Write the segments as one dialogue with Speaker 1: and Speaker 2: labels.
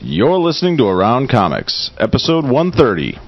Speaker 1: You're listening to Around Comics, episode 130.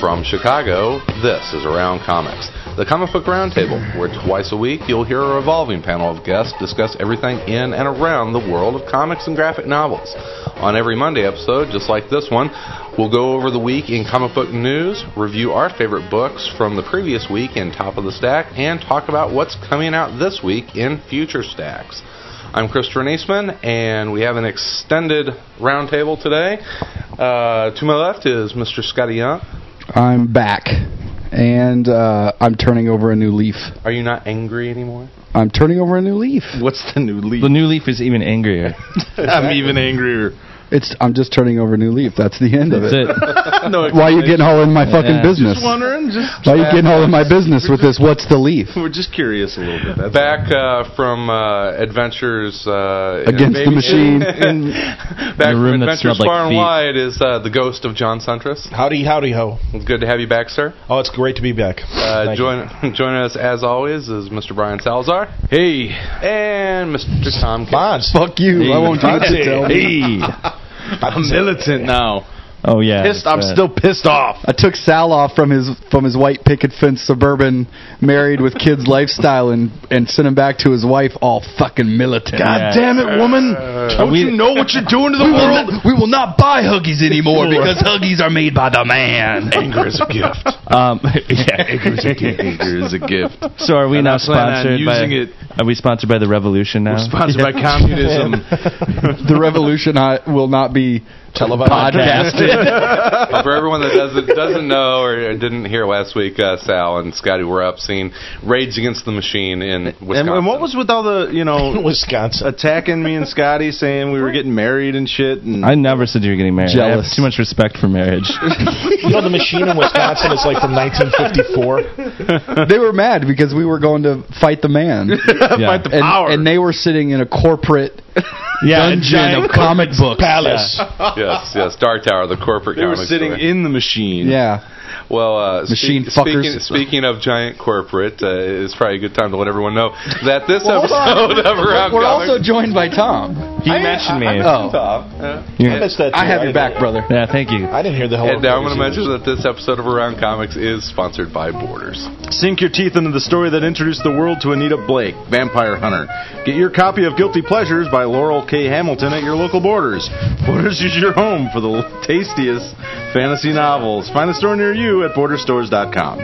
Speaker 2: From Chicago, this is Around Comics, the comic book roundtable, where twice a week you'll hear a revolving panel of guests discuss everything in and around the world of comics and graphic novels. On every Monday episode, just like this one, we'll go over the week in comic book news, review our favorite books from the previous week in Top of the Stack, and talk about what's coming out this week in future stacks. I'm Christopher Neesman, and we have an extended roundtable today. Uh, to my left is Mr. Scotty Young.
Speaker 3: I'm back, and uh, I'm turning over a new leaf.
Speaker 2: Are you not angry anymore?
Speaker 3: I'm turning over a new leaf.
Speaker 2: What's the new leaf?
Speaker 4: The new leaf is even angrier.
Speaker 1: I'm even angrier.
Speaker 3: It's I'm just turning over a new leaf. That's the end of
Speaker 4: That's
Speaker 3: it.
Speaker 4: it.
Speaker 1: No,
Speaker 3: Why are you getting all in my fucking
Speaker 4: Yeah.
Speaker 3: business?
Speaker 1: Just wondering. Just
Speaker 3: Why are you getting all in my business with this? What's the leaf?
Speaker 1: We're just curious a little bit. That's
Speaker 2: Back uh, from uh, adventures uh, in
Speaker 3: Against the
Speaker 2: Baby-
Speaker 3: machine.
Speaker 2: back
Speaker 4: The
Speaker 2: from
Speaker 4: room that
Speaker 2: adventures
Speaker 4: smelled like
Speaker 2: far and
Speaker 4: feet.
Speaker 2: wide is uh, the ghost of John Suntress.
Speaker 5: Howdy, howdy, ho.
Speaker 2: Good to have you back, sir.
Speaker 5: Oh, it's great to be back.
Speaker 2: Uh,
Speaker 5: Thank you.
Speaker 2: join joining us as always is Mr. Brian Salazar
Speaker 1: Hey,
Speaker 2: and Mr. Tom. Kim.
Speaker 5: Bonds.
Speaker 3: Fuck you. I won't do what you tell me.
Speaker 1: hey. I'm militant now.
Speaker 4: Oh yeah.
Speaker 1: Pissed. I'm
Speaker 4: it's, uh,
Speaker 1: still pissed off.
Speaker 3: I took Sal off from his from his white picket fence suburban married with kids lifestyle and and sent him back to his wife all fucking militant.
Speaker 1: God
Speaker 4: Yeah.
Speaker 1: damn it, woman!
Speaker 2: Uh,
Speaker 1: Don't you
Speaker 4: we-
Speaker 1: know what you're doing to the
Speaker 3: We will,
Speaker 1: world?
Speaker 3: not, we will not buy Huggies anymore because Huggies are made by the man.
Speaker 1: Anger is a gift.
Speaker 4: Um, yeah.
Speaker 1: Anger is a gift.
Speaker 4: so are we
Speaker 1: And I
Speaker 4: now
Speaker 1: plan on
Speaker 4: sponsored by?
Speaker 1: using it-
Speaker 4: Are we sponsored by the Revolution now?
Speaker 1: Sponsored by communism.
Speaker 3: the revolution I, will not be podcasted.
Speaker 2: Uh, for everyone that doesn't doesn't know or didn't hear last week, uh, Sal and Scotty were up seeing Rage Against the Machine in
Speaker 1: And,
Speaker 2: Wisconsin.
Speaker 1: and what was with all the you know
Speaker 5: Wisconsin.
Speaker 1: attacking me and Scotty saying we were getting married and shit and
Speaker 4: I never said you were getting married. I have
Speaker 3: Jealous.
Speaker 4: too much respect for marriage.
Speaker 5: You know, the machine in Wisconsin is like from 1954.
Speaker 3: they were mad because we were going to fight the man, and,
Speaker 4: yeah.
Speaker 1: Fight the power.
Speaker 3: and they were sitting in a corporate
Speaker 4: yeah,
Speaker 3: dungeon of comic books.
Speaker 5: Palace.
Speaker 2: yes, yes, Dark Tower, the corporate.
Speaker 1: they were
Speaker 2: comic
Speaker 1: sitting
Speaker 2: store.
Speaker 1: in the machine.
Speaker 3: Yeah,
Speaker 2: Well, uh,
Speaker 3: Machine
Speaker 2: speaking,
Speaker 3: fuckers.
Speaker 2: speaking of giant corporate, uh, it's probably a good time to let everyone know that this
Speaker 3: Well, hold on.
Speaker 2: episode of Around
Speaker 3: we're
Speaker 2: Comics-
Speaker 3: also joined by Tom.
Speaker 4: He mentioned me.
Speaker 3: Oh,
Speaker 2: Uh,
Speaker 4: You're-
Speaker 5: That's that
Speaker 3: I
Speaker 5: too.
Speaker 3: have your
Speaker 5: didn't-
Speaker 3: back, brother.
Speaker 4: yeah, thank you.
Speaker 5: I didn't hear the whole.
Speaker 2: and now I'm going to mention that this episode of Around Comics is sponsored by Borders.
Speaker 1: Sink your teeth into the story that introduced the world to Anita Blake, Vampire Hunter. Get your copy of Guilty Pleasures by Laurel K. Hamilton at your local Borders. Borders is your home for the tastiest fantasy novels. Find a store near you at borderstores.com.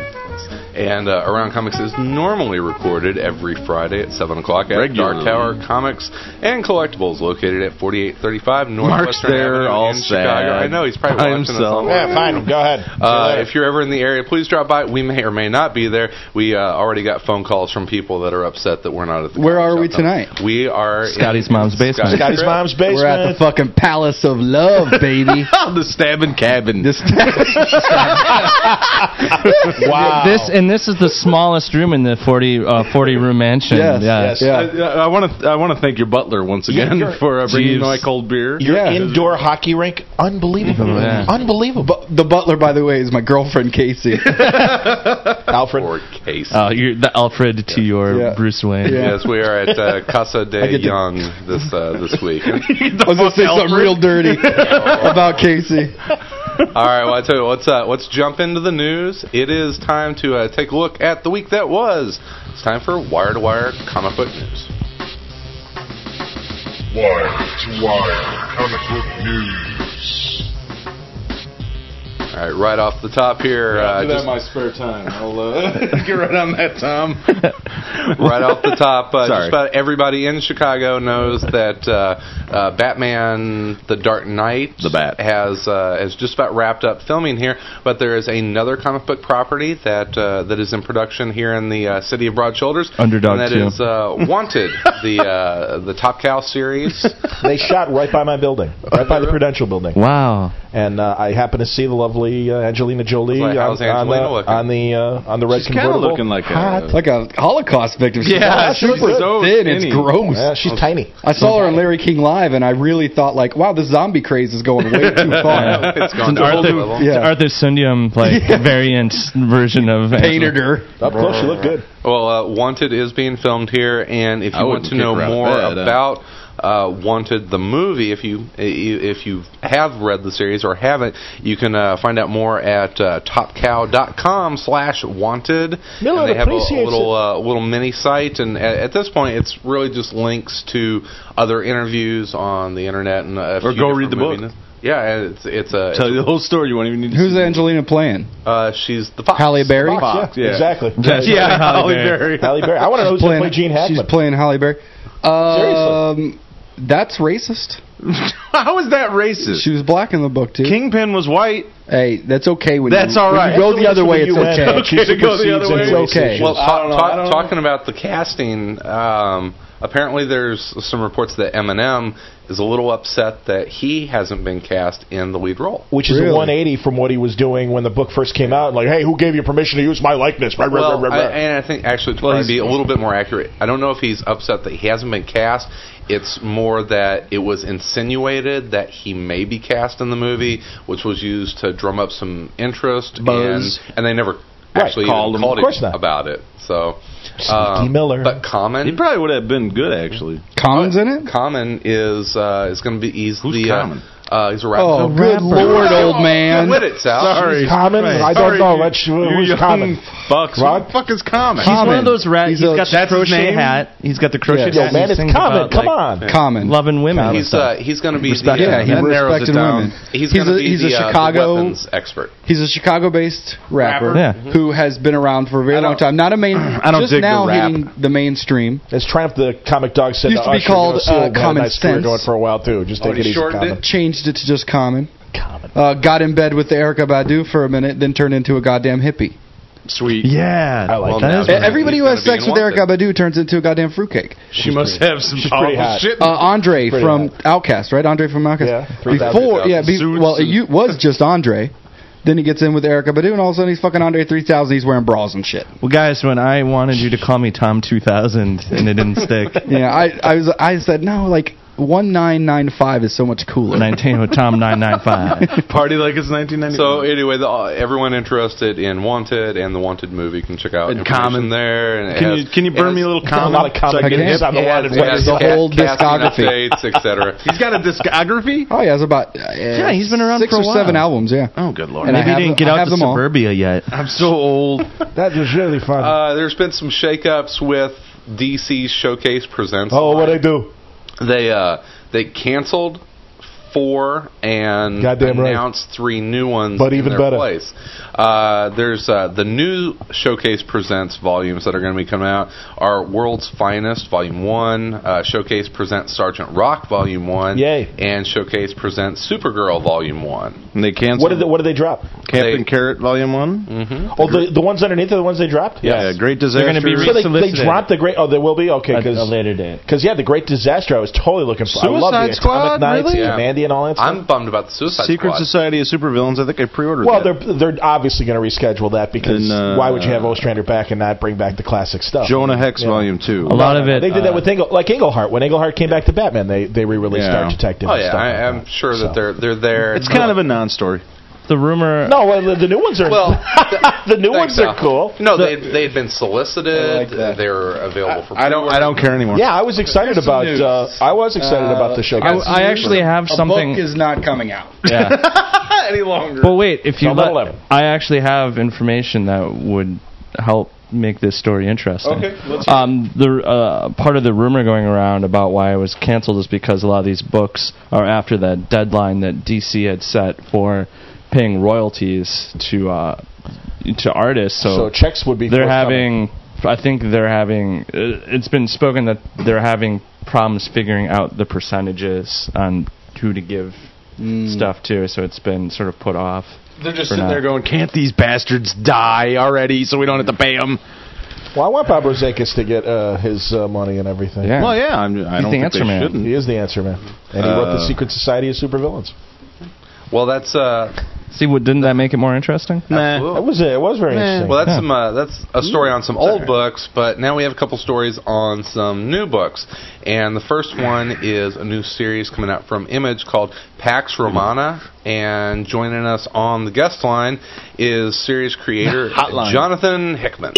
Speaker 2: And uh, Around Comics is normally recorded every Friday at 7 o'clock at
Speaker 1: Regularly.
Speaker 2: Dark Tower Comics and Collectibles, located at 4835
Speaker 1: Mark's
Speaker 2: Northwestern
Speaker 1: there,
Speaker 2: Avenue
Speaker 1: all
Speaker 2: in Chicago.
Speaker 1: sad
Speaker 2: I know, he's probably
Speaker 1: by
Speaker 2: watching us
Speaker 1: himself.
Speaker 2: online.
Speaker 5: Yeah, fine. Go ahead. See you
Speaker 2: Uh,
Speaker 5: later.
Speaker 2: if you're ever in the area, please drop by. We may or may not be there. We uh, already got phone calls from people that are upset that we're not at the.
Speaker 3: Where
Speaker 2: comic
Speaker 3: are we
Speaker 2: shop.
Speaker 3: tonight?
Speaker 2: We are in
Speaker 4: Scotty's mom's basement.
Speaker 5: Scotty's mom's basement.
Speaker 3: We're at the fucking Palace of Love, baby.
Speaker 1: the stabbing cabin.
Speaker 3: This
Speaker 5: wow.
Speaker 4: This and this is the smallest room in the 40 uh, 40 room mansion.
Speaker 3: Yes,
Speaker 4: yeah.
Speaker 5: yes.
Speaker 1: I-
Speaker 3: yeah.
Speaker 1: I want to I want to thank your butler once again
Speaker 5: you're-
Speaker 1: for uh, bringing my
Speaker 4: Jeez.
Speaker 1: cold beer.
Speaker 5: Your
Speaker 3: Yeah. Mm-hmm.
Speaker 5: indoor hockey rink, unbelievable,
Speaker 4: Yeah.
Speaker 5: unbelievable.
Speaker 3: Bu- Oh, the butler, by the way, is my girlfriend Casey.
Speaker 5: Alfred,
Speaker 2: Or case.
Speaker 4: Uh, you're the Alfred to your
Speaker 3: Yeah.
Speaker 4: Bruce Wayne.
Speaker 3: Yeah.
Speaker 2: Yes, we are at uh, Casa de
Speaker 3: get to-
Speaker 2: Young this uh, this week.
Speaker 3: I was gonna say something real dirty about Casey.
Speaker 2: All right, well I tell you, what, let's uh, let's jump into the news. It is time to uh, take a look at the week that was. It's time for wire to wire comic book news.
Speaker 6: Wire to Wire Comic Book News.
Speaker 2: All All right, right off the top here, uh,
Speaker 1: do that
Speaker 2: just
Speaker 1: in my spare time. I'll uh, get right on that, Tom.
Speaker 2: right off the top, uh,
Speaker 1: Sorry.
Speaker 2: just about everybody in Chicago knows that uh, uh, Batman: The Dark Knight,
Speaker 1: The Bat.
Speaker 2: has uh, has just about wrapped up filming here. But there is another comic book property that uh, that is in production here in the uh, city of Broad Shoulders.
Speaker 4: Underdog,
Speaker 2: and that
Speaker 4: too.
Speaker 2: is, uh, Wanted, the uh, the Top Cow series.
Speaker 5: They shot right by my building, right by the Prudential building.
Speaker 4: Wow.
Speaker 5: and uh, I happened to see the lovely uh, Angelina Jolie on,
Speaker 2: Like, how's Angelina
Speaker 5: on the
Speaker 2: looking?
Speaker 5: on the, uh, on the red
Speaker 1: She's kind of
Speaker 5: convertible.
Speaker 1: looking like a.
Speaker 3: Ah, Like a Holocaust victim. She's
Speaker 1: Yeah, she's
Speaker 3: super
Speaker 1: so
Speaker 3: thin.
Speaker 1: skinny.
Speaker 3: It's gross.
Speaker 5: yeah, she's tiny.
Speaker 3: I saw her on Larry King Live, and I really thought, like, wow, this zombie craze is going way too far.
Speaker 4: It's
Speaker 2: It's gone
Speaker 4: an
Speaker 2: to a whole
Speaker 4: Arthur,
Speaker 2: new level.
Speaker 4: it's
Speaker 3: Yeah.
Speaker 4: Arthur Sundium like variant version of
Speaker 3: Painted
Speaker 4: Angela.
Speaker 3: her.
Speaker 5: Up close, she looked good.
Speaker 2: Well, uh, Wanted is being filmed here, and if you
Speaker 1: I
Speaker 2: want
Speaker 1: wouldn't
Speaker 2: to know
Speaker 1: kick her out of
Speaker 2: more
Speaker 1: bed, uh.
Speaker 2: about uh, Wanted the movie, if you if you have read the series or haven't, you can uh, find out more at uh, topcow.com slash wanted.
Speaker 5: Miller
Speaker 2: and they have a, a
Speaker 5: appreciates
Speaker 2: little uh, little mini site, and at, at this point, it's really just links to other interviews on the internet and a
Speaker 1: Or
Speaker 2: few
Speaker 1: go read
Speaker 2: different
Speaker 1: the book.
Speaker 2: movies. Yeah, and it's it's a
Speaker 1: Tell you the whole story. You won't even need to.
Speaker 3: Who's
Speaker 1: see
Speaker 3: Angelina playing?
Speaker 2: uh, she's the fox.
Speaker 3: Halle Berry?
Speaker 1: Fox, yeah.
Speaker 5: Exactly.
Speaker 1: That's
Speaker 4: Yeah,
Speaker 1: right,
Speaker 4: Halle
Speaker 1: Halle
Speaker 4: Berry.
Speaker 1: Berry.
Speaker 5: Halle Berry. I want to know who's going to play Gene Hackman.
Speaker 3: she's playing Halle Berry. Um, That's racist.
Speaker 1: How is that racist?
Speaker 3: She was black in the book, too.
Speaker 1: Kingpin was white.
Speaker 3: Hey, that's okay when
Speaker 1: That's
Speaker 3: you,
Speaker 1: all
Speaker 3: when
Speaker 1: right.
Speaker 3: you go the other way, it's
Speaker 5: Absolutely,
Speaker 3: okay.
Speaker 5: you win. She
Speaker 1: Okay, to go the other
Speaker 5: supersedes
Speaker 1: way.
Speaker 5: any
Speaker 3: It's okay.
Speaker 5: racism.
Speaker 2: Well,
Speaker 1: I
Speaker 2: ta-
Speaker 1: don't know,
Speaker 2: ta-
Speaker 1: I don't know.
Speaker 2: talking about the casting, um, apparently there's some reports that Eminem is a little upset that he hasn't been cast in the lead role.
Speaker 5: which is
Speaker 3: Really?
Speaker 5: a 180 from what he was doing when the book first came out. Like, hey, who gave you permission to use my likeness? Right, right,
Speaker 2: Well,
Speaker 5: right,
Speaker 2: I,
Speaker 5: right, right.
Speaker 2: and I think actually to probably be a little bit more accurate, I don't know if he's upset that he hasn't been cast. It's more that it was insinuated that he may be cast in the movie, which was used to drum up some interest,
Speaker 1: Buzz.
Speaker 2: and and they never
Speaker 5: Right,
Speaker 2: actually
Speaker 1: called him.
Speaker 2: called
Speaker 5: Of course
Speaker 2: him
Speaker 5: not.
Speaker 2: about it. So, um,
Speaker 5: Sneaky Miller.
Speaker 2: but Common,
Speaker 1: He probably would have been good actually.
Speaker 3: Common's in it?
Speaker 2: Common is uh, is going to be he's
Speaker 1: Who's
Speaker 2: the uh,
Speaker 1: Common?
Speaker 2: Uh, he's a
Speaker 3: Oh,
Speaker 2: rapper.
Speaker 3: good lord, old man.
Speaker 2: Quit it, Sal.
Speaker 1: Sorry.
Speaker 5: Common? I
Speaker 1: Sorry,
Speaker 5: don't know.
Speaker 1: you-
Speaker 5: That's-
Speaker 1: you
Speaker 5: who's
Speaker 1: young
Speaker 5: Common?
Speaker 1: Bucks. What
Speaker 5: Rod?
Speaker 1: the fuck is common?
Speaker 4: He's one
Speaker 3: Common.
Speaker 4: of those rats.
Speaker 3: He's
Speaker 4: he's
Speaker 3: a-
Speaker 4: got the
Speaker 1: that's his name?
Speaker 4: crochet hat. He's got the crochet
Speaker 3: Yo,
Speaker 4: hat. and
Speaker 5: man,
Speaker 4: he
Speaker 5: it's
Speaker 4: sings
Speaker 5: common.
Speaker 4: about,
Speaker 5: Come
Speaker 4: like,
Speaker 5: on.
Speaker 3: Common.
Speaker 4: Loving women. and
Speaker 2: He's
Speaker 4: stuff.
Speaker 2: uh, he's going to be
Speaker 4: Respect.
Speaker 2: the, uh,
Speaker 3: yeah,
Speaker 4: Yeah,
Speaker 3: he
Speaker 4: that
Speaker 1: narrows it
Speaker 3: respected
Speaker 1: down.
Speaker 3: women.
Speaker 2: he's
Speaker 3: he's
Speaker 2: going to
Speaker 3: a,
Speaker 2: be
Speaker 3: he's a
Speaker 2: the, uh, the
Speaker 3: Chicago
Speaker 2: weapons expert.
Speaker 3: He's a Chicago-based rapper,
Speaker 4: Yeah.
Speaker 3: who has been around for a very
Speaker 2: I
Speaker 3: long
Speaker 2: don't-
Speaker 3: time. Not a main. I
Speaker 1: don't
Speaker 3: just
Speaker 1: dig the
Speaker 3: now
Speaker 1: rap.
Speaker 3: hitting the mainstream.
Speaker 5: As Tramp the comic dog said,
Speaker 3: Used to be
Speaker 5: Usher,
Speaker 3: called,
Speaker 5: you know, Seal
Speaker 3: uh,
Speaker 5: had a
Speaker 3: Common
Speaker 5: nice career
Speaker 3: Sense.
Speaker 5: going for a while too. Just
Speaker 2: Oh,
Speaker 5: take
Speaker 2: he
Speaker 5: it easy,
Speaker 2: shortened
Speaker 5: Common.
Speaker 2: it?
Speaker 3: Changed it to just Common.
Speaker 5: Common.
Speaker 3: Uh, got in bed with the Erica Badu for a minute, then turned into a goddamn hippie.
Speaker 1: Sweet.
Speaker 4: Yeah.
Speaker 5: I like
Speaker 2: Well,
Speaker 5: that.
Speaker 2: now
Speaker 4: is
Speaker 2: he's
Speaker 3: Everybody who
Speaker 2: gonna
Speaker 3: has
Speaker 2: be
Speaker 3: sex
Speaker 2: in
Speaker 3: with Erica
Speaker 2: Wanted.
Speaker 3: Badu turns into a goddamn fruitcake.
Speaker 1: She must have some
Speaker 5: she's pretty
Speaker 1: powerful
Speaker 5: hot.
Speaker 1: shit.
Speaker 3: Uh, Andre
Speaker 5: Pretty
Speaker 3: from
Speaker 5: hot.
Speaker 3: Outcast, right? Andre from Outcast.
Speaker 5: Yeah,
Speaker 3: Before,
Speaker 2: 3000.
Speaker 3: yeah, be,
Speaker 1: Suits
Speaker 3: well, it
Speaker 1: and-
Speaker 3: u- was just Andre. Then he gets in with Erica Badu, and all of a sudden he's fucking Andre 3000. He's wearing bras and shit.
Speaker 4: Well, guys, when I wanted you to call me Tom 2000 and it didn't stick,
Speaker 3: Yeah, I, I was, I said no, like one nine nine five is so much cooler.
Speaker 4: 19 with Tom 995.
Speaker 1: Party like it's 1990.
Speaker 2: So anyway, the, uh, everyone interested in Wanted and the Wanted movie can check out
Speaker 1: And
Speaker 2: information
Speaker 1: Common.
Speaker 2: there. And it
Speaker 1: can
Speaker 2: has-
Speaker 1: you can you burn me a little
Speaker 5: a
Speaker 1: common?
Speaker 5: lot of comic
Speaker 1: so I can
Speaker 3: Okay.
Speaker 5: hits
Speaker 1: hit-
Speaker 5: on the
Speaker 2: It has,
Speaker 5: wanted
Speaker 2: it has
Speaker 3: the
Speaker 5: web.
Speaker 2: ca-
Speaker 3: whole
Speaker 2: casting
Speaker 3: discography.
Speaker 2: updates, etc.
Speaker 1: He's got a discography.
Speaker 3: Oh yeah, it's about uh,
Speaker 4: Yeah, he's been around
Speaker 3: six
Speaker 4: for a
Speaker 3: or seven
Speaker 4: while.
Speaker 3: albums. Yeah,
Speaker 1: Oh good lord!
Speaker 3: And I
Speaker 4: Maybe he
Speaker 3: have them-
Speaker 4: didn't get
Speaker 3: I
Speaker 4: out
Speaker 3: have
Speaker 4: to
Speaker 3: them all.
Speaker 4: suburbia yet.
Speaker 1: I'm so old.
Speaker 5: That was really fun.
Speaker 2: Uh, there's been some shakeups with DC's Showcase Presents.
Speaker 5: oh, what I do?
Speaker 2: They uh they canceled four and
Speaker 5: Goddamn right.
Speaker 2: announced three new ones
Speaker 5: But
Speaker 2: in
Speaker 5: even
Speaker 2: their
Speaker 5: better.
Speaker 2: place. Uh, there's uh, the new Showcase Presents volumes that are going to be coming out are World's Finest Volume 1, uh, Showcase Presents Sergeant Rock Volume 1,
Speaker 5: Yay.
Speaker 2: and Showcase Presents Supergirl Volume 1.
Speaker 1: And they canceled.
Speaker 5: What did they, what did they drop?
Speaker 1: Captain
Speaker 2: they-
Speaker 1: Carrot Volume One?
Speaker 5: Oh, the, the ones underneath are the ones they dropped.
Speaker 1: Yeah, Great Disaster.
Speaker 4: gonna be
Speaker 5: So
Speaker 4: re-
Speaker 5: they, they
Speaker 4: Solicited.
Speaker 5: dropped the great. Oh, they will be
Speaker 4: At a
Speaker 5: okay because
Speaker 4: later date.
Speaker 5: yeah, the Great Disaster. I was totally looking for. I love
Speaker 1: Suicide
Speaker 5: the
Speaker 1: Squad,
Speaker 5: Atomic Knights,
Speaker 1: really?
Speaker 5: and
Speaker 2: Yeah.
Speaker 5: Mandy, and all that. stuff.
Speaker 2: I'm bummed about the Suicide
Speaker 1: Secret
Speaker 2: Squad.
Speaker 1: Society of Supervillains. I think I pre-ordered.
Speaker 5: Well,
Speaker 1: that.
Speaker 5: they're they're obviously going to reschedule that because
Speaker 1: And, uh,
Speaker 5: why would you have Ostrander back and not bring back the classic stuff?
Speaker 1: Jonah Hex Volume Two.
Speaker 4: A lot of it.
Speaker 5: They did
Speaker 4: uh,
Speaker 5: that with Engel, like Englehart when Englehart came back to Batman. They they re-released
Speaker 1: Yeah.
Speaker 5: Dark Detective.
Speaker 2: Oh
Speaker 5: and
Speaker 2: yeah,
Speaker 5: stuff like
Speaker 2: I, I'm
Speaker 5: that.
Speaker 2: sure
Speaker 5: So-
Speaker 2: that they're they're there.
Speaker 1: It's kind of a non-story.
Speaker 4: the rumor.
Speaker 5: No, well, the, the new ones are
Speaker 2: well.
Speaker 5: the new ones
Speaker 2: thanks,
Speaker 5: are
Speaker 2: Al.
Speaker 5: cool.
Speaker 2: No, they they had been solicited.
Speaker 3: I like that.
Speaker 2: They're available for.
Speaker 1: I don't. I don't care anymore.
Speaker 5: Yeah, I was excited
Speaker 3: Here's some
Speaker 5: about.
Speaker 3: news.
Speaker 5: Uh, I was excited about the show.
Speaker 4: I, I actually have something.
Speaker 3: A book is not coming out.
Speaker 4: yeah.
Speaker 2: any longer.
Speaker 4: But wait, if you
Speaker 5: It's on
Speaker 4: let,
Speaker 5: the level.
Speaker 4: I actually have information that would help make this story interesting.
Speaker 2: Okay, let's hear
Speaker 4: um, the uh, part of the rumor going around about why it was canceled is because a lot of these books are after that deadline that DC had set for paying royalties to uh, to artists.
Speaker 5: So,
Speaker 4: So,
Speaker 5: checks would be.
Speaker 4: they're
Speaker 5: forthcoming.
Speaker 4: having. I think they're having. uh, It's been spoken that they're having problems figuring out the percentages on who to give stuff to. So it's been sort of put off.
Speaker 1: They're just
Speaker 4: For
Speaker 1: sitting
Speaker 4: now.
Speaker 1: there going, "Can't these bastards die already? So we don't have to pay them."
Speaker 5: Well, I want Bob Rosakis to get uh, his uh, money and everything.
Speaker 4: Yeah.
Speaker 1: Well, yeah, I'm, I
Speaker 4: He's
Speaker 1: don't
Speaker 4: the
Speaker 1: think
Speaker 4: answer
Speaker 1: they
Speaker 4: man.
Speaker 1: shouldn't.
Speaker 5: He is the answer man, and he wrote the
Speaker 2: Uh,
Speaker 5: Secret Society of Supervillains.
Speaker 2: Well, that's uh,
Speaker 4: See, what didn't that make it more interesting?
Speaker 1: Nah.
Speaker 5: That
Speaker 2: absolutely.
Speaker 5: was it. It was very interesting.
Speaker 2: Well, that's
Speaker 4: Yeah.
Speaker 2: some uh, that's a story on some old books, but now we have a couple stories on some new books. And the first one is a new series coming out from Image called Pax Romana. And joining us on the guest line is series creator
Speaker 1: Hotline.
Speaker 2: Jonathan Hickman.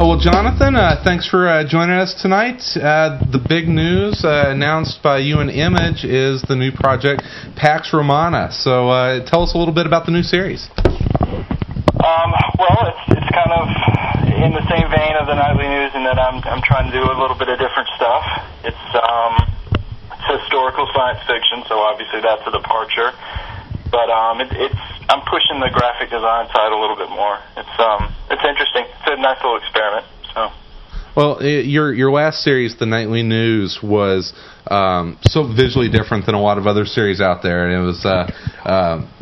Speaker 2: Oh well, Jonathan, uh, thanks for uh, joining us tonight. Uh, the big news uh, announced by you and Image is the new project Pax Romana. So uh, tell us a little bit about the new series.
Speaker 7: Um, well, it's it's kind of in the same vein of the nightly news in that I'm I'm trying to do a little bit of different stuff. It's um, it's historical science fiction, so obviously that's a departure. But um, it, it's I'm pushing the graphic design side a little bit more. It's um, it's interesting. It's a nice little experiment. So.
Speaker 2: Well, i your your last series, the nightly news, was um, so visually different than a lot of other series out there, and it was. Uh, um,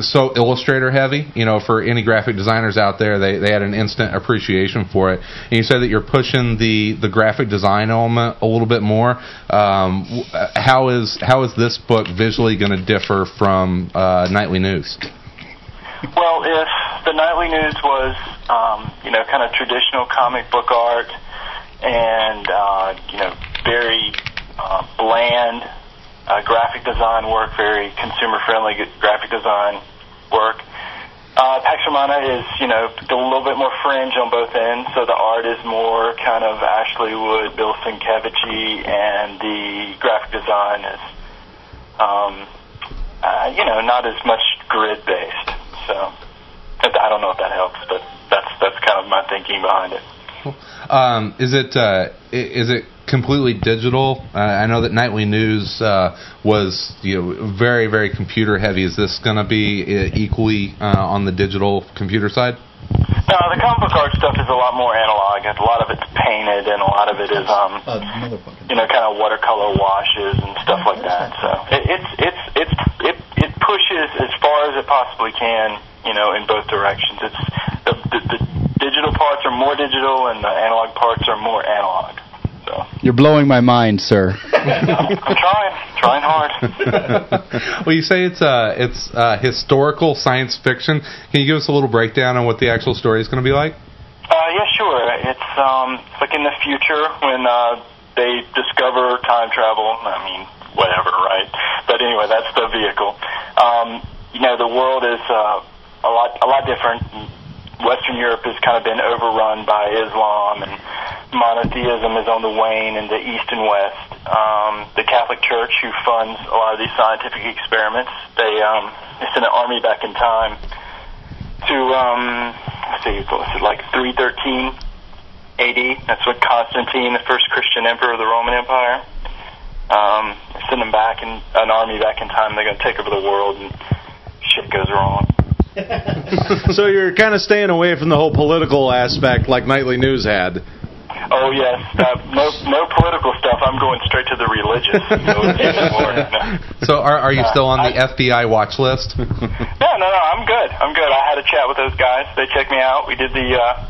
Speaker 2: so illustrator heavy, you know, for any graphic designers out there, they, they had an instant appreciation for it. And you said that you're pushing the, the graphic design element a little bit more. Um, w- uh, how is how is this book visually going to differ from uh, Nightly News?
Speaker 7: Well, if the nightly news was, um, you know, kind of traditional comic book art and, uh, you know, very uh, bland uh, graphic design work, very consumer friendly graphic design work, uh, Pax Romana is, you know, a little bit more fringe on both ends, so the art is more kind of Ashley Wood, Bill Sienkiewicz, and the graphic design is um, uh, you know, not as much grid based. So I I don't know if that helps, but that's that's kind of my thinking behind it.
Speaker 2: Um, is it uh, i- is it completely digital? Uh, I know that nightly news uh, was you know very very computer heavy. Is this going to be uh, equally uh, on the digital computer side?
Speaker 7: No, the comic book art stuff is a lot more analog. and A lot of it's painted, and a lot of it is um, you know, kind of watercolor washes and stuff like that. So it, it's it's it's it it pushes as far as it possibly can, you know, in both directions. It's the the, the digital parts are more digital, and the analog parts are more analog. So
Speaker 8: You're blowing my mind, sir.
Speaker 7: I'm trying, trying hard.
Speaker 2: well, you say it's uh, it's uh, historical science fiction. Can you give us a little breakdown on what the actual story is going to be like?
Speaker 7: Uh, yeah, sure. It's um, it's like in the future when uh, they discover time travel. I mean, whatever, right? But anyway, that's the vehicle. Um, you know, the world is uh, a lot a lot different. Western Europe has kind of been overrun by Islam, and monotheism is on the wane in the East and West. Um, the Catholic Church, who funds a lot of these scientific experiments, they um, they sent an army back in time to um let's see what was it like three thirteen AD. That's when Constantine, the first Christian emperor of the Roman Empire, um, send them back in an army back in time. They're gonna take over the world and shit goes wrong.
Speaker 1: so you're kind of staying away from the whole political aspect, like nightly news had.
Speaker 7: Oh yes, uh, no no political stuff. I'm going straight to the religious. So it's even more, no.
Speaker 2: So, are, are you still on the FBI watch list?
Speaker 7: No, no, no. I'm good. I'm good. I had a chat with those guys. They checked me out. We did the uh,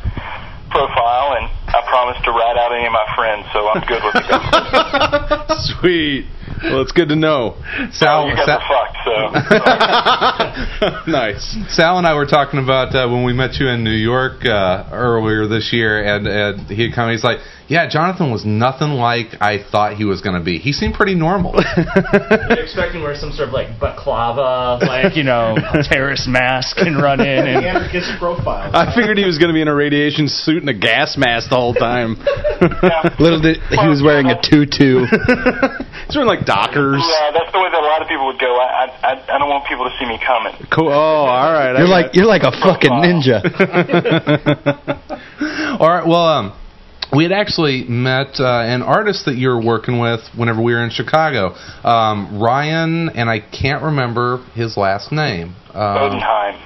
Speaker 7: profile, and I promised to rat out any of my friends, so I'm good with the government.
Speaker 1: Sweet. Well, it's good to know.
Speaker 2: Sal,
Speaker 7: Oh, you guys
Speaker 2: Sal,
Speaker 7: are fucked. So
Speaker 1: nice.
Speaker 2: Sal and I were talking about uh, when we met you in New York uh, earlier this year, and, and he had come. He's like, "Yeah, Jonathan was nothing like I thought he was going to be. He seemed pretty normal."
Speaker 9: They're expecting to wear some sort of like baklava, like you know, terrorist mask and run in and
Speaker 1: I figured he was going to be in a radiation suit and a gas mask the whole time.
Speaker 8: Little did he was wearing a tutu.
Speaker 1: He's wearing like Dockers.
Speaker 7: Yeah, that's the way that a lot of people would go. I I, I- I don't want people to see me coming. Uh,
Speaker 1: Co- oh, all right. I
Speaker 8: You're
Speaker 1: got
Speaker 8: like
Speaker 1: it.
Speaker 8: you're like a fucking ninja.
Speaker 2: All right. Well, um, we had actually met uh, an artist that you were working with whenever we were in Chicago, um, Ryan, and I can't remember his last name. Um,
Speaker 7: Bodenheim.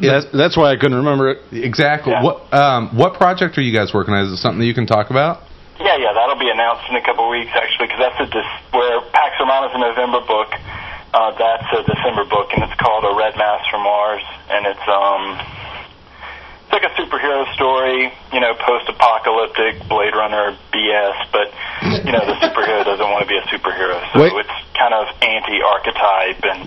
Speaker 1: That's, that's why I couldn't remember it.
Speaker 2: exactly.
Speaker 7: Yeah.
Speaker 2: What um, what project are you guys working on? Is it something that you can talk about?
Speaker 7: Yeah, yeah, that'll be announced in a couple of weeks actually, because that's a dis- where Pax Romana's a November book. Uh, that's a December book, and it's called A Red Mass from Mars, and it's um, it's like a superhero story, you know, post-apocalyptic Blade Runner BS, but you know, the superhero doesn't want to be a superhero, so
Speaker 8: Wait.
Speaker 7: it's kind of anti-archetype, and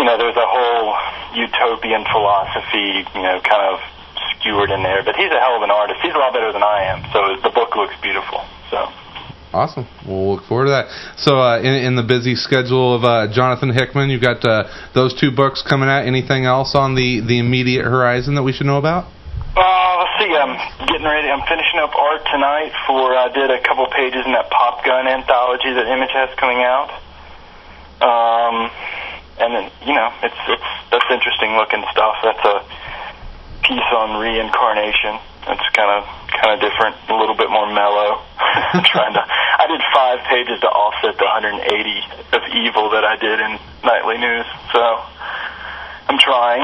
Speaker 7: you know, there's a whole utopian philosophy, you know, kind of skewered in there. But he's a hell of an artist. He's a lot better than I am, so the book looks beautiful. So.
Speaker 2: Awesome. We'll look forward to that. So, uh, in, in the busy schedule of uh, Jonathan Hickman, you've got uh, those two books coming out. Anything else on the, the immediate horizon that we should know about?
Speaker 7: Uh, let's see. I'm getting ready. I'm finishing up art tonight for. I did a couple pages in that Pop Gun anthology that Image has coming out. Um, and then you know, it's it's that's interesting looking stuff. That's a piece on reincarnation. That's kind of kind of different, a little bit more mellow. Trying to. I did five pages to offset the 180 of evil that I did in Nightly News. So I'm trying.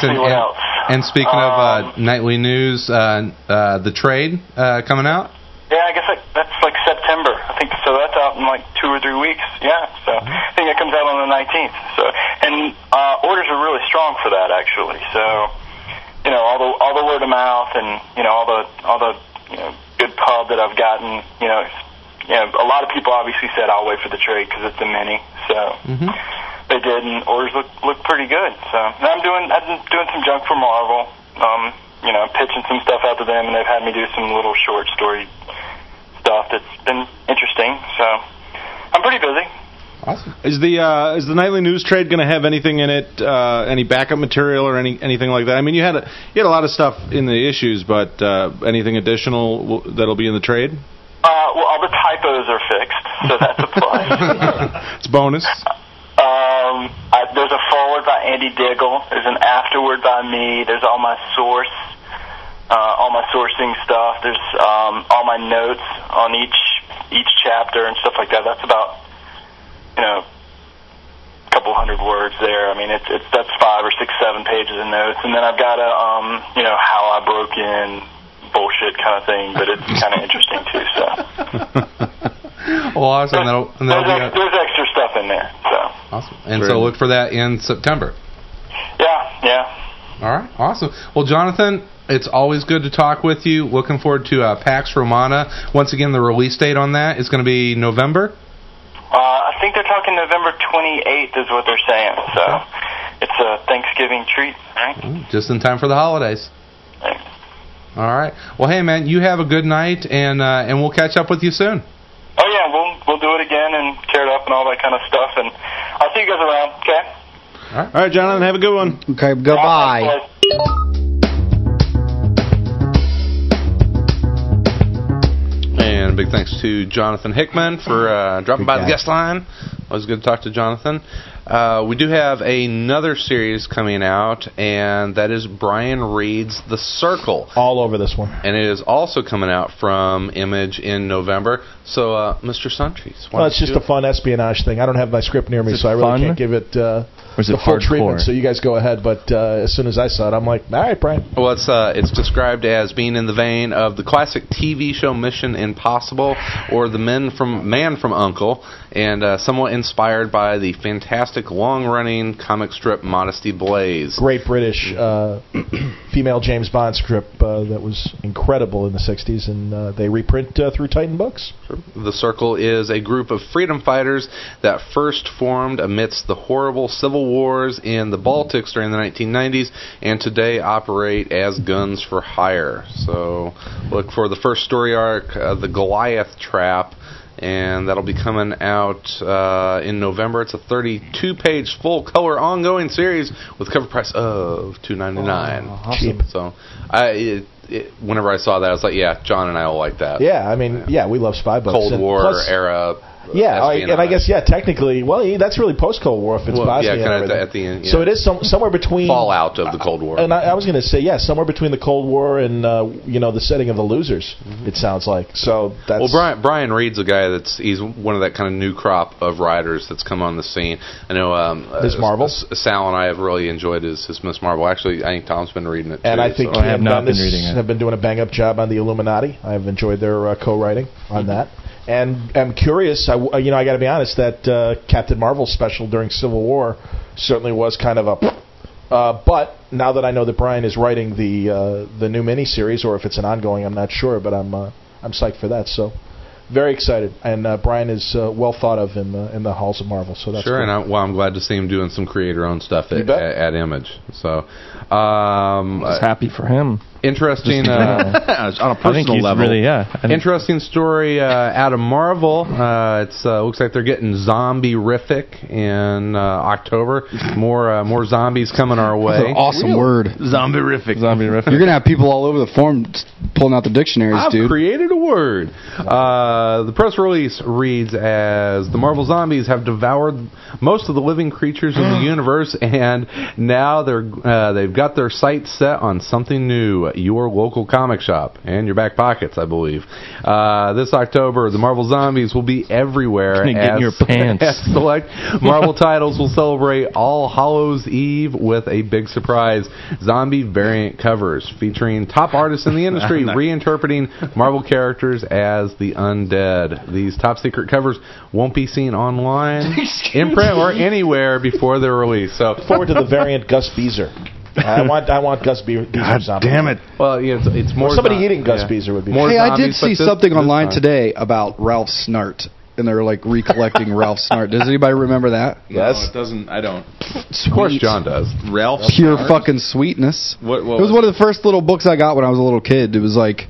Speaker 2: Nice.
Speaker 7: see
Speaker 2: And,
Speaker 7: what
Speaker 2: and-
Speaker 7: else.
Speaker 2: and speaking
Speaker 7: Um,
Speaker 2: of uh, nightly news, uh, uh, the trade uh, coming out.
Speaker 7: Yeah, I guess like, that's like September. I think so. That's out in like two or three weeks. Yeah, so I think it comes out on the 19th. So and uh, orders are really strong for that actually. So you know all the all the word of mouth and you know all the all the you know good pub that I've gotten. You know, it's- you know a lot of people obviously said I'll wait for the trade because it's a mini. So. They did, and orders look look pretty good. So and I'm doing I'm doing some junk for Marvel. Um, you know, pitching some stuff out to them, and they've had me do some little short story stuff that's been interesting. So I'm pretty busy.
Speaker 2: Awesome.
Speaker 1: Is the uh, is the nightly news trade going to have anything in it? Uh, any backup material or any anything like that? I mean, you had a, you had a lot of stuff in the issues, but uh, anything additional w- that'll be in the trade?
Speaker 7: Uh, well, all the typos are fixed, so that's a plus.
Speaker 1: it's bonus.
Speaker 7: um, I, there's a forward by Andy Diggle. There's an afterward by me. There's all my source, uh, all my sourcing stuff. There's um, all my notes on each each chapter and stuff like that. That's about you know a couple hundred words there. I mean, it's it's that's five or six, seven pages of notes, and then I've got a um, you know how I broke in bullshit kind of thing, but it's kind of interesting too. So
Speaker 2: Well, awesome. That'll, and that'll be out.
Speaker 7: there's, ex- there's extra stuff in there. So.
Speaker 2: awesome. And
Speaker 1: Very
Speaker 2: so
Speaker 1: nice.
Speaker 2: look for that in September.
Speaker 7: Yeah, yeah.
Speaker 2: All right. Awesome. Well, Jonathan, it's always good to talk with you. Looking forward to uh, PAX Romana. Once again, the release date on that is going to be November.
Speaker 7: Uh, I think they're talking November 28th is what they're saying. So it's a Thanksgiving treat, right?
Speaker 2: just in time for the holidays.
Speaker 7: Right.
Speaker 2: All right. Well, hey man, you have a good night, and uh, and we'll catch up with you soon.
Speaker 7: Oh yeah, we'll we'll do it again and tear it up and all that kind of stuff. And I'll see you guys around. Okay.
Speaker 1: All right, Jonathan, have a good one.
Speaker 8: Okay, goodbye.
Speaker 7: Bye.
Speaker 2: And big thanks to Jonathan Hickman for uh, dropping by the guest line. Always good to talk to Jonathan. Uh, we do have another series coming out, and that is Brian Reed's The Circle,
Speaker 5: All over this one.
Speaker 2: and it is also coming out from Image in November. So, uh, Mr. Suntrees, why
Speaker 5: Well,
Speaker 2: don't
Speaker 5: it's just
Speaker 2: you-
Speaker 5: a fun espionage thing. I don't have my script near me,
Speaker 4: Is it
Speaker 5: so I really
Speaker 4: fun?
Speaker 5: can't give it uh,
Speaker 4: Or is
Speaker 5: the
Speaker 4: it
Speaker 5: full
Speaker 4: hardcore?
Speaker 5: treatment. So you guys go ahead. But uh, as soon as I saw it, I'm like, all right, Brian.
Speaker 2: Well, it's uh, it's described as being in the vein of the classic TV show Mission Impossible or the Men from Man from Uncle, and uh, somewhat inspired by the fantastic long-running comic strip Modesty Blaze.
Speaker 5: Great British uh, female James Bond script uh, that was incredible in the 60s, and uh, they reprint uh, through Titan Books.
Speaker 2: The Circle is a group of freedom fighters that first formed amidst the horrible civil wars in the Baltics during the 1990s and today operate as guns for hire. So look for the first story arc, uh, The Goliath Trap, and that'll be coming out uh, in November. It's a 32 page full color ongoing series with cover price of 2.99.
Speaker 5: Cheap.
Speaker 2: So I it, it, whenever I saw that I was like, yeah, John and I will like that.
Speaker 5: Yeah, I mean, yeah, we love spy books.
Speaker 2: Cold
Speaker 5: And
Speaker 2: War
Speaker 5: plus-
Speaker 2: era
Speaker 5: Yeah, I,
Speaker 2: espionage.
Speaker 5: and I guess yeah, technically, well, yeah, that's really post Cold War if it's
Speaker 2: Well, yeah,
Speaker 5: Bosnia.
Speaker 2: kind
Speaker 5: and
Speaker 2: of at the-
Speaker 5: everything.
Speaker 2: at the end,
Speaker 5: So
Speaker 2: yeah.
Speaker 5: it is some, somewhere between
Speaker 2: fallout of the Cold War.
Speaker 5: And I, I was going to say, yeah, somewhere between the Cold War and uh, you know the setting of the losers. It sounds like so. That's
Speaker 2: Mm-hmm. Well, Brian Brian Reed's a guy that's he's one of that kind of new crop of writers that's come on the scene. I know um, uh,
Speaker 5: Miss Marvel?
Speaker 2: S- Sal and I have really enjoyed his, his Miss Marvel. Actually, I think Tom's been reading it.
Speaker 5: And
Speaker 2: too,
Speaker 5: I think
Speaker 2: so-
Speaker 4: oh, I have
Speaker 5: Kim
Speaker 4: not been
Speaker 5: Bendis
Speaker 4: reading it.
Speaker 5: have been doing a bang up job on the Illuminati. I've enjoyed their uh, co-writing
Speaker 4: Mm-hmm.
Speaker 5: on that, and I'm curious. I w- uh, you know I got to be honest that uh, Captain Marvel special during Civil War certainly was kind of a. Uh, but now that I know that Brian is writing the uh, the new miniseries, or if it's an ongoing, I'm not sure. But I'm uh, I'm psyched for that. So very excited, and uh, Brian is uh, well thought of in the in the halls of Marvel. So that's
Speaker 2: sure,
Speaker 5: good.
Speaker 2: and I, well, I'm glad to see him doing some creator-owned stuff
Speaker 5: You
Speaker 2: at,
Speaker 5: bet.
Speaker 2: at, at Image. So, um,
Speaker 4: I was happy for him.
Speaker 2: interesting. Uh,
Speaker 1: on a
Speaker 4: I think
Speaker 1: personal
Speaker 4: he's
Speaker 1: level.
Speaker 4: really yeah. I think-
Speaker 2: Interesting story uh, out of Marvel. Uh, it's uh, looks like they're getting zombie rific in uh, October. More uh, more zombies coming our
Speaker 8: That's
Speaker 2: way.
Speaker 8: an awesome word.
Speaker 1: Zombierific.
Speaker 4: zombie riff.
Speaker 8: You're gonna have people all over the forum t- pulling out the dictionaries,
Speaker 2: I've
Speaker 8: dude.
Speaker 2: created a word. Uh, the press release reads as the Marvel zombies have devoured most of the living creatures in the universe, and now they're uh, they've got their sights set on something new. Your local comic shop and your back pockets, I believe. Uh, this October, the Marvel zombies will be everywhere.
Speaker 4: Gonna get in
Speaker 2: as-
Speaker 4: your pants.
Speaker 2: as select Marvel titles will celebrate All Hallows Eve with a big surprise zombie variant covers featuring top artists in the industry reinterpreting Marvel characters as the undead. These top secret covers won't be seen online, in print, or anywhere before their release. So,
Speaker 5: forward to the variant Gus Beezer. I want I want Gus Be- Beezer.
Speaker 1: God
Speaker 5: zombie.
Speaker 1: damn it.
Speaker 2: well, yeah, it's, it's more
Speaker 5: somebody
Speaker 2: zom-
Speaker 5: eating Gus
Speaker 2: yeah.
Speaker 5: Beezer would be
Speaker 2: More
Speaker 8: Hey, I did
Speaker 2: zombies, but
Speaker 8: see
Speaker 2: this-
Speaker 8: something
Speaker 2: this
Speaker 8: online
Speaker 2: time.
Speaker 8: today about Ralph Snart, and they're like recollecting Ralph Snart. Does anybody remember that?
Speaker 5: Yes.
Speaker 1: No, it doesn't. I don't.
Speaker 2: Of course, John does.
Speaker 1: Ralph.
Speaker 8: Pure
Speaker 1: Starr?
Speaker 8: fucking sweetness.
Speaker 1: What, what
Speaker 8: It was one of the first little books I got when I was a little kid. It was like,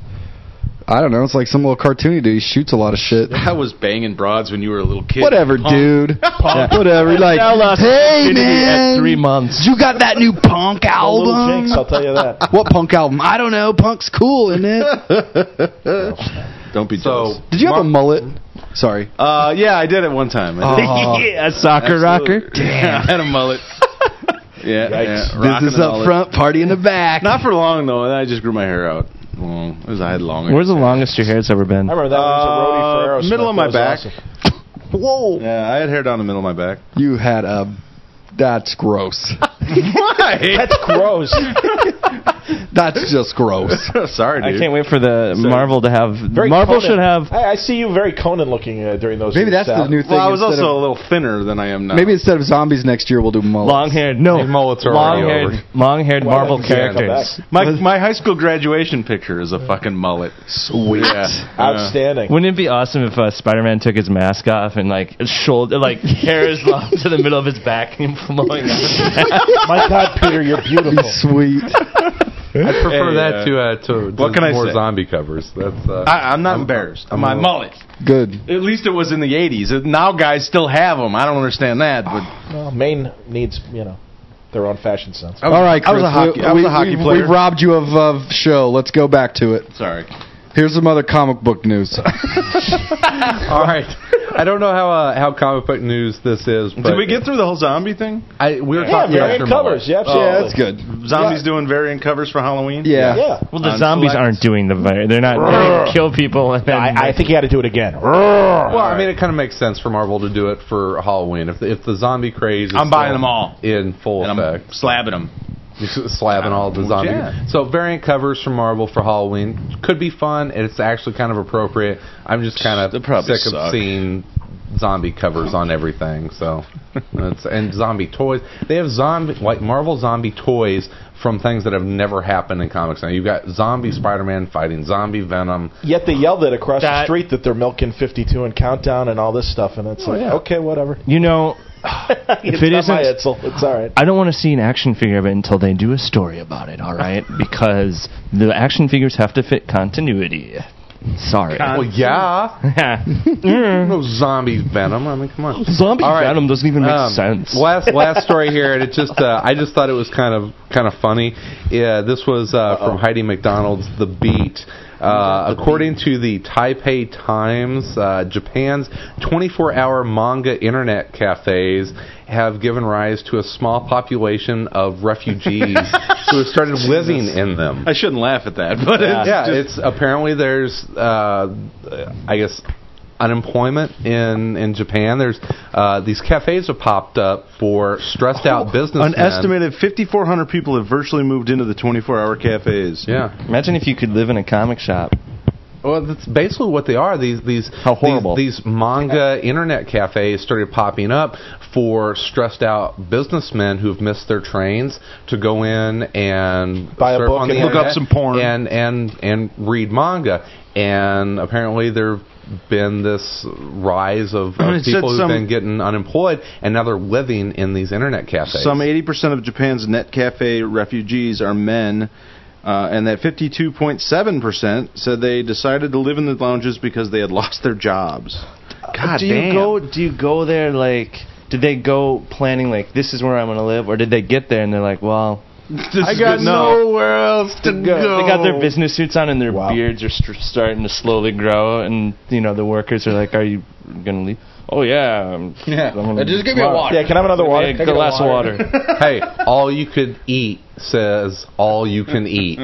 Speaker 8: I don't know, it's like some little cartoony dude. He shoots a lot of shit.
Speaker 1: I was banging broads when you were a little kid.
Speaker 8: Whatever, dude. Whatever. You're Like, hey man,
Speaker 4: three months.
Speaker 8: you got that new punk
Speaker 5: Oh, Little
Speaker 8: album?
Speaker 5: Jinx, I'll tell you that.
Speaker 8: What punk album? I don't know. Punk's cool, isn't it?
Speaker 1: Don't be
Speaker 2: So-
Speaker 1: jealous.
Speaker 8: Did you have a mullet? Sorry.
Speaker 1: Uh, yeah, I did at one time. I did.
Speaker 4: yeah, soccer Oh, rocker.
Speaker 1: Damn. I had a mullet. yeah. yeah rocking
Speaker 8: Business
Speaker 1: the
Speaker 8: up
Speaker 1: mullet.
Speaker 8: front, party in the back.
Speaker 1: Not for long though. And then I just grew my hair out. Long. It was I had long. hair.
Speaker 4: Where's the longest your hair's ever been?
Speaker 5: I remember that one
Speaker 1: Uh,
Speaker 5: was a roadie for Aerosmith.
Speaker 1: middle of my
Speaker 5: That was
Speaker 1: back.
Speaker 5: awesome.
Speaker 8: Whoa.
Speaker 1: Yeah, I had hair down the middle of my back.
Speaker 8: You had a. That's gross.
Speaker 1: Why?
Speaker 5: That's gross.
Speaker 8: That's just gross.
Speaker 1: Sorry,
Speaker 4: I
Speaker 1: dude.
Speaker 4: can't wait for the Marvel to have.
Speaker 5: Very
Speaker 4: Marvel
Speaker 5: Conan.
Speaker 4: should have.
Speaker 5: I, I see you very Conan looking uh, during those.
Speaker 8: Maybe
Speaker 5: years,
Speaker 8: that's the
Speaker 5: Sal.
Speaker 8: new thing.
Speaker 1: Well, I was
Speaker 8: instead
Speaker 1: also
Speaker 8: of-
Speaker 1: a little thinner than I am now.
Speaker 8: maybe instead of zombies next year, we'll do mullets.
Speaker 4: Long haired, no,
Speaker 2: Your mullets are
Speaker 4: long
Speaker 2: already over.
Speaker 4: haired, long haired
Speaker 5: Why
Speaker 4: Marvel
Speaker 5: don't you come
Speaker 4: characters.
Speaker 5: back?
Speaker 1: my my high school graduation picture is a fucking mullet.
Speaker 8: Sweet.
Speaker 5: Outstanding.
Speaker 4: Wouldn't it be awesome if uh, Spider Man took his mask off and like his shoulder, like hair is long to the middle of his back and flowing out?
Speaker 5: my God, Peter, you're beautiful.
Speaker 8: Sweet.
Speaker 2: I prefer
Speaker 1: Hey,
Speaker 2: that
Speaker 1: uh,
Speaker 2: to uh, to, to
Speaker 1: what can I
Speaker 2: more
Speaker 1: say?
Speaker 2: zombie covers. That's uh,
Speaker 1: I, I'm not embarrassed. my mullet.
Speaker 8: Good.
Speaker 1: At least it was in the '80s. Now guys still have them. I don't understand that, but
Speaker 5: Well, Maine needs you know their own fashion sense.
Speaker 1: I was-
Speaker 8: All right, Chris.
Speaker 1: I was a hockey, I was a hockey
Speaker 8: we,
Speaker 1: player.
Speaker 8: We've robbed you of, of show. Let's go back to it.
Speaker 1: Sorry.
Speaker 8: Here's some other comic book news.
Speaker 2: All right. I don't know how uh, how comic book news this is, but
Speaker 1: Did we get through the whole zombie thing? Oh.
Speaker 2: I, we were
Speaker 5: Yeah,
Speaker 2: talking about
Speaker 5: variant
Speaker 2: your
Speaker 5: covers.
Speaker 2: mullet.
Speaker 5: Yeah, absolutely.
Speaker 8: yeah, Oh, that's good.
Speaker 1: Zombies doing variant covers for Halloween.
Speaker 8: Yeah.
Speaker 5: Yeah.
Speaker 4: Well, the
Speaker 1: On
Speaker 4: zombies
Speaker 1: select-
Speaker 4: aren't doing the. vi- They're not. They don't kill people. And then
Speaker 5: I, I think you had to do it again.
Speaker 2: Well, I mean, it kind of makes sense for Marvel to do it for Halloween. If the, if the zombie craze, is
Speaker 1: I'm buying
Speaker 2: still
Speaker 1: them all.
Speaker 2: in full
Speaker 1: And I'm
Speaker 2: effect,
Speaker 1: slapping them.
Speaker 2: slapping all the zombie.
Speaker 1: yeah.
Speaker 2: So variant covers from Marvel for Halloween could be fun, and it's actually kind of appropriate. I'm just kind
Speaker 1: They
Speaker 2: of
Speaker 1: probably
Speaker 2: sick
Speaker 1: suck.
Speaker 2: of seeing zombie covers on everything. So, it's, and zombie toys. They have zombie like Marvel zombie toys from things that have never happened in comics. Now you've got zombie Spider-Man fighting zombie Venom.
Speaker 5: Yet they yelled it across the
Speaker 4: That-
Speaker 5: street that they're milking 52 and Countdown and all this stuff, and it's like, okay, whatever.
Speaker 4: you know.
Speaker 5: If
Speaker 4: it
Speaker 5: not my
Speaker 4: isn't-
Speaker 5: Edsel, it's all right.
Speaker 4: I don't want to see an action figure of it until they do a story about it, all right? Because the action figures have to fit continuity. Sorry.
Speaker 2: Well, yeah, no zombie Venom. I mean, come on.
Speaker 4: Zombie
Speaker 2: All right.
Speaker 4: Venom doesn't even make
Speaker 2: Um,
Speaker 4: sense.
Speaker 2: Last last story here, and it just uh, I just thought it was kind of kind of funny. Yeah, this was uh, from Heidi McDonald's The Beat. Uh, according to the Taipei Times, uh, Japan's 24-hour manga internet cafes have given rise to a small population of refugees who have started living in them.
Speaker 1: I shouldn't laugh at that, but it's
Speaker 2: yeah,
Speaker 1: Uh, just-
Speaker 2: it's apparently there's, uh, I guess, unemployment in in Japan. There's uh, these cafes have popped up for stressed out businessmen.
Speaker 1: an estimated 5,400 people have virtually moved into the 24-hour cafes.
Speaker 2: Yeah,
Speaker 4: Imagine if you could live in a comic shop.
Speaker 2: well, that's basically what they are. These these
Speaker 4: How horrible.
Speaker 2: These, these manga internet cafes started popping up for stressed out businessmen who've missed their trains to go in and
Speaker 5: Buy a
Speaker 2: surf
Speaker 5: book
Speaker 2: on the
Speaker 5: and look
Speaker 1: up
Speaker 2: internet
Speaker 1: some porn.
Speaker 2: and and and read manga. And apparently there've been this rise of, of
Speaker 1: It said
Speaker 2: people who've
Speaker 1: some-
Speaker 2: been getting unemployed, and now they're living in these internet cafes.
Speaker 1: Some 80% of Japan's net cafe refugees are men, uh, and that 52.7% said they decided to live in the lounges because they had lost their jobs. God
Speaker 4: do
Speaker 1: damn.
Speaker 4: you go? Do you go there like? Did they go planning like this is where I'm gonna live, or did they get there and they're like, well,
Speaker 1: I got
Speaker 2: nowhere else to go.
Speaker 4: they got their business suits on and their
Speaker 5: Wow.
Speaker 4: beards are st- starting to slowly grow, and you know the workers are like, are you gonna leave? Oh yeah, I'm-
Speaker 2: Yeah.
Speaker 4: I'm gonna
Speaker 3: Just
Speaker 4: be
Speaker 3: give me a
Speaker 4: tomorrow."
Speaker 3: water.
Speaker 5: Yeah, can I have another water?
Speaker 4: Hey, glass of water.
Speaker 2: hey, all you could eat says all you can eat.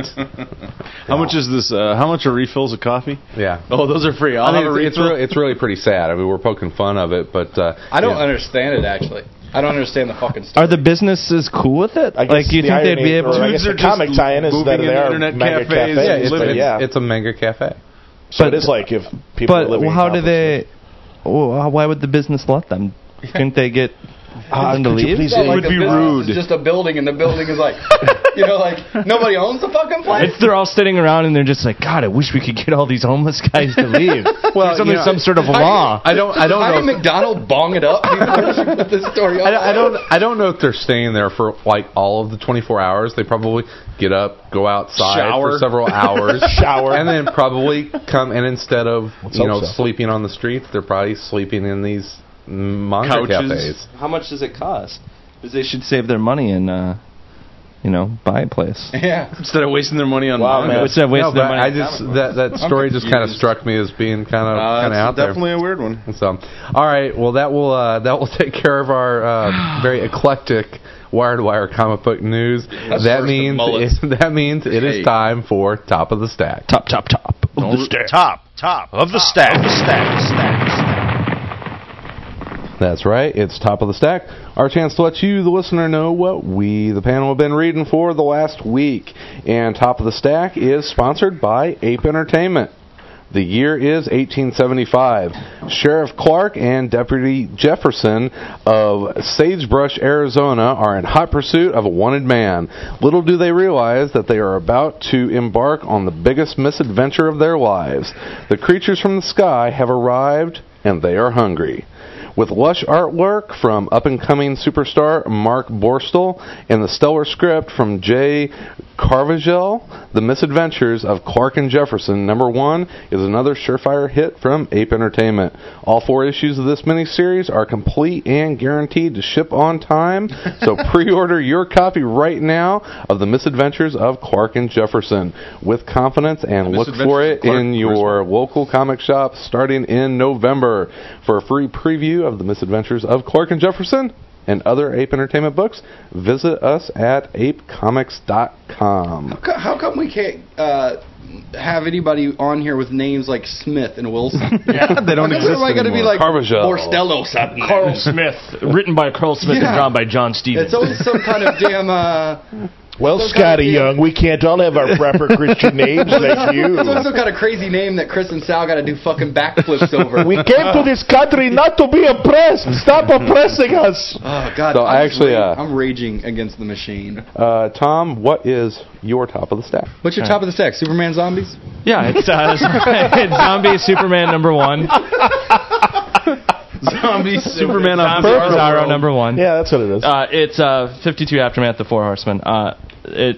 Speaker 1: How much is this? Uh, how much are refills of coffee?
Speaker 2: Yeah.
Speaker 1: Oh, those are free. I'll
Speaker 2: I
Speaker 1: have a
Speaker 2: mean, it's, it's,
Speaker 1: refill.
Speaker 2: really, it's really pretty sad. I mean, we're poking fun of it, but uh,
Speaker 3: I don't
Speaker 2: yeah.
Speaker 3: understand it actually. I don't understand the fucking
Speaker 4: Are
Speaker 3: stuff.
Speaker 4: the businesses cool with it?
Speaker 5: I guess
Speaker 4: Like, you
Speaker 5: the
Speaker 4: think they'd
Speaker 5: irony-
Speaker 4: be able
Speaker 5: or I
Speaker 4: to?
Speaker 5: guess
Speaker 1: Dudes
Speaker 5: the
Speaker 1: are just
Speaker 5: comic tie-in is
Speaker 1: moving
Speaker 5: that
Speaker 1: in
Speaker 5: they are
Speaker 1: internet
Speaker 5: mega
Speaker 1: cafes
Speaker 5: cafes.
Speaker 1: and
Speaker 5: Yeah, it's,
Speaker 1: living.
Speaker 5: but yeah.
Speaker 2: it's a mega cafe.
Speaker 5: so
Speaker 4: but-
Speaker 5: it is like if people are
Speaker 4: But
Speaker 5: living in
Speaker 4: how do
Speaker 5: conferences.
Speaker 4: they? Well, why would the business let them? Couldn't they get
Speaker 5: Ah,
Speaker 4: them to
Speaker 5: could you
Speaker 4: leave?
Speaker 5: please
Speaker 3: Yeah,
Speaker 5: leave?
Speaker 3: like
Speaker 1: would
Speaker 3: the
Speaker 1: be
Speaker 3: business
Speaker 1: rude.
Speaker 3: Is just a building, and the building is like, you know, like nobody owns the fucking place.
Speaker 4: It's, they're all sitting around and they're just like, God, I wish we could get all these homeless guys to leave. well, there's
Speaker 2: you
Speaker 4: something-
Speaker 2: know,
Speaker 4: some sort of law.
Speaker 2: I don't. I don't
Speaker 3: How did
Speaker 2: know.
Speaker 3: McDonald bong it up before she put this story
Speaker 2: I,
Speaker 3: on?
Speaker 2: I don't. I don't know if they're staying there for like all of the 24 hours. They probably get up, go outside
Speaker 1: Shower.
Speaker 2: for several hours,
Speaker 5: Shower.
Speaker 2: and then probably come. And instead of you
Speaker 5: hope
Speaker 2: know
Speaker 5: so.
Speaker 2: sleeping on the streets, they're probably sleeping in these manga
Speaker 1: Couches.
Speaker 2: cafes.
Speaker 4: How much does it cost? Because they should save their money and, uh, you know, buy a place.
Speaker 3: Yeah.
Speaker 1: Instead of wasting their money on
Speaker 5: Wow,
Speaker 1: manga.
Speaker 5: man.
Speaker 4: Instead of
Speaker 2: No,
Speaker 4: wasting their
Speaker 2: but
Speaker 4: money.
Speaker 2: I just that that story just kind of
Speaker 1: confused.
Speaker 2: struck me as being kind of
Speaker 1: Uh,
Speaker 2: kind of
Speaker 1: it's
Speaker 2: out there.
Speaker 1: definitely a weird one.
Speaker 2: So, all right. Well, that will uh, that will take care of our uh, very eclectic Wired Wire comic book news. that
Speaker 3: worse than
Speaker 2: means
Speaker 3: mullets.
Speaker 2: it, that means it is
Speaker 1: Hey.
Speaker 2: time for top of the stack.
Speaker 4: top, top, top.
Speaker 9: Top, top of the stack, stack, stack, stack.
Speaker 2: That's right. It's top of the stack. Our chance to let you, the listener, know what we, the panel, have been reading for the last week. And top of the stack is sponsored by Ape Entertainment. The year is 1875. Sheriff Clark and Deputy Jefferson of Sagebrush, Arizona, are in hot pursuit of a wanted man. Little do they realize that they are about to embark on the biggest misadventure of their lives. The creatures from the sky have arrived, and they are hungry. With lush artwork from up and coming superstar Mark Borstel and the stellar script from Jay Carvajal, The Misadventures of Clark and Jefferson, number one, is another surefire hit from Ape Entertainment. All four issues of this miniseries are complete and guaranteed to ship on time, so pre order your copy right now of The Misadventures of Clark and Jefferson with confidence and look for
Speaker 1: Misadventures
Speaker 2: it
Speaker 1: of Clark
Speaker 2: in
Speaker 1: and
Speaker 2: your your local comic shop starting in November for a free preview of the misadventures of Clark and Jefferson and other Ape Entertainment books. Visit us at apecomics.com.
Speaker 3: Co- How come we can't uh, have anybody on here with names like Smith and Wilson?
Speaker 1: they don't exist
Speaker 3: Everybody got to be like
Speaker 2: Carvajal.
Speaker 3: Borstello something.
Speaker 9: Carl Smith, written by Carl Smith
Speaker 3: Yeah.
Speaker 9: and drawn by John Stevens.
Speaker 3: It's always some kind of damn. Uh,
Speaker 5: Well,
Speaker 3: Some kind
Speaker 5: Scotty
Speaker 3: of-
Speaker 5: Young, we can't all have our proper Christian names like you.
Speaker 3: it's always some kind of crazy name that Chris and Sal got to do fucking backflips over.
Speaker 5: We came to this country not to be oppressed. Stop oppressing us.
Speaker 3: oh God!
Speaker 2: So
Speaker 3: I'm
Speaker 2: I actually,
Speaker 3: raging,
Speaker 2: uh,
Speaker 3: I'm raging against the machine.
Speaker 2: Uh, Tom, what is your top of the stack?
Speaker 3: What's your top of the stack? Superman zombies.
Speaker 4: Yeah, it's, uh, it's Zombie Superman number one.
Speaker 1: Zombie Superman on
Speaker 4: Zombie
Speaker 1: purpose.
Speaker 4: Bizarro number one.
Speaker 5: Yeah, that's what it is.
Speaker 4: Uh, it's uh, 52 Aftermath, The Four Horsemen. Uh, it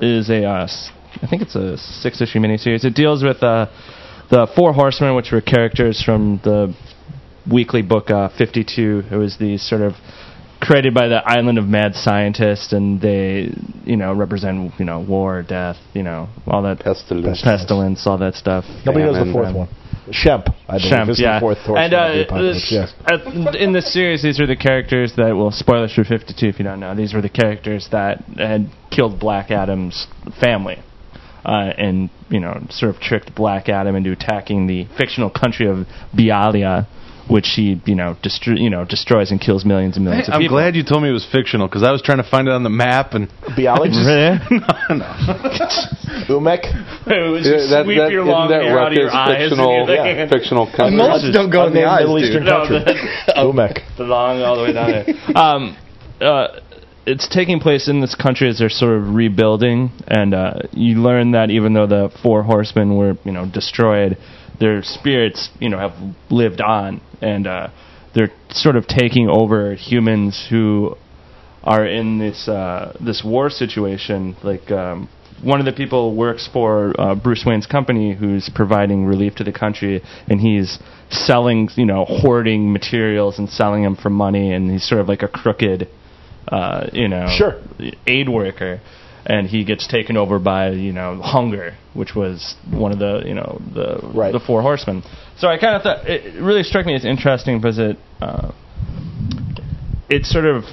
Speaker 4: is a, uh, s- I think it's a six issue miniseries. It deals with uh, the Four Horsemen, which were characters from the weekly book uh, 52. It was these sort of created by the island of mad scientists, and they, you know, represent you know war, death, you know, all that
Speaker 2: Pestilence.
Speaker 4: pestilence, all that stuff.
Speaker 5: Nobody knows the
Speaker 2: Famine.
Speaker 5: fourth one. Shemp, I believe,
Speaker 4: Shemp,
Speaker 5: is
Speaker 4: yeah.
Speaker 5: the fourth horseman
Speaker 4: and
Speaker 5: of the
Speaker 4: uh,
Speaker 5: apocalypse.
Speaker 4: this-
Speaker 5: Yes.
Speaker 4: at- in the series, these are the characters that well, spoilers for Fifty Two. If you don't know, these were the characters that had killed Black Adam's family, uh, and you know, sort of tricked Black Adam into attacking the fictional country of Bialia, which he you know destro- you know destroys and kills millions and millions of
Speaker 2: I'm
Speaker 4: people.
Speaker 2: glad you told me it was fictional because I was trying to find it on the map and
Speaker 5: Bialik,
Speaker 4: Really?
Speaker 5: Umek,
Speaker 4: It was
Speaker 2: Yeah,
Speaker 4: just
Speaker 2: that-
Speaker 4: sweep
Speaker 2: that-
Speaker 4: your
Speaker 2: isn't
Speaker 4: long
Speaker 2: that
Speaker 4: hair out of
Speaker 2: right?
Speaker 4: your
Speaker 2: It's
Speaker 4: eyes. and
Speaker 2: fictional-
Speaker 4: your-
Speaker 2: yeah, fictional country.
Speaker 3: Mullets don't go in the
Speaker 5: unnamed
Speaker 3: eyes,
Speaker 5: Middle Eastern
Speaker 3: dude.
Speaker 4: No,
Speaker 5: country.
Speaker 4: the-
Speaker 5: Umek.
Speaker 4: the long all the way down there. Um, uh, it's taking place in this country as they're sort of rebuilding, and uh, you learn that even though the four horsemen were, you know, destroyed, their spirits, you know, have lived on, and uh, they're sort of taking over humans who are in this uh, this war situation. Like um, one of the people works for uh, Bruce Wayne's company, who's providing relief to the country, and he's selling, you know, hoarding materials and selling them for money, and he's sort of like a crooked, uh, you know,
Speaker 5: Sure.
Speaker 4: aid worker. And he gets taken over by you know hunger, which was one of the you know the
Speaker 5: Right.
Speaker 4: the four horsemen. So I kind of thought it it really struck me as interesting because it uh, it sort of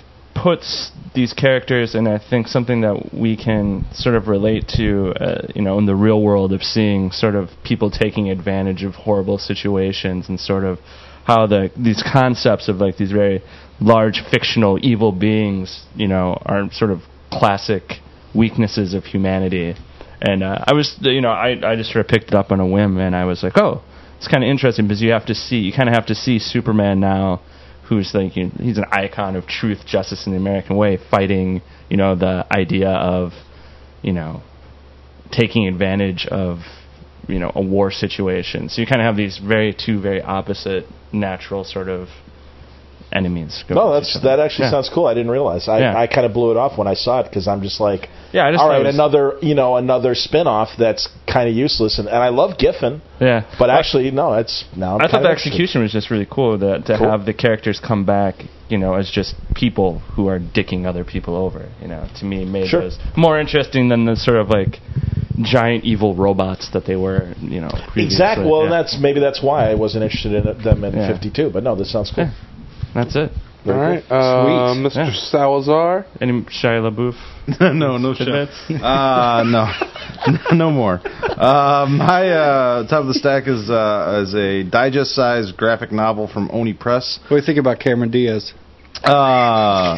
Speaker 4: puts these characters in I think something that we can sort of relate to uh, you know in the real world of seeing sort of people taking advantage of horrible situations and sort of how the these concepts of like these very large fictional evil beings you know are sort of classic weaknesses of humanity and uh, I was you know I I just sort of picked it up on a whim and I was like oh it's kind of interesting because you have to see you kind of have to see Superman now who's like you he's an icon of truth, justice, and the American way, fighting you know the idea of you know taking advantage of you know a war situation. So you kind of have these very two very opposite natural sort of enemies. going
Speaker 5: No,
Speaker 4: with each
Speaker 5: that's
Speaker 4: other.
Speaker 5: that actually
Speaker 4: Yeah.
Speaker 5: sounds cool. I didn't realize. I,
Speaker 4: Yeah.
Speaker 5: I kind of blew it off when I saw it because I'm just like,
Speaker 4: Yeah, I just
Speaker 5: all
Speaker 4: thought it
Speaker 5: right,
Speaker 4: was-
Speaker 5: another you know another spin off that's kind of useless. And, and I love Giffen,
Speaker 4: yeah.
Speaker 5: but actually no, it's now. I'm
Speaker 4: I thought
Speaker 5: kinda
Speaker 4: the
Speaker 5: interested.
Speaker 4: execution was just really cool that to
Speaker 5: Cool.
Speaker 4: have the characters come back, you know, as just people who are dicking other people over. You know, to me made
Speaker 5: Sure.
Speaker 4: those more interesting than the sort of like giant evil robots that they were. You know, previously.
Speaker 5: Exactly. Well,
Speaker 4: Yeah.
Speaker 5: that's maybe that's why I wasn't interested in it- them in
Speaker 4: Yeah.
Speaker 5: '52. But no, this sounds cool.
Speaker 4: Yeah. that's it.
Speaker 2: All right, uh, Mr.
Speaker 4: Yeah.
Speaker 2: Salazar.
Speaker 4: Any Shia LaBeouf?
Speaker 1: no, no shit. Uh, no, no more. Uh, my uh, top of the stack is uh, is a digest-sized graphic novel from Oni Press.
Speaker 3: What do you think about Cameron Diaz?
Speaker 1: Uh,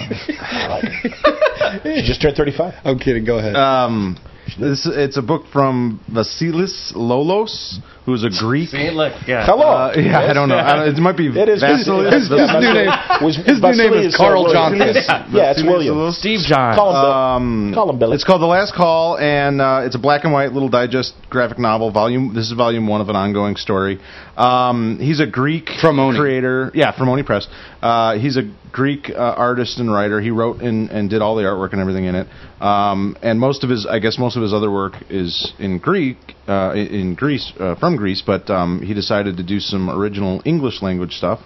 Speaker 5: She just turned 35.
Speaker 3: I'm kidding. Go ahead.
Speaker 1: um, this it's a book from Vasilis Lolos, who's a Greek.
Speaker 4: Look, yeah.
Speaker 5: Hello.
Speaker 1: Uh, yeah, I don't know. I don't- it might be
Speaker 5: It is
Speaker 1: Vasilis.
Speaker 5: His,
Speaker 1: Vasilis-
Speaker 3: new name-
Speaker 5: was,
Speaker 3: his new name is Carl Johnson.
Speaker 5: Yeah, it's
Speaker 1: Vasilis
Speaker 5: William.
Speaker 1: Lolos.
Speaker 4: Steve Jobs.
Speaker 5: Call him Bill.
Speaker 1: Um,
Speaker 5: Call him Billy.
Speaker 1: It's called The Last Call, and uh, it's a black and white little digest graphic novel. Volume. This is volume one of an ongoing story. Um, he's a Greek
Speaker 3: From Oni.
Speaker 1: creator. Yeah, from Oni Press. Uh, he's a Greek uh, artist and writer. He wrote and, and did all the artwork and everything in it. Um, and most of his, I guess, most of his other work is in Greek, uh, in- in Greece, uh, from Greece. But um, he decided to do some original English language stuff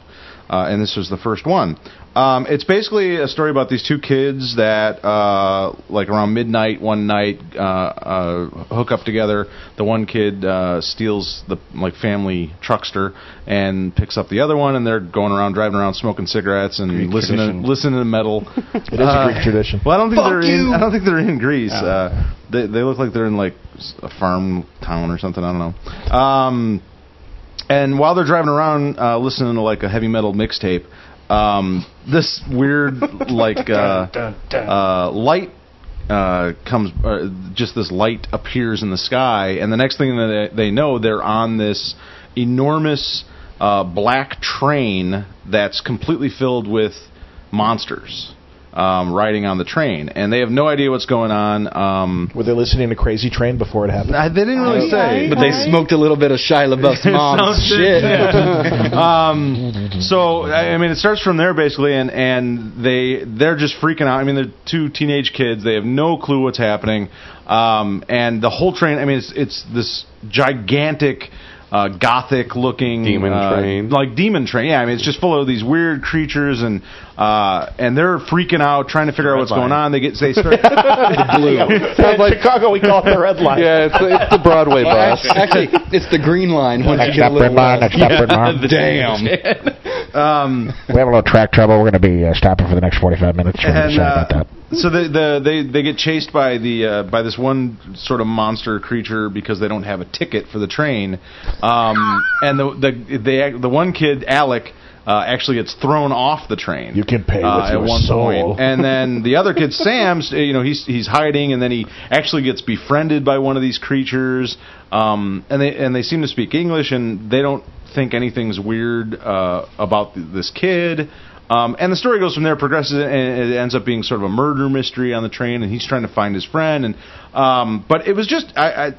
Speaker 1: uh, and this was the first one. Um, it's basically a story about these two kids that, uh, like around midnight one night, uh, uh, hook up together. The one kid uh, steals the like family truckster and picks up the other one, and they're going around driving around smoking cigarettes and listening
Speaker 4: tradition.
Speaker 1: to, listening to metal. Uh,
Speaker 5: It is a Greek tradition.
Speaker 1: Well, I don't think
Speaker 3: Fuck
Speaker 1: they're in.
Speaker 3: you.
Speaker 1: I don't think they're in Greece. Uh, they they look like they're in like s- a farm town or something. I don't know. Um, and while they're driving around uh, listening to like a heavy metal mixtape, um, this weird like uh, uh, light uh, comes, uh, just this light appears in the sky, and the next thing that they, they know, they're on this enormous uh, black train that's completely filled with monsters um, riding on the train, and they have no idea what's going on. Um, Uh,
Speaker 5: Were they listening to Crazy Train before it happened?
Speaker 1: I- they didn't really say,
Speaker 3: but they smoked a little bit of Shia LaBeouf's mom's Oh, shit.
Speaker 1: um, so I I mean, it starts from there basically, and and they they're just freaking out. I mean, they're two teenage kids; they have no clue what's happening, um, and the whole train. I mean, it's it's this gigantic. uh, gothic looking
Speaker 2: Demon
Speaker 1: uh,
Speaker 2: Train.
Speaker 1: like Demon Train. Yeah, I mean it's just full of these weird creatures and uh, and they're freaking out trying to figure out what's going on. They get they start
Speaker 5: In Chicago, we call it the red line.
Speaker 2: Yeah, it's, it's the Broadway bus.
Speaker 3: Actually, it's the green line. Once you get a
Speaker 10: Except
Speaker 3: little uh,
Speaker 10: Red Barn,
Speaker 3: west.
Speaker 10: except Red
Speaker 1: damn.
Speaker 10: Barn.
Speaker 1: um,
Speaker 10: We have a little track trouble. We're going to be uh, stopping for the next 45 minutes. We're
Speaker 1: and
Speaker 10: sorry
Speaker 1: uh,
Speaker 10: about that.
Speaker 1: so the, the, they they get chased by the uh, by this one sort of monster creature because they don't have a ticket for the train, um, and the the they, the one kid Alec. Uh, actually gets thrown off the train.
Speaker 5: You can pay with
Speaker 1: uh, at
Speaker 5: your
Speaker 1: one
Speaker 5: soul.
Speaker 1: point. and then the other kid, Sam's, you know, he's he's hiding, and then he actually gets befriended by one of these creatures, um, and they and they seem to speak English, and they don't think anything's weird uh, about th- this kid. Um, and the story goes from there, progresses, and it ends up being sort of a murder mystery on the train, and he's trying to find his friend. And um, but it was just I, I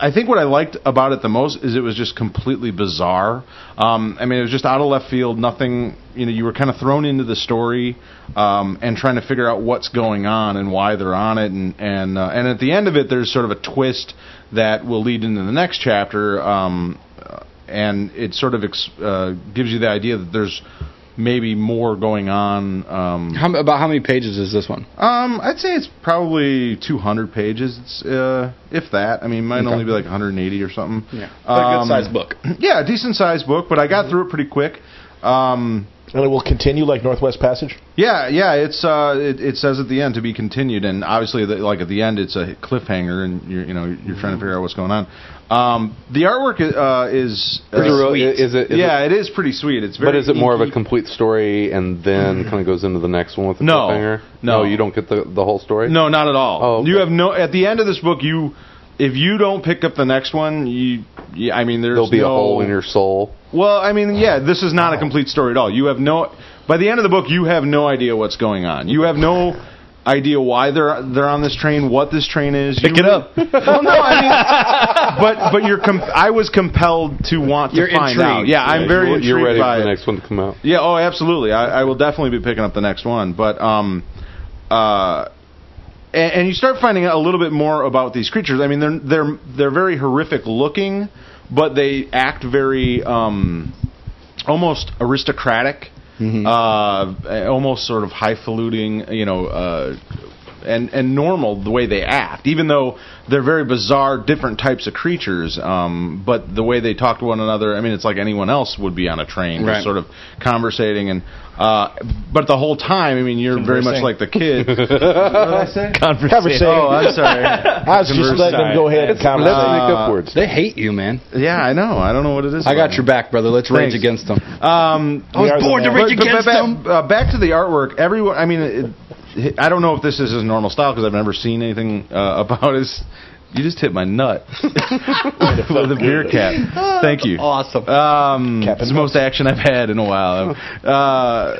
Speaker 1: I think what I liked about it the most is it was just completely bizarre. Um, I mean, it was just out of left field. Nothing, you know, you were kind of thrown into the story um, and trying to figure out what's going on and why they're on it. And and uh, and at the end of it, there's sort of a twist that will lead into the next chapter. Um, uh, and it sort of ex- uh, gives you the idea that there's maybe more going on. Um,
Speaker 3: How, about how many pages is this one?
Speaker 1: um, I'd say it's probably 200 pages, it's, uh, if that. I mean, mine only be like 180 or something.
Speaker 3: Yeah.
Speaker 1: Um,
Speaker 3: a good sized book. Mm-hmm.
Speaker 1: Yeah, a decent sized book, but I got through it pretty quick. Um,
Speaker 5: And it will continue like Northwest Passage.
Speaker 1: yeah, yeah, it's uh, it, it says at the end to be continued, and obviously, the, like at the end, it's a cliffhanger, and you're you know you're
Speaker 3: Mm-hmm.
Speaker 1: trying to figure out what's going on. Um, the artwork i- uh, is uh,
Speaker 2: Is it really- is it- is
Speaker 1: yeah, it is pretty sweet. It's very
Speaker 2: But is it more of a
Speaker 1: inky.
Speaker 2: complete story and then kind of goes into the next one with the
Speaker 1: No.
Speaker 2: cliffhanger?
Speaker 1: No.
Speaker 2: you don't get the, the whole story?
Speaker 1: No, not at all.
Speaker 2: Oh, okay.
Speaker 1: You have no. At the end of this book, you if you don't pick up the next one, you. Yeah, I mean, there's
Speaker 2: There'll be
Speaker 1: no,
Speaker 2: a hole in your Oh. soul.
Speaker 1: Well, I mean, yeah, this is not a complete story at all. You have no. By the end of the book, you have no idea what's going on. You have no idea why they're they're on this train, what this train is. Pick
Speaker 9: it up.
Speaker 1: Well, no, I mean, but but you're. Com- I was compelled to want to
Speaker 3: You're
Speaker 1: find out.
Speaker 3: intrigued.
Speaker 1: Yeah, I'm very
Speaker 2: you're,
Speaker 1: intrigued
Speaker 2: you're ready
Speaker 1: by
Speaker 2: for the
Speaker 1: it.
Speaker 2: next one to come out.
Speaker 1: Yeah, oh, absolutely. I, I will definitely be picking up the next one. But um, uh, and, and you start finding out a little bit more about these creatures. I mean, they're they're they're very horrific looking, but they act very um, almost aristocratic, uh, almost sort of highfalutin. You know. Uh, and, and normal the way they act, even though they're very bizarre, different types of creatures. Um, but the way they talk to one another, I mean, it's like anyone else would be on a train,
Speaker 3: Right.
Speaker 1: just sort of conversating. And uh, but the whole time, I mean, you're very much
Speaker 4: Conversing.
Speaker 1: like the kid.
Speaker 5: Conversation.
Speaker 1: Oh, I'm sorry.
Speaker 5: I was just letting them go ahead and comment.
Speaker 2: Let's make
Speaker 1: Uh,
Speaker 2: up words.
Speaker 3: They hate you, man.
Speaker 1: Yeah, I know. I don't know what it is.
Speaker 3: I got
Speaker 1: about
Speaker 3: your
Speaker 1: me.
Speaker 3: back, brother. Let's
Speaker 1: Thanks.
Speaker 3: rage against them.
Speaker 1: Um,
Speaker 5: We are the man.
Speaker 1: but- but ba- uh, back to the artwork. Everyone, I mean, it, I don't know if this is his normal style because I've never seen anything uh, about his. You just hit my nut with a beer cap. Oh, Thank you.
Speaker 3: Awesome.
Speaker 1: Um,
Speaker 5: Captain
Speaker 1: it's the most action I've had in a while. Uh,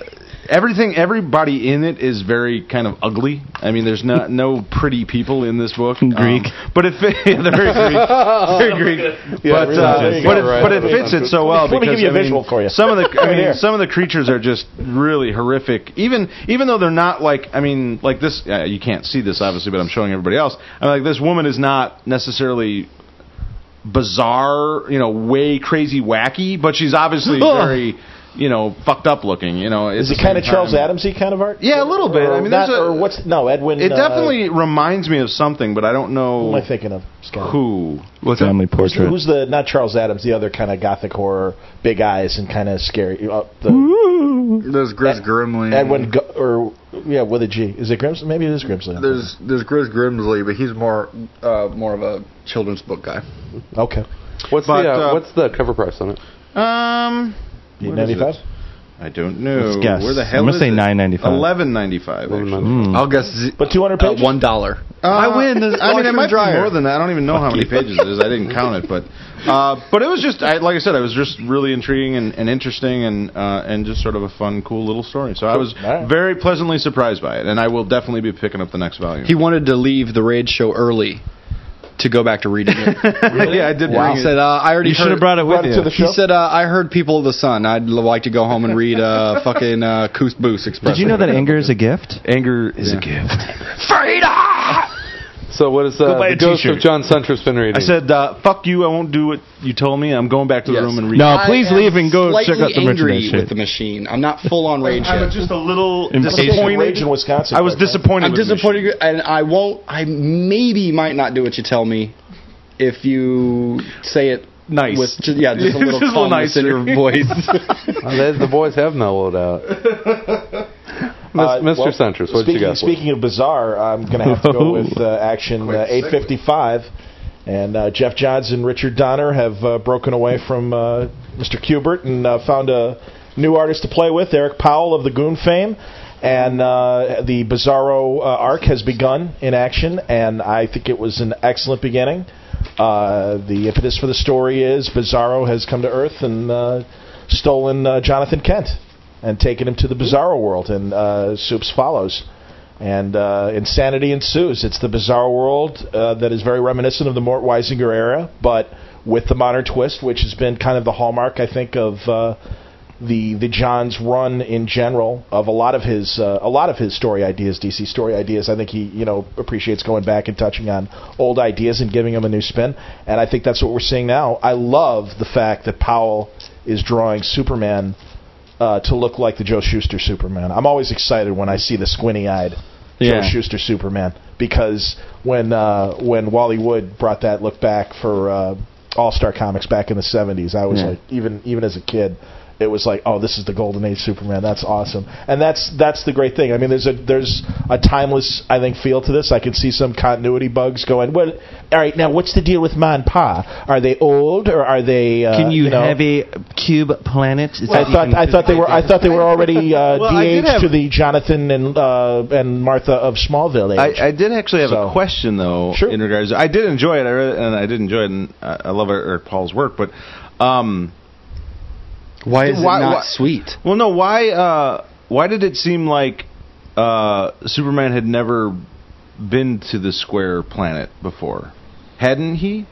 Speaker 1: everything, everybody in it is very kind of ugly. I mean, there's not no pretty people in this book. Greek, but it fit, they're very Greek, very Greek.
Speaker 2: Yeah,
Speaker 1: but
Speaker 2: really
Speaker 1: uh,
Speaker 2: good.
Speaker 1: but, it,
Speaker 2: Yeah, right.
Speaker 1: but it fits it so well
Speaker 5: Let me give
Speaker 1: because
Speaker 5: you a
Speaker 1: I mean,
Speaker 5: visual for you.
Speaker 1: Some of the I
Speaker 5: Right
Speaker 1: mean,
Speaker 5: here.
Speaker 1: some of the creatures are just really horrific. Even even though they're not like I mean like this uh, you can't see this obviously, but I'm showing everybody else. I mean, like this woman is not necessarily bizarre, you know, way crazy wacky, but she's obviously very, you know, fucked up looking. You know,
Speaker 5: Is it kind of Charles Adamsy kind of art?
Speaker 1: Yeah, a little bit.
Speaker 5: Or
Speaker 1: I mean,
Speaker 5: not-
Speaker 1: there's a-
Speaker 5: or what's no Edwin?
Speaker 1: It
Speaker 5: uh,
Speaker 1: definitely reminds me of something, but I don't know
Speaker 5: Who am I thinking of? Scott?
Speaker 1: who. What's
Speaker 4: Family portrait.
Speaker 5: Who's the not Charles Adams? The other kind of gothic horror, big eyes and kind of scary. Uh, the
Speaker 11: There's Grizz Grimley.
Speaker 5: Edwin G- or yeah, with a G. Is it Grimsley? Maybe it is Grimsley.
Speaker 11: There's there's Grizz Grimsley, but he's more uh, more of a children's book guy.
Speaker 5: okay.
Speaker 2: What's,
Speaker 1: But,
Speaker 2: the, uh,
Speaker 1: uh,
Speaker 2: what's the cover price on it?
Speaker 1: Um, what is
Speaker 5: Ninety five.
Speaker 1: it? I don't know.
Speaker 4: Let's guess.
Speaker 1: Where the
Speaker 4: I'm
Speaker 1: hell
Speaker 4: gonna
Speaker 1: is
Speaker 4: say
Speaker 1: it? $11.95,
Speaker 4: $9.95.
Speaker 1: actually.
Speaker 3: Mm.
Speaker 11: I'll guess z-
Speaker 5: But 200
Speaker 11: uh,
Speaker 5: pages?
Speaker 11: one dollar.
Speaker 1: Uh, I win. I mean, it
Speaker 11: washer
Speaker 1: might
Speaker 11: and dryer.
Speaker 1: be more than that. I don't even know how many pages it is. I didn't count it, but uh, but it was just I, like I said, it was just really intriguing and, and interesting, and uh, and just sort of a fun, cool little story. So I was
Speaker 5: All right.
Speaker 1: very pleasantly surprised by it, and I will definitely be picking up the next volume.
Speaker 3: He wanted to leave the rage show early to go back to reading it.
Speaker 1: yeah, I did.
Speaker 3: He
Speaker 1: bring it.
Speaker 3: said, uh, "I already
Speaker 4: You should have brought it with
Speaker 5: Brought it to
Speaker 4: you.
Speaker 5: the
Speaker 3: He
Speaker 5: show.
Speaker 3: said, uh, "I heard People of the Sun. I'd l- like to go home and read uh, fucking uh, Coos Boos Express."
Speaker 4: Did you know that anger is a gift?
Speaker 1: anger is a gift.
Speaker 2: So what is uh,
Speaker 4: buy
Speaker 2: the
Speaker 4: a
Speaker 2: ghost
Speaker 4: t-shirt.
Speaker 2: of John Suntra's been reading?
Speaker 1: I said, uh, "Fuck you! I won't do what you told me. I'm going back to the
Speaker 3: Yes.
Speaker 1: room and read."
Speaker 4: No,
Speaker 3: I
Speaker 4: please
Speaker 3: am
Speaker 4: leave and go check out
Speaker 3: slightly
Speaker 4: the
Speaker 3: angry
Speaker 4: merchandise
Speaker 3: with
Speaker 4: shit.
Speaker 3: the machine. I'm not full on rage
Speaker 1: I was
Speaker 3: yet.
Speaker 1: just a little
Speaker 4: Impatient.
Speaker 1: disappointed.
Speaker 5: Rage in Wisconsin.
Speaker 1: I was
Speaker 5: right now.
Speaker 1: disappointed.
Speaker 3: I'm
Speaker 1: with the machine.
Speaker 3: disappointed, and I won't. I maybe might not do what you tell me if you say it
Speaker 1: Nice.
Speaker 3: With ju- yeah, just a little
Speaker 1: Just a little
Speaker 3: calmness in your
Speaker 1: nicer.
Speaker 3: voice.
Speaker 2: Well, they- the boys have mellowed out. Mis-
Speaker 5: Uh,
Speaker 2: Mr.
Speaker 5: well,
Speaker 2: Suntress, what
Speaker 5: speaking,
Speaker 2: did you got? for us?
Speaker 5: Speaking of bizarre, I'm going to have to go with uh, action uh, 855. And uh, Jeff Johns and Richard Donner have uh, broken away from uh, Mr. Kubert and uh, found a new artist to play with, Eric Powell of the Goon fame. And uh, the Bizarro uh, arc has begun in action, and I think it was an excellent beginning. Uh, the impetus for the story is Bizarro has come to Earth and uh, stolen uh, Jonathan Kent and taking him to the bizarro world, and uh, Soups follows. And uh, insanity ensues. It's the bizarro world uh, that is very reminiscent of the Mort Weisinger era, but with the modern twist, which has been kind of the hallmark, I think, of uh, the the John's run in general of a lot of his uh, a lot of his story ideas, DC story ideas. I think he you know appreciates going back and touching on old ideas and giving them a new spin. And I think that's what we're seeing now. I love the fact that Powell is drawing Superman uh, to look like the Joe Schuster Superman. I'm always excited when I see the squinty-eyed Joe
Speaker 4: Yeah.
Speaker 5: Schuster Superman because when uh, when Wally Wood brought that look back for uh, All Star Comics back in the 70s, I was like, even even as a kid, it was like, oh, this is the golden age Superman. That's awesome, and that's that's the great thing. I mean, there's a there's a timeless I think feel to this. I can see some continuity bugs going. Well, all right, now what's the deal with Ma and Pa? Are they old or are they? Uh, know-
Speaker 4: a cube planet? Is
Speaker 5: I thought I thought they were I thought they were already uh,
Speaker 1: Well, I did
Speaker 5: DH to
Speaker 1: have-
Speaker 5: the Jonathan and uh, and Martha of Smallville age.
Speaker 1: I, I did actually have
Speaker 5: So-
Speaker 1: a question though
Speaker 5: Sure.
Speaker 1: in regards. I did enjoy it, I read, it, and I did enjoy it, and I I love Eric Paul's work. But, um,
Speaker 3: why is
Speaker 1: Why-
Speaker 3: it not
Speaker 1: why-
Speaker 3: sweet?
Speaker 1: well, no, why? Uh, why did it seem like uh, Superman had never been to the square planet before? Hadn't he?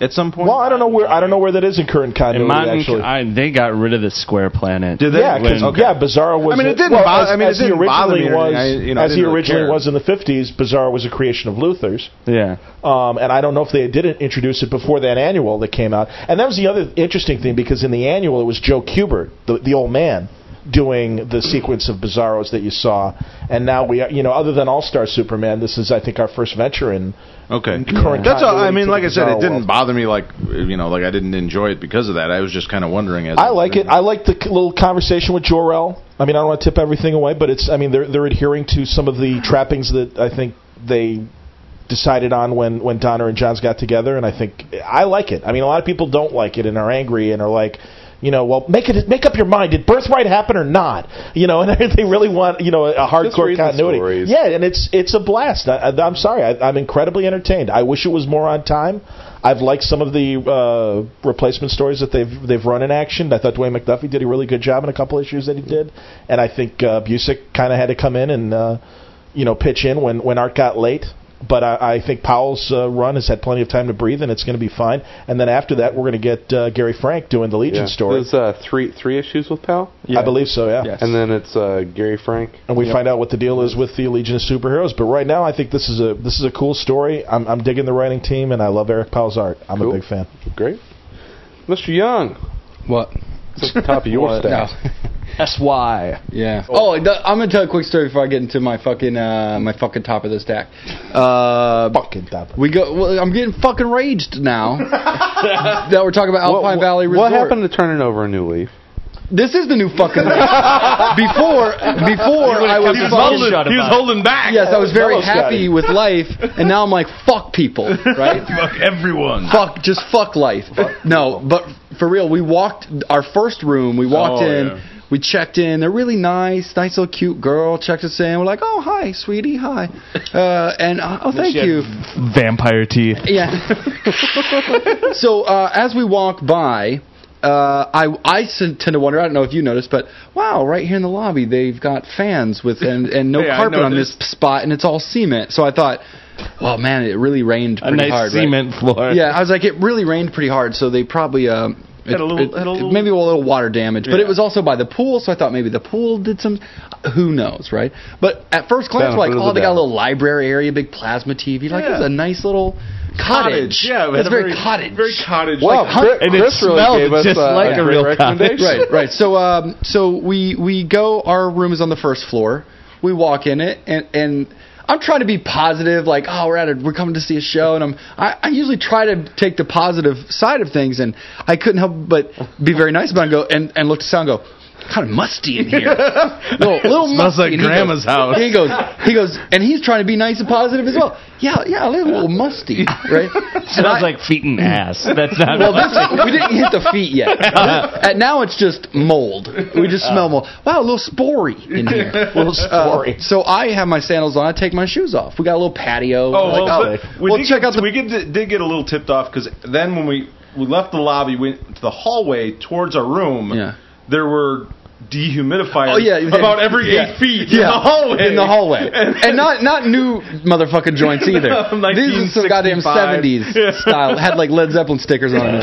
Speaker 1: At some point.
Speaker 5: well, I don't know where I don't know where that is in current
Speaker 9: In
Speaker 5: continuity
Speaker 9: modern,
Speaker 5: actually.
Speaker 9: I, they got rid of the square planet.
Speaker 1: Did they?
Speaker 5: yeah, 'cause-
Speaker 1: Okay.
Speaker 5: yeah, Bizarro was.
Speaker 1: I mean, it didn't
Speaker 5: well,
Speaker 1: bother-
Speaker 5: as-
Speaker 1: I mean, it
Speaker 5: as he
Speaker 1: didn't bother
Speaker 5: originally
Speaker 1: me or
Speaker 5: was,
Speaker 1: anything. I- you know, I
Speaker 5: as he
Speaker 1: didn't really
Speaker 5: originally
Speaker 1: care.
Speaker 5: was in the '50s, Bizarro was a creation of Luther's.
Speaker 4: Yeah.
Speaker 5: Um, and I don't know if they didn't introduce it before that annual that came out. And that was the other interesting thing because in the annual it was Joe Kubert, the, the old man, doing the sequence of Bizarros that you saw. And now we, are, you know, other than All Star Superman, this is I think our first venture in.
Speaker 1: Okay.
Speaker 5: Current
Speaker 1: That's all.
Speaker 5: continuity
Speaker 1: I mean,
Speaker 5: to
Speaker 1: like I said,
Speaker 5: Bizarro
Speaker 1: it didn't
Speaker 5: world.
Speaker 1: bother me. Like you know, like I didn't enjoy it because of that. I was just kind of wondering. As
Speaker 5: I like it. I like the c- little conversation with Jor El. I mean, I don't want to tip everything away, but it's. I mean, they're they're adhering to some of the trappings that I think they decided on when when Donner and Johns got together, and I think I like it. I mean, a lot of people don't like it and are angry and are like. You know, well, make it make up your mind. Did birthright happen or not? You know, and they really want you know a hardcore
Speaker 2: read the
Speaker 5: continuity.
Speaker 2: stories.
Speaker 5: Yeah, and it's it's a blast. I, I, I'm sorry, I, I'm incredibly entertained. I wish it was more on time. I've liked some of the uh, replacement stories that they've they've run in action. I thought Dwayne McDuffie did a really good job in a couple issues that he did, and I think uh, Busick kind of had to come in and uh, you know pitch in when when Art got late. But I, I think Powell's uh, run has had plenty of time to breathe, and it's going to be fine. And then after that, we're going to get uh, Gary Frank doing the Legion
Speaker 2: Yeah.
Speaker 5: story.
Speaker 2: There's uh, three three issues with Pal,
Speaker 5: I believe so, yeah.
Speaker 4: Yes.
Speaker 2: and then it's uh, Gary Frank.
Speaker 5: and we find out what the deal is with the Legion of Superheroes. But right now, I think this is a this is a cool story. I'm, I'm digging the writing team, and I love Eric Powell's art. I'm
Speaker 2: Cool.
Speaker 5: a big fan.
Speaker 2: Great, Mr. Young.
Speaker 3: What?
Speaker 2: It's at the top of your
Speaker 3: No.
Speaker 2: stack.
Speaker 4: SY.
Speaker 3: Yeah. Oh, it does- I'm gonna tell a quick story before I get into my fucking uh, my fucking top of the stack. Uh,
Speaker 5: Fucking top.
Speaker 3: we go. Well, I'm getting fucking raged now that we're talking about Alpine
Speaker 2: what,
Speaker 3: Valley Resort.
Speaker 2: what happened to turning over a new leaf?
Speaker 3: This is the new fucking rage. before before I was fucking-
Speaker 1: He was holding back.
Speaker 3: Yes, I was very
Speaker 5: Hello, Scotty.
Speaker 3: happy with life, and now I'm like, fuck people, right?
Speaker 1: Fuck everyone.
Speaker 3: fuck, just fuck life. no, but for real, we walked our first room. We walked
Speaker 1: Oh,
Speaker 3: in.
Speaker 1: yeah.
Speaker 3: We checked in. They're really nice, nice little cute girl. Checked us in. We're like, oh hi, sweetie, hi, uh, and uh, oh thank you.
Speaker 4: Vampire teeth.
Speaker 3: Yeah. so uh, as we walk by, uh, I I s- tend to wonder. I don't know if you noticed, but wow, right here in the lobby, they've got fans with and and no
Speaker 1: Yeah, I
Speaker 3: carpet on this
Speaker 1: noticed.
Speaker 3: spot, and it's all cement. So I thought, well, man, it really rained
Speaker 4: A
Speaker 3: pretty
Speaker 4: nice
Speaker 3: hard. right?
Speaker 4: cement floor.
Speaker 3: Yeah, I was like, it really rained pretty hard, so they probably uh,
Speaker 4: Had a little- had a little-
Speaker 3: maybe a little water damage, but
Speaker 4: Yeah.
Speaker 3: it was also by the pool, so I thought maybe the pool did some. Who knows, right? But at first glance, we're like,
Speaker 2: Benefit of
Speaker 3: oh,
Speaker 2: the
Speaker 3: they got a
Speaker 2: doubt.
Speaker 3: little library area, big plasma TV. Like,
Speaker 1: Yeah.
Speaker 3: it's a nice little cottage.
Speaker 1: Yeah, it had
Speaker 3: it's
Speaker 1: a
Speaker 3: very, cottage.
Speaker 1: Very cottage.
Speaker 3: Wow,
Speaker 1: like,
Speaker 3: Chris-
Speaker 2: and Chris
Speaker 4: smelled
Speaker 2: really gave us
Speaker 4: just
Speaker 2: uh,
Speaker 4: like a
Speaker 2: great
Speaker 4: real
Speaker 2: recommendation.
Speaker 3: right, right. So, um, so we we go. Our room is on the first floor. We walk in it, and and I'm trying to be positive, like, oh, we're at a, we're coming to see a show, and I'm I, I usually try to take the positive side of things, and I couldn't help but be very nice about it and go and and look to sound go. Kind of musty in here. little, little
Speaker 1: Smells
Speaker 3: musty.
Speaker 1: like
Speaker 3: And he
Speaker 1: grandma's
Speaker 3: goes-
Speaker 1: house.
Speaker 3: He goes, he goes, and he's trying to be nice and positive as well. Yeah, yeah, a little musty, right? And I-
Speaker 9: Smells like feet and ass. That's not.
Speaker 3: well, this we didn't hit the feet yet. and now it's just mold. We just smell mold. Wow, a little spory in here. uh,
Speaker 5: Little spory.
Speaker 3: so I have my sandals on. I take my shoes off. We got a little patio.
Speaker 1: Oh,
Speaker 3: Like,
Speaker 1: well,
Speaker 3: oh,
Speaker 1: but we
Speaker 3: well,
Speaker 1: did
Speaker 3: check
Speaker 1: get,
Speaker 3: out the.
Speaker 1: we get, did get a little tipped off because then when we we left the lobby, went to the hallway towards our room.
Speaker 3: Yeah.
Speaker 1: There were dehumidifiers.
Speaker 3: Oh, yeah, yeah.
Speaker 1: about every
Speaker 3: Yeah.
Speaker 1: eight feet in
Speaker 3: Yeah,
Speaker 1: the hallway.
Speaker 3: in the hallway, and not not new motherfucking joints either.
Speaker 1: From
Speaker 3: These are some goddamn
Speaker 1: 1965.
Speaker 3: seventies style. Had like Led Zeppelin stickers on it and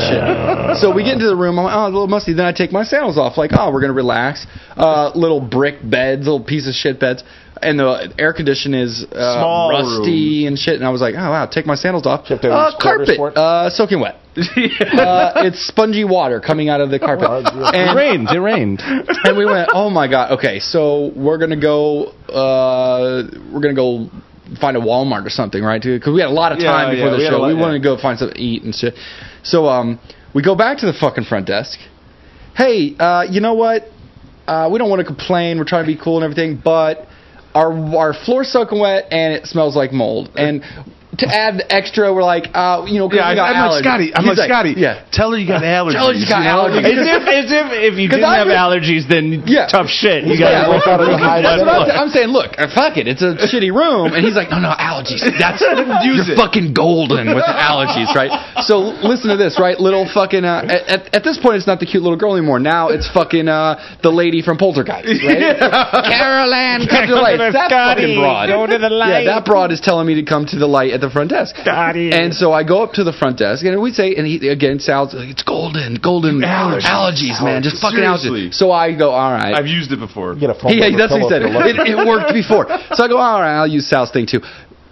Speaker 3: shit. So we get into the room. I'm like, oh, it's a little musty. Then I take my sandals off. Like, oh, we're gonna relax. Uh, little brick beds, little piece of shit beds, and the air condition is uh,
Speaker 1: Small
Speaker 3: rusty and shit. And I was like, oh wow, take my sandals off.
Speaker 5: have to have
Speaker 3: Uh,
Speaker 5: these quarters
Speaker 3: carpet,
Speaker 5: for it?
Speaker 3: uh, soaking wet. Uh, it's spongy water coming out of the carpet. And-
Speaker 12: rained. It rained.
Speaker 3: and we went, oh my god, okay, so we're gonna go, uh, we're gonna go find a Walmart or something, right? Because we had a lot of
Speaker 1: Yeah,
Speaker 3: time before
Speaker 1: yeah, we
Speaker 3: the
Speaker 1: had
Speaker 3: show.
Speaker 1: a lot-
Speaker 3: we
Speaker 1: yeah.
Speaker 3: wanted to go find something to eat and shit. So um, we go back to the fucking front desk. Hey, uh, you know what? Uh, we don't want to complain. We're trying to be cool and everything, but our our floor's soaking wet and it smells like mold. And to add the extra, we're like, uh, you know, 'cause
Speaker 1: Yeah, I,
Speaker 3: we
Speaker 1: am
Speaker 3: got allergies.
Speaker 1: like Scotty. I'm
Speaker 3: He's
Speaker 1: like Scotty.
Speaker 3: Yeah.
Speaker 1: Tell her you got allergies.
Speaker 3: Tell her you got
Speaker 1: you know?
Speaker 3: allergies.
Speaker 9: As if, as if, if you
Speaker 3: 'Cause
Speaker 9: didn't
Speaker 3: I
Speaker 9: have
Speaker 3: was-
Speaker 9: allergies, then
Speaker 3: Yeah.
Speaker 9: tough shit. You
Speaker 3: Yeah.
Speaker 9: got
Speaker 5: Without any high
Speaker 3: That's what I'm,
Speaker 5: level.
Speaker 3: saying. I'm saying, look, uh, fuck it, it's a shitty room. And he's like, no, no, allergies. That's
Speaker 1: Use it.
Speaker 3: you're fucking golden with the allergies, right? So listen to this, right? Little fucking. Uh, at- at, at this point, it's not the cute little girl anymore. Now it's fucking uh, the lady from Poltergeist, right? Carol Ann, come to the light. That fucking broad.
Speaker 9: Go to the light.
Speaker 3: Yeah, that broad is telling me to come to the light at the front desk. And so I go up to the front desk, and we say, and he again sounds like it's golden, golden allergies, man, just fucking
Speaker 1: Seriously.
Speaker 3: allergies. So I go, all right.
Speaker 1: I've used it before.
Speaker 5: Get a phone
Speaker 3: Yeah,
Speaker 5: number,
Speaker 3: that's what he
Speaker 5: tell
Speaker 3: said.
Speaker 5: us the
Speaker 3: It, it worked before. So I go, all right, I'll use Sal's thing too.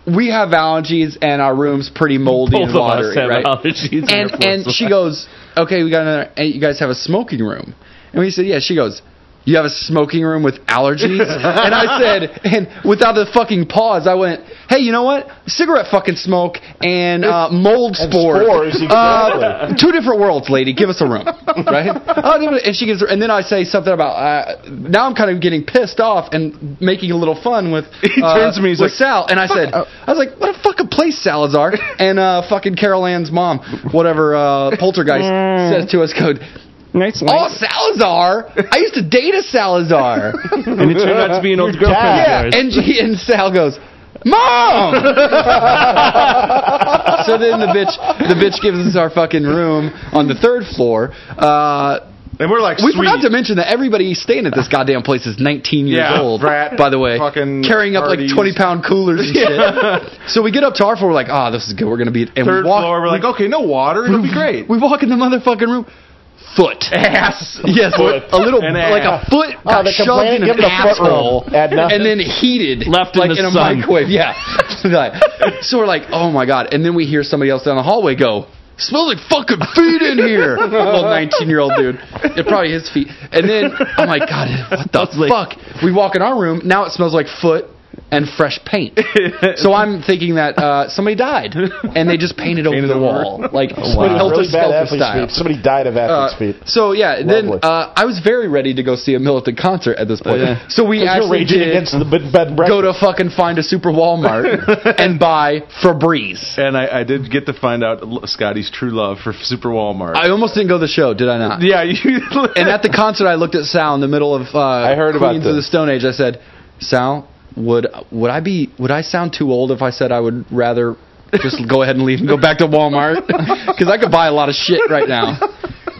Speaker 3: We have allergies and our room's pretty moldy
Speaker 9: Both
Speaker 3: and
Speaker 9: of us
Speaker 3: watery,
Speaker 9: have
Speaker 3: right?
Speaker 9: allergies.
Speaker 3: And and she goes, okay, we got another. And you guys have a smoking room, and we said, yeah. She goes, you have a smoking room with allergies, and I said, and without the fucking pause, I went, hey, you know what? Cigarette fucking smoke and uh, mold
Speaker 5: And
Speaker 3: spores.
Speaker 5: spores,
Speaker 3: Uh, two different worlds, lady. Give us a room, right? Oh, no, no, and she gives her, and then I say something about. Uh, now I'm kind of getting pissed off and making a little fun with.
Speaker 1: He
Speaker 3: uh,
Speaker 1: turns to me, he's
Speaker 3: with
Speaker 1: like,
Speaker 3: Sal, and I said, I was like, what a fucking place Salazar and uh, fucking Carol Ann's mom, whatever uh,
Speaker 1: Mm.
Speaker 3: poltergeist says to us. Code.
Speaker 12: Nice
Speaker 3: Oh, Salazar! I used to date a Salazar.
Speaker 12: And it turned out to be an old girlfriend
Speaker 3: yeah,
Speaker 12: of yours.
Speaker 3: and she, and Sal goes. Mom! so then the bitch, the bitch gives us our fucking room on the third floor. Uh,
Speaker 1: And we're like,
Speaker 3: we
Speaker 1: sweet.
Speaker 3: forgot to mention that everybody staying at this goddamn place is 19 years
Speaker 1: Yeah,
Speaker 3: old.
Speaker 1: brat,
Speaker 3: by the way,
Speaker 1: fucking
Speaker 3: carrying up like
Speaker 1: parties.
Speaker 3: 20 pound coolers and shit. So we get up to our floor, we're like, ah, this is good. We're gonna be and
Speaker 1: Third
Speaker 3: we walk,
Speaker 1: floor. We're like, okay, no water. It'll be great.
Speaker 3: we walk in the motherfucking room. Foot, ass, yes, a little
Speaker 1: And
Speaker 3: like
Speaker 1: ass.
Speaker 3: a foot got
Speaker 5: Oh, the
Speaker 3: shoved in
Speaker 5: complaint, give
Speaker 3: an
Speaker 5: it a foot room.
Speaker 3: asshole,
Speaker 5: Add nothing.
Speaker 3: and then heated
Speaker 9: Left in
Speaker 3: like
Speaker 9: the
Speaker 3: a
Speaker 9: sun.
Speaker 3: microwave. Yeah, Like, so we're like, oh my god, and then we hear somebody else down the hallway go. Smells like fucking feet in here. Little nineteen-year-old dude. It probably his feet. And then I'm like, God, what the fuck? We walk in our room. Now it smells like foot and fresh paint. so I'm thinking that uh, somebody died and they just painted, over the wall, like
Speaker 5: Somebody
Speaker 3: helter
Speaker 5: really bad
Speaker 3: skelter
Speaker 5: athlete's
Speaker 3: style.
Speaker 5: feet. Somebody died of athlete's
Speaker 3: Uh,
Speaker 5: feet.
Speaker 3: so yeah, then
Speaker 5: Lovely.
Speaker 3: uh, I was very ready to go see a militant concert at this point. So we
Speaker 5: You're
Speaker 3: actually
Speaker 5: raging
Speaker 3: did
Speaker 5: against the bed bed and breakfast.
Speaker 3: go to fucking find a super Walmart and buy Febreze.
Speaker 1: And I, I did get to find out l- Scotty's true love for Super Walmart.
Speaker 3: I almost didn't go to the show, did I not?
Speaker 1: yeah, you.
Speaker 3: And at the concert, I looked at Sal in the middle of uh, I
Speaker 2: heard about
Speaker 3: Queens of the
Speaker 2: this.
Speaker 3: Stone Age. I said, Sal, would would I be would I sound too old if I said I would rather just go ahead and leave and go back to Walmart because I could buy a lot of shit right now.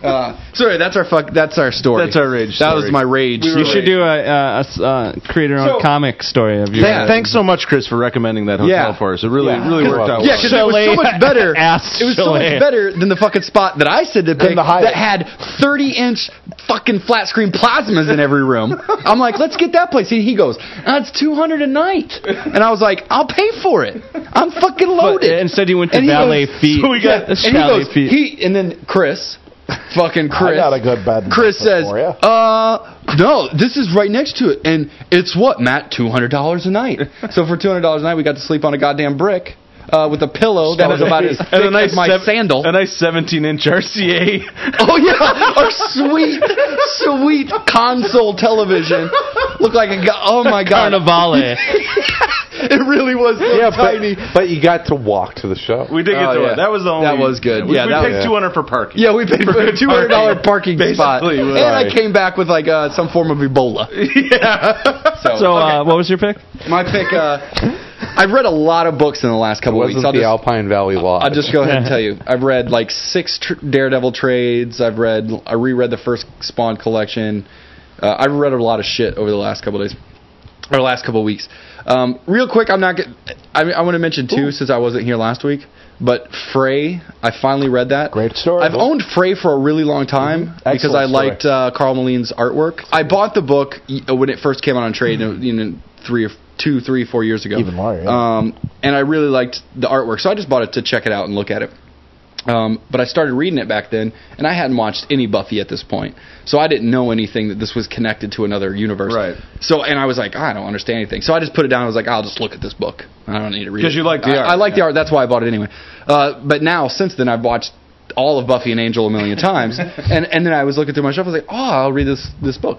Speaker 3: Uh, sorry, that's our fuck. That's our story.
Speaker 1: That's our rage
Speaker 3: That
Speaker 1: story.
Speaker 3: was my rage.
Speaker 1: We were
Speaker 3: story.
Speaker 1: You should
Speaker 4: do a, uh, a s- uh, create your
Speaker 1: So-
Speaker 4: own comic story of
Speaker 1: Th-
Speaker 4: your.
Speaker 1: Thanks so much, Chris, for recommending that hotel
Speaker 3: Yeah.
Speaker 1: for us. It really,
Speaker 3: Yeah.
Speaker 1: really worked out.
Speaker 3: Yeah, because it was so
Speaker 4: Chalet-
Speaker 3: much better.
Speaker 4: ass
Speaker 3: it was so
Speaker 4: chalet.
Speaker 3: much better than the fucking spot that I said to pick
Speaker 5: the Hyatt.
Speaker 3: that had 30 inch fucking flat screen plasmas in every room. I'm like, let's get that place. And he goes, that's 200 a night. And I was like, I'll pay for it. I'm fucking loaded.
Speaker 4: instead, you went to
Speaker 3: And he
Speaker 4: Ballet
Speaker 3: goes-
Speaker 4: Feet.
Speaker 3: So we got and he
Speaker 4: Ballet
Speaker 3: goes,
Speaker 4: Feet.
Speaker 3: he and then Chris, fucking
Speaker 5: I
Speaker 3: Chris.
Speaker 5: got a good bed. and
Speaker 3: Chris says,
Speaker 5: breakfast for ya.
Speaker 3: uh, no, this is right next to it. And it's what, Matt? $200 a night. So for $200 a night, we got to sleep on a goddamn brick uh, with a pillow that was about as thick
Speaker 1: And a nice
Speaker 3: as my
Speaker 1: sev-
Speaker 3: sandal.
Speaker 1: A nice 17 inch RCA.
Speaker 3: oh, yeah. Our sweet, sweet console television. Looked like a go- Oh, my God.
Speaker 4: Carnivale.
Speaker 3: It really was so
Speaker 2: Yeah,
Speaker 3: tiny.
Speaker 2: but, but you got to walk to the show.
Speaker 1: We did get
Speaker 3: Oh,
Speaker 1: to
Speaker 3: yeah.
Speaker 1: it. That was the only.
Speaker 3: That was good.
Speaker 1: We,
Speaker 3: Yeah,
Speaker 1: we
Speaker 3: that
Speaker 1: paid
Speaker 3: was-
Speaker 1: 200 for parking.
Speaker 3: yeah, we paid for a two hundred dollar parking spot,
Speaker 1: Basically,
Speaker 3: and
Speaker 1: we're
Speaker 3: I
Speaker 1: like-
Speaker 3: came back with like uh, some form of Ebola. Yeah. So,
Speaker 4: So, uh, what was your pick?
Speaker 3: My pick. Uh, I've read a lot of books in the last couple of
Speaker 2: Wasn't
Speaker 3: weeks.
Speaker 2: the
Speaker 3: I'll just,
Speaker 2: Alpine Valley Lodge?
Speaker 3: I'll just go ahead and tell you. I've read like six tr- Daredevil trades. I've read. I reread the first Spawn collection. Uh, I've read a lot of shit over the last couple of days, or last couple of weeks. Um, real quick, I'm not. Get, I I want to mention two since I wasn't here last week. But Frey, I finally read that.
Speaker 5: Great story. Mm-hmm.
Speaker 3: I've owned Frey for a really long time because I
Speaker 5: Excellent story.
Speaker 3: liked uh, Carl Moline's artwork. I bought the book y- uh, when it first came out on trade, you know, three or two, three, four years ago.
Speaker 5: Hmm. Even longer, yeah.
Speaker 3: Um, and I really liked the artwork, so I just bought it to check it out and look at it. Um, but I started reading it back then, and I hadn't watched any Buffy at this point, so I didn't know anything that this was connected to another universe.
Speaker 1: Right.
Speaker 3: So, and I was like, I don't understand anything. So I just put it down. I was like, I'll just look at this book. I don't need to read it
Speaker 1: 'Cause you liked the
Speaker 3: I-
Speaker 1: art,
Speaker 3: I like the
Speaker 1: yeah.
Speaker 3: art. That's why I bought it anyway. Uh, but now, since then, I've watched all of Buffy and Angel a million times, and and then I was looking through my shelf. I was like, oh, I'll read this this book.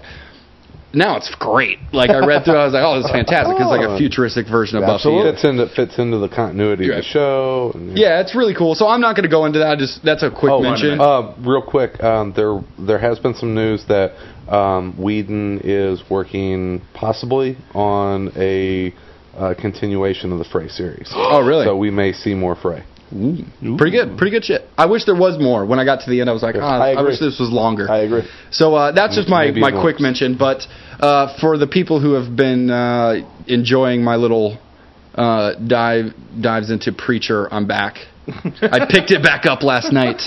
Speaker 3: Now it's great. Like I read through, it, I was like, oh, this is fantastic. It's like a futuristic version of Buffy.
Speaker 2: Fits into, fits into the continuity of
Speaker 3: Yeah.
Speaker 2: the show. and-
Speaker 3: Yeah, it's really cool. So I'm not going to go into that. I just that's a
Speaker 1: Oh,
Speaker 3: quick mention.
Speaker 2: Uh, real quick, um, there there has been some news that um, Whedon is working possibly on a uh, continuation of the Frey series.
Speaker 3: Oh, really?
Speaker 2: So we may see more Frey.
Speaker 3: Pretty good, pretty good shit. I wish there was more. When I got to the end, I was like, ah,
Speaker 5: I
Speaker 3: I,
Speaker 5: agree.
Speaker 3: wish this was longer.
Speaker 5: I agree.
Speaker 3: So uh, that's just my,
Speaker 2: Maybe
Speaker 3: my
Speaker 2: it won't.
Speaker 3: quick mention. But uh, for the people who have been uh, enjoying my little uh, dive dives into Preacher, I'm back. I picked it back up last night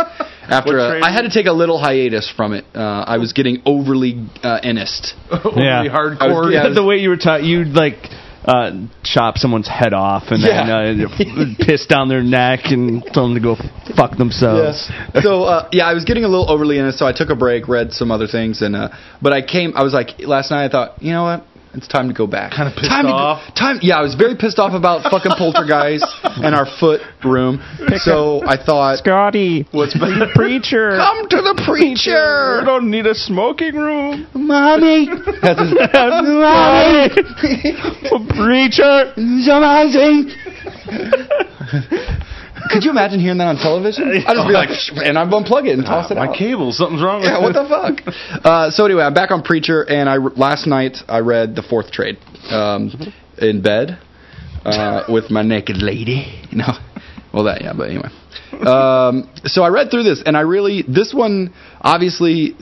Speaker 3: after
Speaker 1: What
Speaker 3: a,
Speaker 1: trade?
Speaker 3: I had to take a little hiatus from it. Uh, I was getting overly uh, earnest.
Speaker 1: Really
Speaker 3: I
Speaker 1: hardcore.
Speaker 3: was- yeah, I was-
Speaker 4: the way you were taught, you'd like uh, chop someone's head off and then uh, piss down their neck and tell them to go fuck themselves.
Speaker 3: so uh, yeah, I was getting a little overly in it, so I took a break, read some other things, and uh, but I came. I was like last night. I thought, you know what? It's time to go back. Kind of
Speaker 1: pissed
Speaker 3: time
Speaker 1: off.
Speaker 3: To go, time. Yeah, I was very pissed off about fucking poltergeist and our foot room. So I thought,
Speaker 12: Scotty,
Speaker 3: what's better?
Speaker 12: preacher.
Speaker 3: Come to the preacher,
Speaker 4: don't need a smoking room.
Speaker 3: mommy. That's his,
Speaker 4: Preacher.
Speaker 3: it's amazing. Could you imagine hearing that on television? I'd just be like, and I'd unplug it and toss it
Speaker 1: my
Speaker 3: out.
Speaker 1: cable. Something's wrong with
Speaker 3: Yeah,
Speaker 1: it.
Speaker 3: what the fuck? Uh, so anyway, I'm back on Preacher, and I last night I read the fourth trade um, in bed uh, with my naked lady. No, well that yeah, but anyway. Um, so I read through this, and I really this one obviously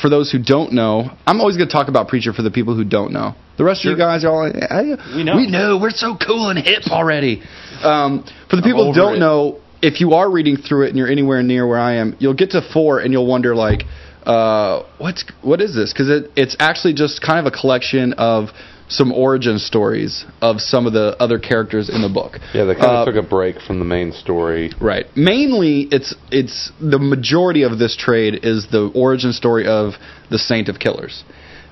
Speaker 3: for those who don't know, I'm always going to talk about Preacher for the people who don't know. The rest of you guys are all like, "Eh,
Speaker 4: We know.
Speaker 3: we know, we're so cool and hip already. Um, for the people who
Speaker 1: over
Speaker 3: don't
Speaker 1: it.
Speaker 3: know know if you are reading through it and you're anywhere near where I am, you'll get to four and you'll wonder like, uh, what's what is this? Because it, it's actually just kind of a collection of some origin stories of some of the other characters in the book.
Speaker 2: Yeah, they kind
Speaker 3: Uh,
Speaker 2: of took a break from the main story.
Speaker 3: Right. Mainly, it's it's the majority of this trade is the origin story of the Saint of Killers,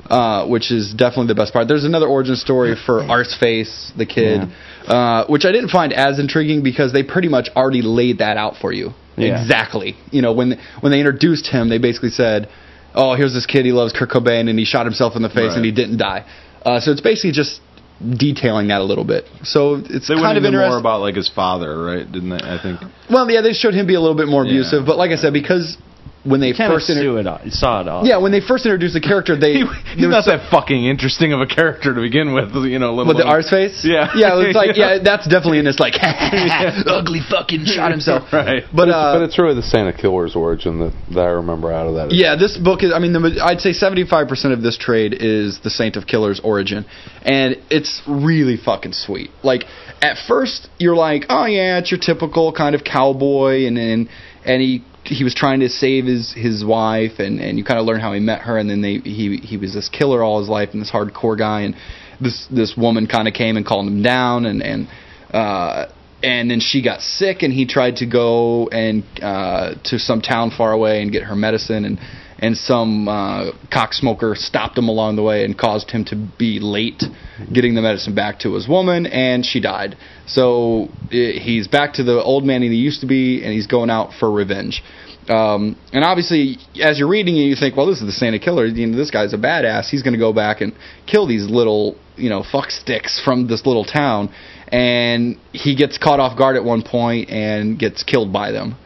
Speaker 3: uh, which is definitely the best part. There's another origin story for Arseface, the kid, uh, which I didn't find as intriguing because they pretty much already laid that out for you
Speaker 4: Yeah.
Speaker 3: exactly. You know, when when they introduced him, they basically said, "Oh, here's this kid. He loves Kurt Cobain, and he shot himself in the face, and he didn't die." Uh, so it's basically just detailing that a little bit. So it's
Speaker 1: They went
Speaker 3: kind of
Speaker 1: into
Speaker 3: interesting.
Speaker 1: more about like his father, right? Didn't they? I think.
Speaker 3: Well, yeah, they showed him be a little bit more
Speaker 1: Yeah.
Speaker 3: abusive, but like I said, because when they
Speaker 12: Kind of
Speaker 3: first inter-
Speaker 12: saw it all. Saw it all.
Speaker 3: yeah when they first introduced the character they
Speaker 2: He's not that fucking interesting of a character to begin with, you know. Let
Speaker 3: with the
Speaker 2: alone-
Speaker 3: arse face.
Speaker 2: Yeah.
Speaker 3: yeah, it was like
Speaker 2: Yeah.
Speaker 3: yeah, that's definitely in this like ugly fucking shot himself.
Speaker 2: right.
Speaker 3: But, uh,
Speaker 2: but it's really the Santa Killer's origin that, that I remember out of that.
Speaker 3: Yeah, this book is. I mean, the, ma- I'd say seventy-five percent of this trade is the Saint of Killers origin, and it's really fucking sweet. Like at first, you're like, oh yeah, it's your typical kind of cowboy, and then and he he was trying to save his his wife, and and you kind of learn how he met her, and then they he he was this killer all his life and this hardcore guy, and this this woman kind of came and calmed him down, and and. Uh, and then she got sick and he tried to go and uh, to some town far away and get her medicine and and some uh, cocksmoker stopped him along the way and caused him to be late getting the medicine back to his woman and she died so i he's back to the old man he used to be and he's going out for revenge um, and obviously, as you're reading it, you think, well, this is the Santa Killer. You know, this guy's a badass. He's going to go back and kill these little, you know, fuck sticks from this little town. And he gets caught off guard at one point and gets killed by them,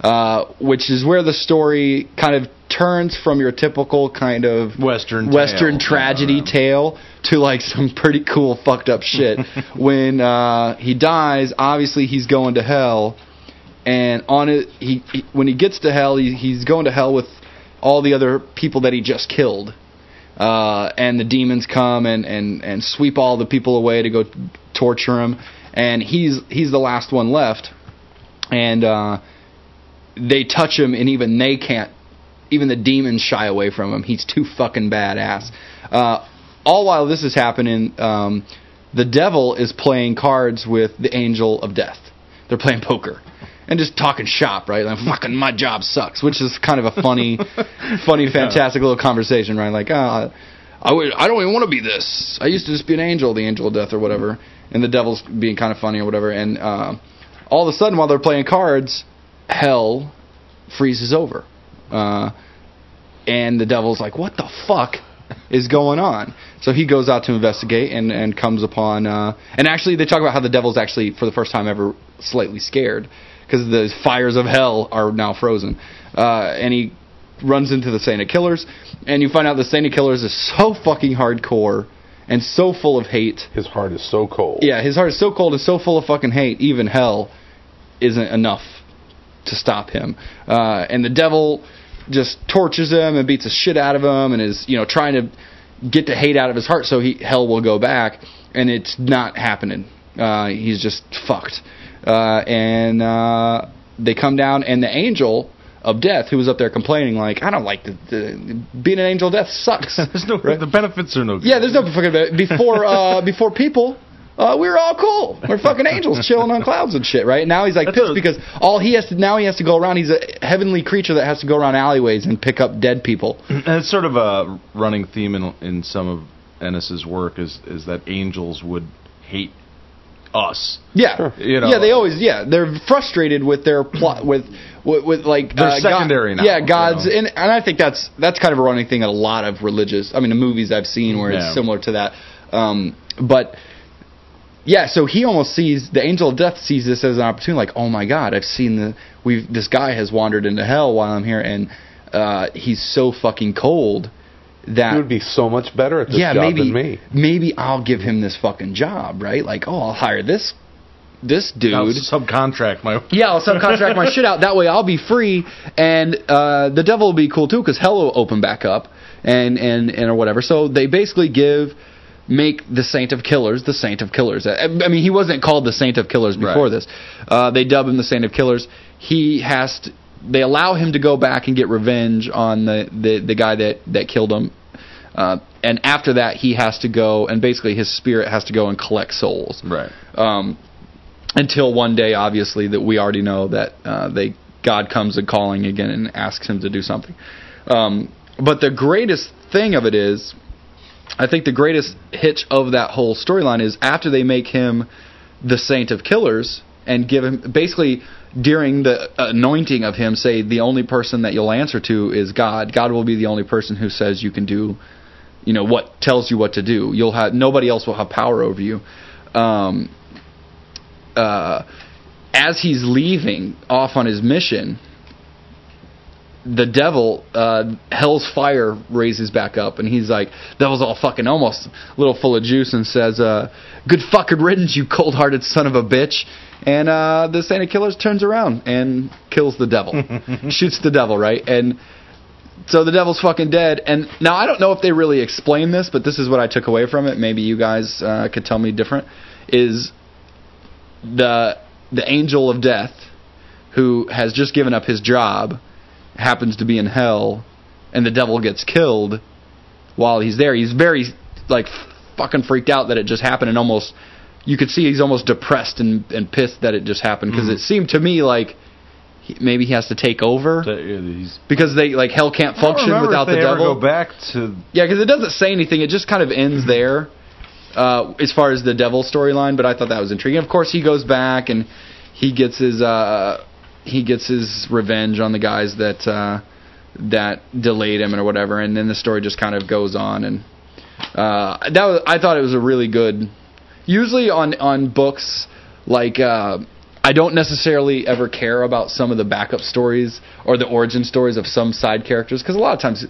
Speaker 3: uh, which is where the story kind of turns from your typical kind of
Speaker 1: Western tale. Uh,
Speaker 3: Western tragedy tale to like some pretty cool fucked up shit. when uh, he dies, obviously he's going to hell, and on it he, he when he gets to hell, he, he's going to hell with all the other people that he just killed. Uh, and the demons come and, and, and sweep all the people away to go torture him, and he's he's the last one left, and uh, they touch him and even they can't even the demons shy away from him he's too fucking badass uh, all while this is happening um, the devil is playing cards with the angel of death they're playing poker and just talking shop right like fucking my job sucks which is kind of a funny funny fantastic little conversation right like uh, I, would, I don't even want to be this i used to just be an angel the angel of death or whatever and the devil's being kind of funny or whatever and uh, all of a sudden while they're playing cards hell freezes over. Uh, and the devil's like, what the fuck is going on? So he goes out to investigate and, and comes upon. Uh, and actually, they talk about how the devil's actually, for the first time ever, slightly scared because the fires of hell are now frozen. Uh, and he runs into the Santa Killers, and you find out the Santa Killers is so fucking hardcore and so full of hate.
Speaker 2: His heart is so cold.
Speaker 3: Yeah, his heart is so cold and so full of fucking hate, even hell isn't enough to stop him. Uh, and the devil just tortures him and beats the shit out of him and is, you know, trying to get the hate out of his heart so he hell will go back and it's not happening. Uh, he's just fucked. Uh, and uh, they come down and the angel of death who was up there complaining like I don't like the, the being an angel of death sucks.
Speaker 1: There's no the benefits are no good.
Speaker 3: Yeah, there's no fucking before uh, before people. Uh, we were all cool. We're fucking angels chilling on clouds and shit, right? Now he's like pissed because all he has to now he has to go around. He's a heavenly creature that has to go around alleyways and pick up dead people.
Speaker 1: And it's sort of a running theme in in some of Ennis's work is is that angels would hate us.
Speaker 3: Yeah,
Speaker 1: You know. Mm-hmm.
Speaker 3: yeah, they always yeah they're frustrated with their plot with with, with like uh,
Speaker 1: They're
Speaker 3: God-
Speaker 1: secondary now,
Speaker 3: Yeah,
Speaker 1: you
Speaker 3: gods
Speaker 1: know.
Speaker 3: and and I think that's that's kind of a running thing in a lot of religious. I mean, the movies I've seen where
Speaker 1: Yeah.
Speaker 3: it's similar to that, um, but. Yeah, so he almost sees the angel of death sees this as an opportunity. Like, oh my God, I've seen the we've this guy has wandered into hell while I'm here, and uh, he's so fucking cold that
Speaker 2: He would be so much better at this
Speaker 3: yeah,
Speaker 2: job
Speaker 3: maybe
Speaker 2: than me.
Speaker 3: maybe I'll give him this fucking job, right? Like, oh, I'll hire this this dude.
Speaker 1: I'll subcontract my
Speaker 3: yeah, I'll subcontract my shit out. That way, I'll be free, and uh, the devil will be cool too, because hell will open back up, and and and or whatever. So they basically give make the saint of killers the saint of killers. I, I mean, he wasn't called the saint of killers before
Speaker 1: Right.
Speaker 3: this. Uh, they dub him the saint of killers. He has to. They allow him to go back and get revenge on the the, the guy that that killed him. Uh, and after that, he has to go, and basically his spirit has to go and collect souls
Speaker 1: right.
Speaker 3: um, until one day, obviously, that we already know that uh, they God comes a calling again and asks him to do something. Um, but the greatest thing of it is, I think the greatest hitch of that whole storyline is after they make him the saint of killers and give him basically during the anointing of him say the only person that you'll answer to is God. God will be the only person who says you can do you know what tells you what to do. You'll have nobody else will have power over you. Um, uh, as he's leaving off on his mission, the devil, uh, hell's fire raises back up, and he's like, "Devil's all fucking almost a little full of juice," and says, uh, "Good fucking riddance, you cold-hearted son of a bitch." And uh, the Santa Killer turns around and kills the devil, shoots the devil, right? And so the devil's fucking dead. And now I don't know if they really explain this, but this is what I took away from it. Maybe you guys uh, could tell me different. Is the the angel of death who has just given up his job happens to be in hell and the devil gets killed while he's there he's very like fucking freaked out that it just happened and almost you could see he's almost depressed and, and pissed that it just happened because it seemed to me like he, maybe he has to take over because they like hell can't
Speaker 1: I don't
Speaker 3: function
Speaker 1: remember
Speaker 3: without
Speaker 1: if they
Speaker 3: the
Speaker 1: ever
Speaker 3: devil
Speaker 1: Go back to
Speaker 3: yeah, because it doesn't say anything. It just kind of ends there uh, as far as the devil storyline. But I thought that was intriguing. Of course, he goes back and he gets his uh, he gets his revenge on the guys that uh, that delayed him and or whatever. And then the story just kind of goes on. And uh, that was I thought it was a really good. Usually on on books like. Uh, I don't necessarily ever care about some of the backup stories or the origin stories of some side characters because a lot of times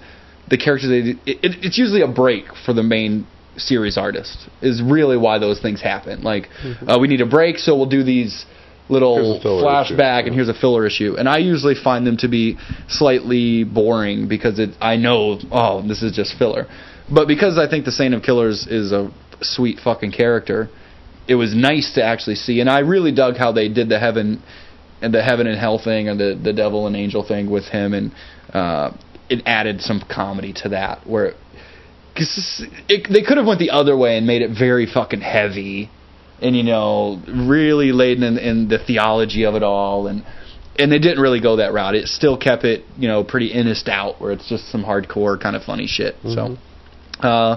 Speaker 3: the characters they it, it, it's usually a break for the main series artist is really why those things happen. Like uh, we need a break, so we'll do these little flashback and here's a filler issue. And I usually find them to be slightly boring because it I know oh this is just filler. But because I think the Saint of Killers is a sweet fucking character, it was nice to actually see. And I really dug how they did the heaven and the heaven and hell thing, or the the devil and angel thing with him, and uh, it added some comedy to that. Where cause it, they could have went the other way and made it very fucking heavy, and you know, really laden in, in the theology of it all, and and they didn't really go that route. It still kept it, you know, pretty innocent out, where it's just some hardcore kind of funny shit. So. Uh,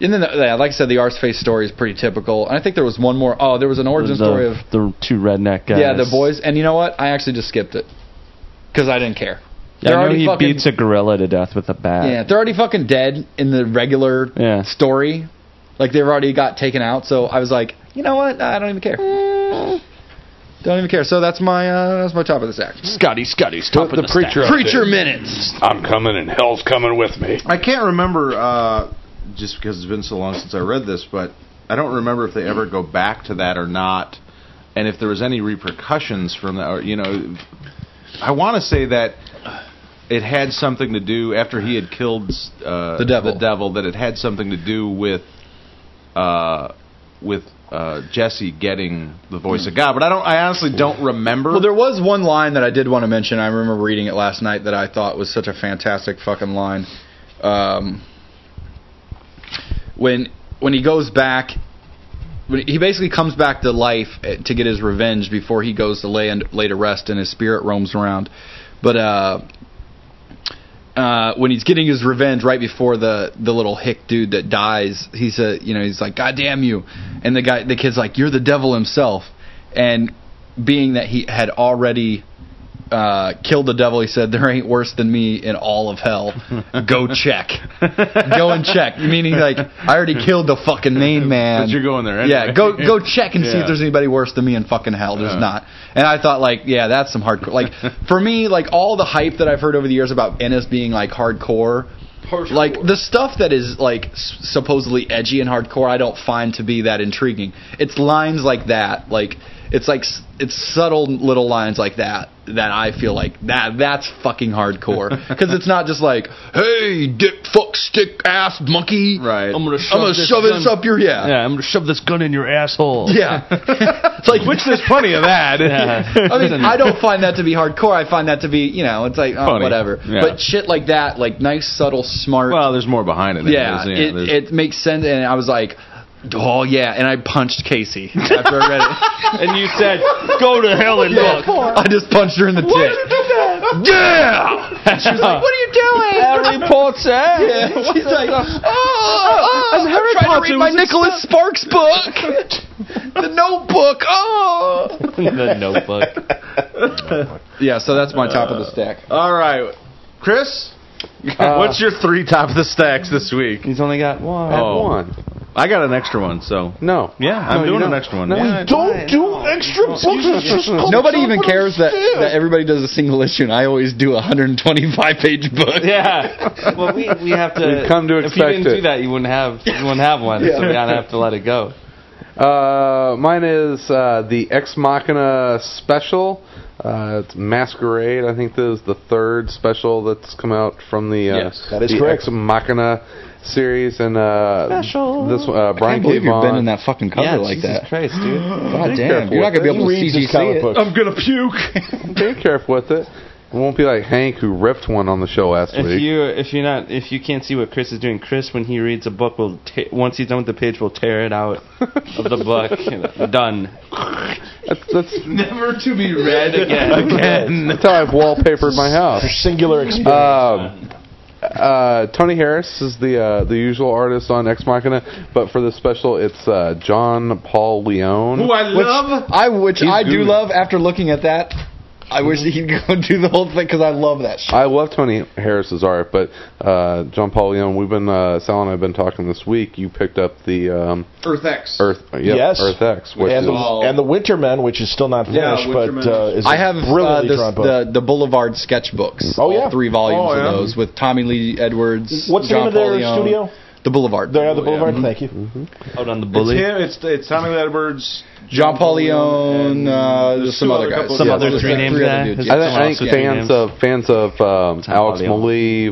Speaker 3: and then, the, yeah, like I said, the Arsface story is pretty typical. And I think there was one more. Oh, there was an origin
Speaker 4: the,
Speaker 3: story of
Speaker 4: the two redneck guys.
Speaker 3: yeah, the boys. And you know what? I actually just skipped it because I didn't care.
Speaker 4: Yeah,
Speaker 3: They're
Speaker 4: I know
Speaker 3: already
Speaker 4: he
Speaker 3: fucking-
Speaker 4: beats a gorilla to death with a bat.
Speaker 3: Yeah, they're already fucking dead in the regular
Speaker 4: Yeah.
Speaker 3: story. Like they've already got taken out. So I was like, you know what? I don't even care.
Speaker 4: Mm.
Speaker 3: Don't even care. So that's my uh, that's my top of the sack.
Speaker 13: Scotty, Scotty, stop
Speaker 3: the preacher up Preacher there. minutes.
Speaker 13: I'm coming, and hell's coming with me.
Speaker 1: I can't remember, uh, just because it's been so long since I read this, but I don't remember if they ever go back to that or not, and if there was any repercussions from that. Or, you know, I want to say that it had something to do after he had killed uh,
Speaker 3: The devil.
Speaker 1: that it had something to do with uh, with uh, Jesse getting the voice of God. But I don't. I honestly don't remember.
Speaker 3: Well, there was one line that I did want to mention. I remember reading it last night that I thought was such a fantastic fucking line. Um, when when he goes back, when he basically comes back to life eh, to get his revenge before he goes to lay and lay to rest, and his spirit roams around. But uh, uh, when he's getting his revenge right before the the little hick dude that dies, he's a you know he's like, God damn you, and the guy the kid's like, you're the devil himself, and being that he had already uh, killed the devil, he said, there ain't worse than me in all of hell. Go check, go and check. Meaning like I already killed the fucking main man.
Speaker 1: But you're going there
Speaker 3: Yeah,
Speaker 1: anyway.
Speaker 3: go go check and see
Speaker 1: Yeah.
Speaker 3: if there's anybody worse than me in fucking hell. There's
Speaker 1: Yeah.
Speaker 3: not. And I thought like, yeah, that's some hardcore. Like for me, like all the hype that I've heard over the years about Ennis being like hardcore, like the stuff that is like s- supposedly edgy and hardcore, I don't find to be that intriguing. It's lines like that, like it's like s- it's subtle little lines like that that I feel like that that's fucking hardcore because it's not just like hey dick fuck stick ass monkey right I'm gonna shove, I'm gonna
Speaker 12: this
Speaker 3: shove this
Speaker 12: gun-
Speaker 3: up your yeah
Speaker 12: I'm gonna shove this gun in your asshole.
Speaker 3: yeah. it's like which there's plenty of that. I mean, I don't find that to be hardcore. I find that to be, you know, it's like oh,
Speaker 1: Funny.
Speaker 3: whatever.
Speaker 1: Yeah.
Speaker 3: But shit like that, like nice, subtle, smart.
Speaker 1: Well, there's more behind it.
Speaker 3: yeah,
Speaker 1: There's-
Speaker 3: it
Speaker 1: there's-
Speaker 3: it makes sense. And I was like, oh yeah, and I punched Casey after I read it.
Speaker 4: and you said, "Go to hell and look."
Speaker 3: I just punched her in the tit. Yeah. She was like, what are you doing?
Speaker 4: Harry Potter.
Speaker 3: Yeah. She's like, oh, oh,
Speaker 12: I'm Harry
Speaker 3: trying
Speaker 12: Potter,
Speaker 3: to read my
Speaker 12: wizard
Speaker 3: Nicholas Sparks book, The Notebook. Oh.
Speaker 4: the Notebook.
Speaker 3: Yeah, so that's my top of the stack.
Speaker 1: All right, Chris.
Speaker 4: Uh,
Speaker 1: What's your three top of the stacks this week?
Speaker 4: He's only got one.
Speaker 1: Oh.
Speaker 2: One.
Speaker 1: I got an extra one, so.
Speaker 2: No.
Speaker 1: Yeah, I'm
Speaker 2: No, you
Speaker 1: doing an
Speaker 2: don't.
Speaker 1: extra one.
Speaker 2: No,
Speaker 1: Yeah,
Speaker 2: you
Speaker 1: I know.
Speaker 5: Don't do extra books. It's just called
Speaker 3: Nobody even
Speaker 5: Jumper
Speaker 3: cares that,
Speaker 5: Steel.
Speaker 3: that everybody does a single issue, and I always do a 125 page book.
Speaker 14: Yeah. Well, we, we have to.
Speaker 3: We've come to
Speaker 14: if you
Speaker 3: expect
Speaker 14: didn't
Speaker 3: it.
Speaker 14: do that, you wouldn't have you wouldn't have one.
Speaker 2: Yeah.
Speaker 14: So we gotta have to let it go.
Speaker 2: Uh, mine is uh, the Ex Machina special. Uh, it's Masquerade. I think this is the third special that's come out from the uh,
Speaker 3: Yes. That is
Speaker 2: the
Speaker 3: correct.
Speaker 2: Ex Machina series and uh,
Speaker 3: Special.
Speaker 2: This uh,
Speaker 3: I
Speaker 2: Brian
Speaker 3: can't believe
Speaker 2: K.
Speaker 3: you've
Speaker 2: Vaughn.
Speaker 3: been in that fucking cover
Speaker 2: Yeah,
Speaker 3: like
Speaker 2: Jesus
Speaker 3: that.
Speaker 2: Christ, dude.
Speaker 3: God damn,
Speaker 2: Be careful
Speaker 3: you're not gonna
Speaker 2: with
Speaker 3: be
Speaker 2: it.
Speaker 3: able to
Speaker 2: He reads his
Speaker 3: CGC
Speaker 2: comic
Speaker 3: it.
Speaker 2: books.
Speaker 3: I'm
Speaker 1: gonna puke.
Speaker 2: Be careful with it. It won't be like Hank who ripped one on the show last
Speaker 14: If
Speaker 2: week.
Speaker 14: you if you're not if you can't see what Chris is doing, Chris when he reads a book will ta- once he's done with the page will tear it out of the book. and Done.
Speaker 2: That's, that's
Speaker 1: never to be
Speaker 14: read again.
Speaker 2: That's how I've wallpapered my house.
Speaker 5: singular experience.
Speaker 2: Um, uh, Tony Harris is the uh, the usual artist on Ex Machina, but for this special, it's uh, John Paul Leone.
Speaker 3: Which I which
Speaker 2: He's
Speaker 3: I do
Speaker 2: good.
Speaker 3: love. After looking at that, I wish that he'd go do the whole thing because I love that shit.
Speaker 2: I love Tony Harris's art, but uh, John Paul Leone. We've been uh, Sal and I've been talking this week. You picked up the um,
Speaker 11: Earth X.
Speaker 2: Earth, yep,
Speaker 5: yes,
Speaker 2: Earth X, which
Speaker 5: and,
Speaker 2: is
Speaker 5: the, and the Wintermen, which is still not
Speaker 3: Yeah,
Speaker 5: finished, but uh, is
Speaker 3: I have
Speaker 5: a
Speaker 3: uh,
Speaker 5: brilliantly
Speaker 3: this,
Speaker 5: drawn book.
Speaker 3: the the Boulevard sketchbooks. Oh yeah, three volumes
Speaker 5: Oh, yeah.
Speaker 3: of those with Tommy Lee Edwards.
Speaker 5: What's the
Speaker 3: John
Speaker 5: name of their
Speaker 3: Paul Leone.
Speaker 5: studio?
Speaker 3: The Boulevard.
Speaker 5: They
Speaker 2: Oh,
Speaker 5: are the Boulevard.
Speaker 2: Mm-hmm.
Speaker 3: yeah.
Speaker 5: Thank you.
Speaker 14: Out on the
Speaker 1: It's him. It's it's Tommy Lee Edwards.
Speaker 3: John Paul Leone, uh, there's some
Speaker 1: two
Speaker 3: other
Speaker 1: other
Speaker 3: guys,
Speaker 1: couple Some
Speaker 3: Yeah,
Speaker 1: other
Speaker 3: there's
Speaker 1: three
Speaker 3: like
Speaker 1: names
Speaker 3: other
Speaker 1: there?
Speaker 3: dudes,
Speaker 1: Is
Speaker 3: yeah.
Speaker 2: I think, I think fans
Speaker 3: Yeah.
Speaker 2: of fans of um, Alex
Speaker 14: Paulion.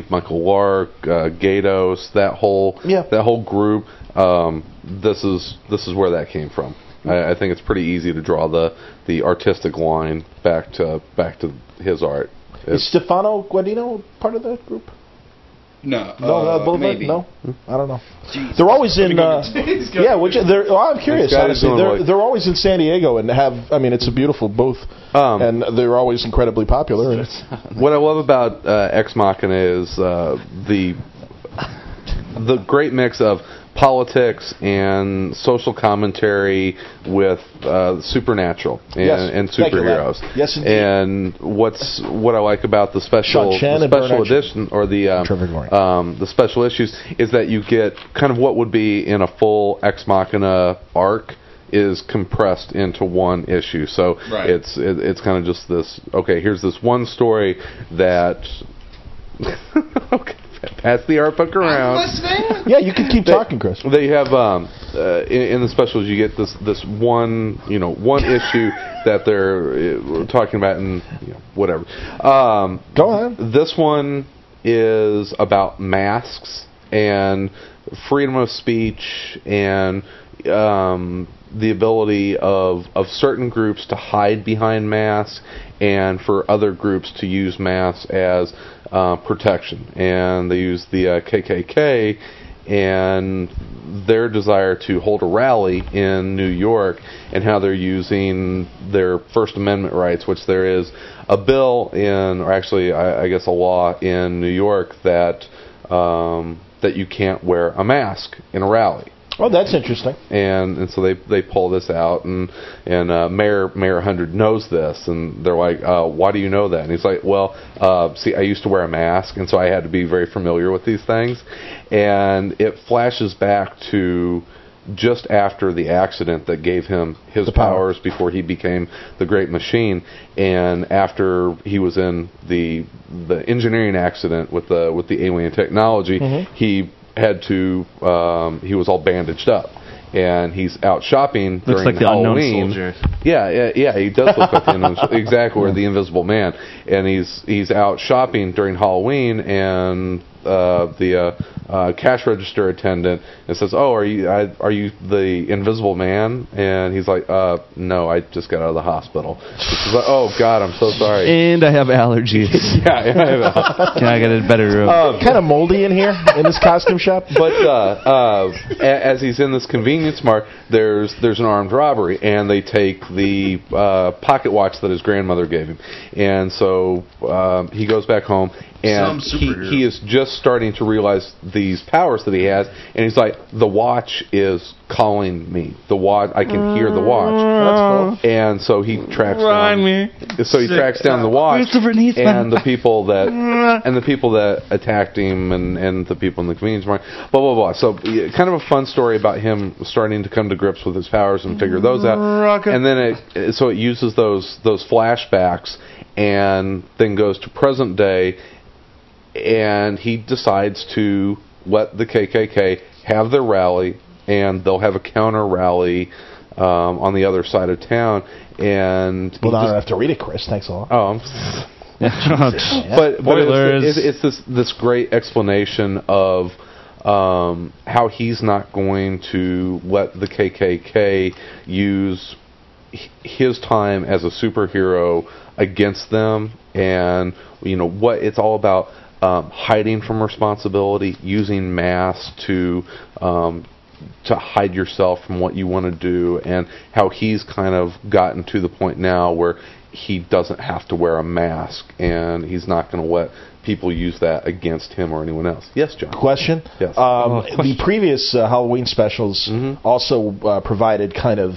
Speaker 2: Malieve, Michael Lark, uh, Gatos, that whole that whole group. Um, this is this is where that came from. I, I think it's pretty easy to draw the the artistic line back to back to his art.
Speaker 5: Is Stefano Guadino part of that group?
Speaker 3: No,
Speaker 5: No,
Speaker 2: uh,
Speaker 5: no, Boulevard.
Speaker 2: maybe.
Speaker 5: No, I don't know. They're always in. Uh, yeah, which they're. oh, I'm curious.
Speaker 2: This guy's
Speaker 5: Honestly,
Speaker 2: doing
Speaker 5: they're
Speaker 2: like-
Speaker 5: they're always in San Diego and have. I mean, it's a beautiful booth,
Speaker 2: Um,
Speaker 5: and they're always incredibly popular. And
Speaker 2: what I love about uh, Ex Machina is uh, the the great mix of politics and social commentary with uh, supernatural and,
Speaker 5: Yes.
Speaker 2: and
Speaker 5: Thank you, Larry.
Speaker 2: superheroes.
Speaker 5: Yes, indeed.
Speaker 2: And what's what I like about the special
Speaker 5: Sean Chen
Speaker 2: the
Speaker 5: and Bernard
Speaker 2: special
Speaker 5: Chen.
Speaker 2: edition or the um, um, the special issues is that you get kind of what would be in a full Ex Machina arc is compressed into one issue. So
Speaker 3: Right.
Speaker 2: it's it, it's kind of just this. Okay, here's this one story that. okay, pass the art book around.
Speaker 5: yeah, you can keep talking, Chris.
Speaker 2: They have um, uh, in, in the specials you get this this one you know one issue that they're uh, talking about and you know, whatever. Um,
Speaker 5: Go ahead.
Speaker 2: This one is about masks and freedom of speech and um, the ability of of certain groups to hide behind masks and for other groups to use masks as uh, protection. And they use the uh, KKK and their desire to hold a rally in New York and how they're using their First Amendment rights, which there is a bill in, or actually, I, I guess, a law in New York that um, that you can't wear a mask in a rally
Speaker 5: Oh, that's interesting.
Speaker 2: and and so they they pull this out and and uh, mayor mayor hundred knows this and they're like uh, why do you know that and he's like well uh, see I used to wear a mask and so I had to be very familiar with these things and it flashes back to just after the accident that gave him his powers before he became the great machine and after he was in the the engineering accident with the with the alien technology
Speaker 5: Mhm.
Speaker 14: Mm-hmm.
Speaker 2: he had to um, he was all bandaged up and he's out shopping
Speaker 14: Looks
Speaker 2: during
Speaker 14: like the unknown
Speaker 2: Halloween.
Speaker 14: soldier.
Speaker 2: Yeah, yeah, yeah, he does look like the unknown soldier. exactly or the Invisible Man, and he's he's out shopping during Halloween, and uh, the uh, uh, cash register attendant and says, "Oh, are you I, are you the Invisible Man?" And he's like, "Uh, no, I just got out of the hospital." She's like, "Oh God, I'm so sorry."
Speaker 14: And I have allergies.
Speaker 2: yeah,
Speaker 14: Can I get a better room?
Speaker 5: kind of moldy in here in this costume shop.
Speaker 2: But uh, uh, a- as he's in this convenience mart, there's there's an armed robbery, and they take the uh, pocket watch that his grandmother gave him, and so um, he goes back home, and
Speaker 11: Some
Speaker 2: he,
Speaker 11: superhero.
Speaker 2: he is just starting to realize these powers that he has, and he's like, the watch is calling me. The watch, I can hear the watch, Uh,
Speaker 14: That's
Speaker 2: and so he tracks
Speaker 14: Rhyme
Speaker 2: down.
Speaker 14: me.
Speaker 2: So he tracks down the watch
Speaker 14: Christopher Neesman.
Speaker 2: and the people that and the people that attacked him and and the people in the convenience market. Blah blah blah. So yeah, kind of a fun story about him starting to come to grips with his powers and figure those out.
Speaker 14: Rocket.
Speaker 2: And then it- it so it uses those those flashbacks and then goes to present day and he decides to let the KKK have their rally, and they'll have a counter rally um, on the other side of town. And
Speaker 5: Well, now I
Speaker 2: he
Speaker 5: don't
Speaker 2: just-
Speaker 5: have to read it, Chris. Thanks a lot.
Speaker 2: Oh, I'm but, but
Speaker 5: Spoilers.
Speaker 2: it's, it's, it's this this great explanation of um, how he's not going to let the KKK use h- his time as a superhero against them, and you know what it's all about. Um, hiding from responsibility, using masks to um, to hide yourself from what you want to do and how he's kind of gotten to the point now where he doesn't have to wear a mask and he's not going to let people use that against him or anyone else. Yes, John.
Speaker 5: Question.
Speaker 2: Oh. Yes. Mm-hmm.
Speaker 5: Um, the previous uh, Halloween specials also uh, provided kind of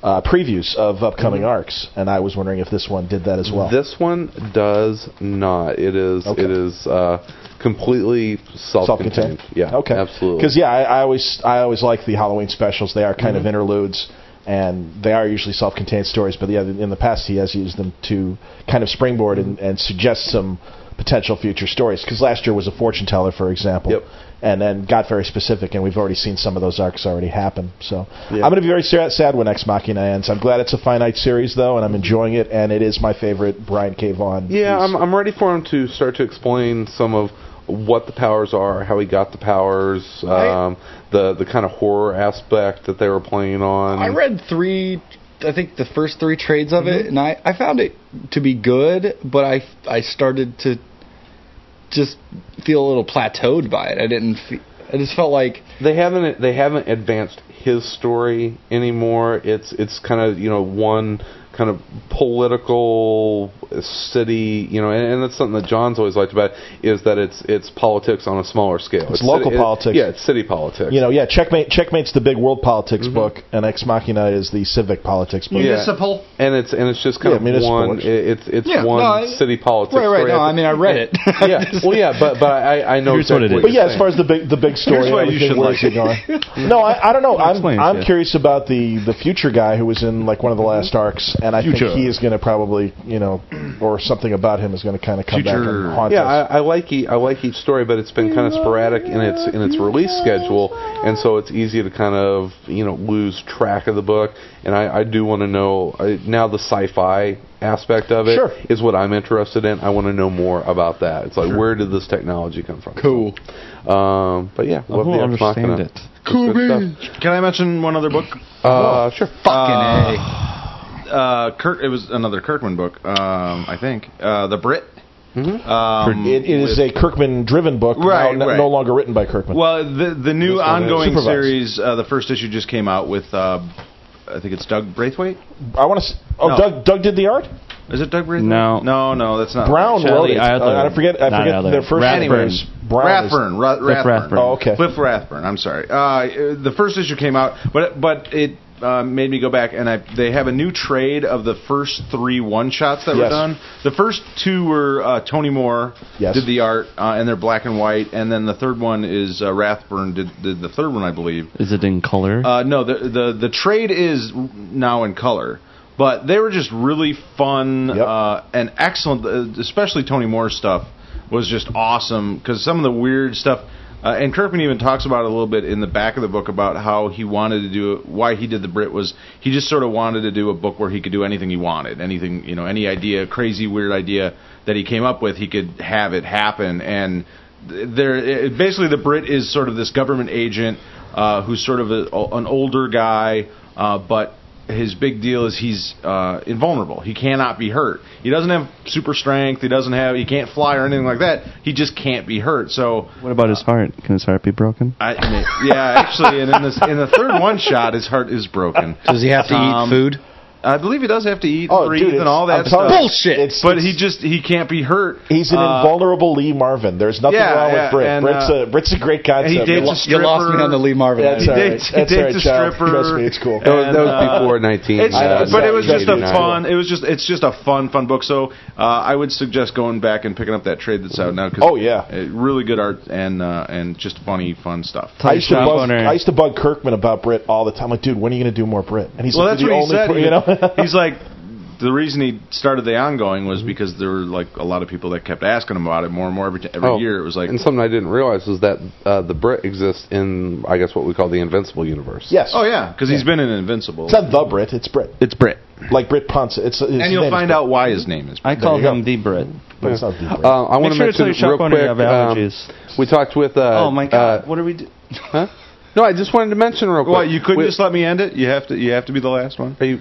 Speaker 5: uh, previews of upcoming
Speaker 2: Mm-hmm.
Speaker 5: arcs, and I was wondering if this one did that as well.
Speaker 2: This one does not. It is it is uh, completely self-contained.
Speaker 5: Self-contained?
Speaker 2: Yeah.
Speaker 5: Okay.
Speaker 2: Absolutely.
Speaker 5: Because yeah, I, I always I always like the Halloween specials. They are kind
Speaker 2: Mm-hmm.
Speaker 5: of interludes, and they are usually self-contained stories. But yeah, in the past he has used them to kind of springboard and, and suggest some potential future stories. Because last year was a fortune teller, for example. Yep. And then got very specific, and we've already seen some of those arcs already happen. So I'm going to be very sad, sad when Ex Machina ends. I'm glad it's a finite series though, and I'm enjoying it, and it is my favorite Brian K. Vaughan.
Speaker 2: Yeah, I'm, I'm ready for him to start to explain some of what the powers are, how he got the powers, um, the the kind of horror aspect that they were playing on.
Speaker 11: Um,
Speaker 8: I read three, I think the first three trades of
Speaker 11: Mhm.
Speaker 8: it, and I, I found it to be good, but I I started to just feel a little plateaued by it. I didn't. Fe- I just felt like
Speaker 2: they haven't they haven't advanced his story anymore. It's it's kind of you know one kind of political city you know, and, and that's something that John's always liked about it, is that it's it's politics on a smaller scale.
Speaker 5: It's local
Speaker 2: city- it-
Speaker 5: politics.
Speaker 2: yeah, it's city politics.
Speaker 5: You know, yeah, checkmate. Checkmate's the big world politics
Speaker 2: Mm-hmm.
Speaker 5: book, and Ex Machina is the civic politics book.
Speaker 11: Municipal.
Speaker 2: and it's and it's just kind
Speaker 5: Yeah,
Speaker 2: of
Speaker 5: municipal
Speaker 2: one.
Speaker 5: works.
Speaker 2: It, it's it's
Speaker 5: Yeah,
Speaker 2: one
Speaker 5: no, I-
Speaker 2: city politics.
Speaker 5: Right, right,
Speaker 2: story.
Speaker 5: no, I mean, I read it.
Speaker 2: yeah, well, yeah, but but I I know
Speaker 5: Here's what it
Speaker 2: exactly
Speaker 5: is. But yeah,
Speaker 2: you're
Speaker 5: as far as the big the big story,
Speaker 2: Here's why you
Speaker 5: everything,
Speaker 2: should
Speaker 5: where
Speaker 2: like
Speaker 5: is it
Speaker 2: it.
Speaker 5: going? no, I, I don't know. I'm
Speaker 2: Explain it,
Speaker 5: I'm
Speaker 2: yeah.
Speaker 5: curious about the the future guy who was in like one of the last arcs, and I
Speaker 2: Future.
Speaker 5: think he is going to probably you know, or something about him is going to kind of come back and haunt
Speaker 2: yeah,
Speaker 5: us.
Speaker 2: I, I like e- I like each story, but it's been kind of sporadic in its in its release schedule, and so it's easy to kind of you know lose track of the book. And I, I do want to know uh, now the sci-fi aspect of it is
Speaker 5: Sure.
Speaker 2: what I'm interested in. I want to know more about that. It's like where did this technology come from? Cool. Um, but yeah, love
Speaker 1: don't
Speaker 2: the Ex Machina.
Speaker 1: understand it.
Speaker 2: It's good stuff.
Speaker 1: Can I mention one other book?
Speaker 2: Uh, sure.
Speaker 1: Fucking A. Uh, Kurt, it was another Kirkman book, um, I think. Uh, the Brit. Um,
Speaker 5: it, it is a Kirkman-driven book,
Speaker 1: Right,
Speaker 5: now, no-
Speaker 1: right.
Speaker 5: no longer written by Kirkman.
Speaker 1: Well, the the new
Speaker 5: This one is
Speaker 1: ongoing
Speaker 5: supervised.
Speaker 1: series, uh, the first issue just came out with, uh, I think it's Doug Braithwaite.
Speaker 5: I want to. Oh,
Speaker 1: No.
Speaker 5: Doug Doug did the art.
Speaker 1: Is it Doug Braithwaite?
Speaker 4: No.
Speaker 1: no, no, that's not
Speaker 5: Brown wrote it. Uh, I forget. I
Speaker 1: Not
Speaker 5: forget
Speaker 1: Adler.
Speaker 5: their first name.
Speaker 1: Rathburn.
Speaker 5: is Brown is-
Speaker 1: Rathburn. Ra-
Speaker 5: Cliff Rathburn. Oh, okay.
Speaker 1: Cliff Rathburn. I'm sorry. Uh, Uh, the first issue came out, but but it uh, made me go back, and I they have a new trade of the first three one shots that were
Speaker 5: Yes.
Speaker 1: done. The first two were uh, Tony Moore
Speaker 5: Yes.
Speaker 1: did the art, uh, and they're black and white, and then the third one is uh, Rathburn did, did the third one, I believe.
Speaker 14: Is it in color?
Speaker 1: Uh, no, the, the the trade is now in color, but they were just really fun uh, and excellent. uh, Especially Tony Moore's stuff was just awesome because some of the weird stuff. Uh, and Kirkman even talks about it a little bit in the back of the book about how he wanted to do why he did the Brit was he just sort of wanted to do a book where he could do anything he wanted, anything you know, any idea, crazy weird idea that he came up with, he could have it happen. And there it, basically the Brit is sort of this government agent uh, who's sort of a, an older guy, uh, but his big deal is he's uh, invulnerable. He cannot be hurt. He doesn't have super strength. He doesn't have. He can't fly or anything like that. He just can't be hurt. So uh,
Speaker 14: What about his heart? Can his heart be broken?
Speaker 1: I, I mean, yeah, actually, and in, this, in the third one shot, his heart is broken.
Speaker 14: Does he have to eat food?
Speaker 1: I believe he does have to eat,
Speaker 5: Oh,
Speaker 1: and breathe,
Speaker 5: dude, it's-
Speaker 1: and all
Speaker 5: I'm
Speaker 1: that
Speaker 5: telling
Speaker 1: stuff.
Speaker 5: you, Bullshit. it's-
Speaker 1: but
Speaker 5: it's-
Speaker 1: he just he can't be hurt.
Speaker 5: He's an
Speaker 1: Uh,
Speaker 5: invulnerable Lee Marvin. There's nothing
Speaker 1: yeah,
Speaker 5: wrong
Speaker 1: yeah,
Speaker 5: with Britt.
Speaker 1: and,
Speaker 5: Britt's,
Speaker 1: uh,
Speaker 5: a, Britt's a great
Speaker 1: and
Speaker 5: concept.
Speaker 1: he dates a stripper.
Speaker 5: That's
Speaker 1: he
Speaker 5: all right.
Speaker 1: dates,
Speaker 5: That's
Speaker 1: he
Speaker 5: all
Speaker 1: dates
Speaker 5: right,
Speaker 1: a
Speaker 5: child.
Speaker 1: stripper.
Speaker 5: Trust me, it's cool.
Speaker 1: And,
Speaker 5: That was- that was
Speaker 1: uh,
Speaker 5: before 19.
Speaker 1: It's,
Speaker 5: I know, it's
Speaker 1: but it was just a
Speaker 5: 1989.
Speaker 1: fun. It was just it's just a fun fun book. So uh, I would suggest going back and picking up that trade that's out now. Cause
Speaker 5: Oh, yeah.
Speaker 1: it- really good art and uh, and just funny fun stuff.
Speaker 5: I used, to bug, I used to bug Kirkman about Brit all the time. Like, dude, when are you going to do more Brit? And he's
Speaker 1: well,
Speaker 5: like,
Speaker 1: that's
Speaker 5: "You're
Speaker 1: what he
Speaker 5: the
Speaker 1: said.
Speaker 5: only per-" you know?
Speaker 1: he's like, the reason he started the ongoing was because there were like a lot of people that kept asking him about it more and more every t- every
Speaker 2: Oh,
Speaker 1: year. It was like,
Speaker 2: and something I didn't realize was that uh, the Brit exists in, I guess, what we call the Invincible universe.
Speaker 5: yes.
Speaker 1: oh yeah, because he's been in Invincible.
Speaker 5: It's not the Brit. It's Brit.
Speaker 1: It's Brit.
Speaker 5: Like Brit Ponce. It's, his
Speaker 1: and you'll
Speaker 5: name is
Speaker 1: find
Speaker 5: Brit.
Speaker 1: out why his name is.
Speaker 14: I
Speaker 1: Brit.
Speaker 14: call him the Brit.
Speaker 5: But it's not the Brit.
Speaker 2: Uh, I
Speaker 14: Make
Speaker 2: want to
Speaker 14: sure to tell
Speaker 2: mention
Speaker 14: your shop
Speaker 2: real
Speaker 14: owner you
Speaker 2: quick.
Speaker 14: have
Speaker 2: um,
Speaker 14: allergies.
Speaker 2: we talked with. Uh,
Speaker 14: oh my
Speaker 2: uh,
Speaker 14: god! what are we do?
Speaker 2: huh? No, I just wanted to mention real quick.
Speaker 1: Well, you couldn't
Speaker 2: We-
Speaker 1: just let me end it. You have to. You have to be the last one.
Speaker 2: Are you?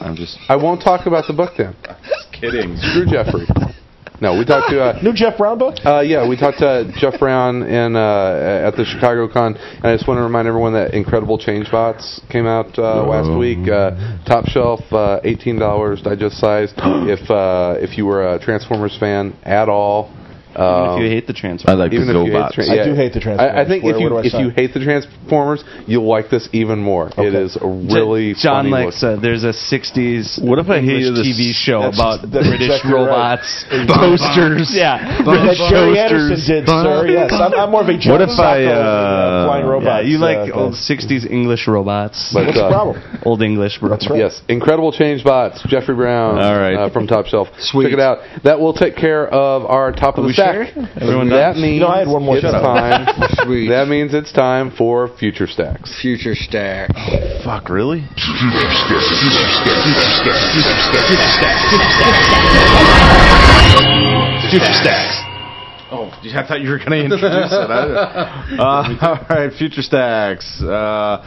Speaker 1: I'm just
Speaker 2: I won't talk about the book then.
Speaker 1: kidding.
Speaker 2: Screw Jeffrey. No, we talked to. Uh,
Speaker 5: New Jeff Brown book?
Speaker 2: uh, yeah, we talked to Jeff Brown in, uh, at the Chicago Con, and I just want to remind everyone that Incredible Change Bots came out uh, last week. Uh, top shelf, uh, eighteen dollars, digest size. If uh, if you were a Transformers fan at all, um,
Speaker 14: if you hate the transfer,
Speaker 1: I like
Speaker 2: even if you hate, tra-
Speaker 5: I do hate the Transformers.
Speaker 2: I, I think
Speaker 5: Where-
Speaker 2: if you
Speaker 5: where do I
Speaker 2: if you
Speaker 5: sign?
Speaker 2: hate the Transformers, you'll like this even more. It is a really
Speaker 14: John
Speaker 2: funny look.
Speaker 1: uh,
Speaker 14: Lexa. There's a '60s
Speaker 1: What if I
Speaker 14: English
Speaker 1: hated this-
Speaker 14: TV show
Speaker 5: That's-
Speaker 14: about
Speaker 5: that's
Speaker 14: British
Speaker 5: exactly right.
Speaker 14: robots,
Speaker 5: Exactly.
Speaker 14: posters. Yeah,
Speaker 5: That
Speaker 14: British
Speaker 5: Sherry
Speaker 14: toasters.
Speaker 5: Anderson did, sir. Yes, I'm, I'm more of a John
Speaker 1: What if I,
Speaker 5: Sacco,
Speaker 1: uh,
Speaker 5: flying
Speaker 14: Yeah,
Speaker 5: robots?
Speaker 14: you like
Speaker 5: uh,
Speaker 14: old '60s English robots,
Speaker 2: But,
Speaker 5: What's the
Speaker 2: uh,
Speaker 5: problem?
Speaker 14: old English robots.
Speaker 5: That's right.
Speaker 2: Yes, incredible change bots. Jeffrey Brown,
Speaker 1: All right.
Speaker 2: uh, from Top Shelf.
Speaker 1: Sweet.
Speaker 2: check it out. That will take care of our top of the stack.
Speaker 14: Everyone
Speaker 2: that
Speaker 14: done?
Speaker 2: means
Speaker 5: No, I had one more.
Speaker 2: It's
Speaker 5: Shut up.
Speaker 2: time.
Speaker 11: Sweet.
Speaker 2: that means it's time for future stacks.
Speaker 11: Future stack.
Speaker 1: Fuck, really? Future stacks. Oh, I thought you were going to introduce it. I- Uh, all right, future stacks. Uh,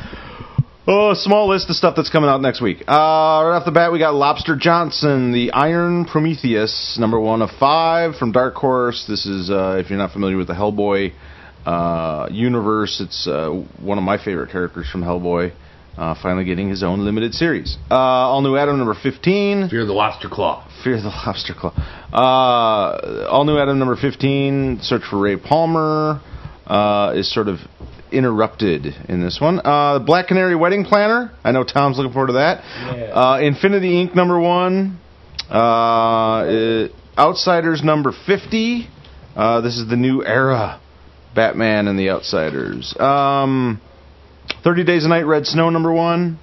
Speaker 1: oh, a small list of stuff that's coming out next week. Uh, right off the bat, we got Lobster Johnson, the Iron Prometheus, number one of five from Dark Horse. This is, uh, if you're not familiar with the Hellboy uh, universe, it's uh, one of my favorite characters from Hellboy. Uh, finally getting his own limited series. Uh, all new Adam number 15.
Speaker 12: Fear the lobster claw.
Speaker 1: Fear the Lobster Claw. Uh, all new item number 15, Search for Ray Palmer, uh, is sort of interrupted in this one. Uh, the Black Canary Wedding Planner. I know Tom's looking forward to that. Uh, Infinity Inc. number one. Uh, it- Outsiders number 50. Uh, this is the new era. Batman and the Outsiders. Um, 30 Days a Night, Red Snow, number one.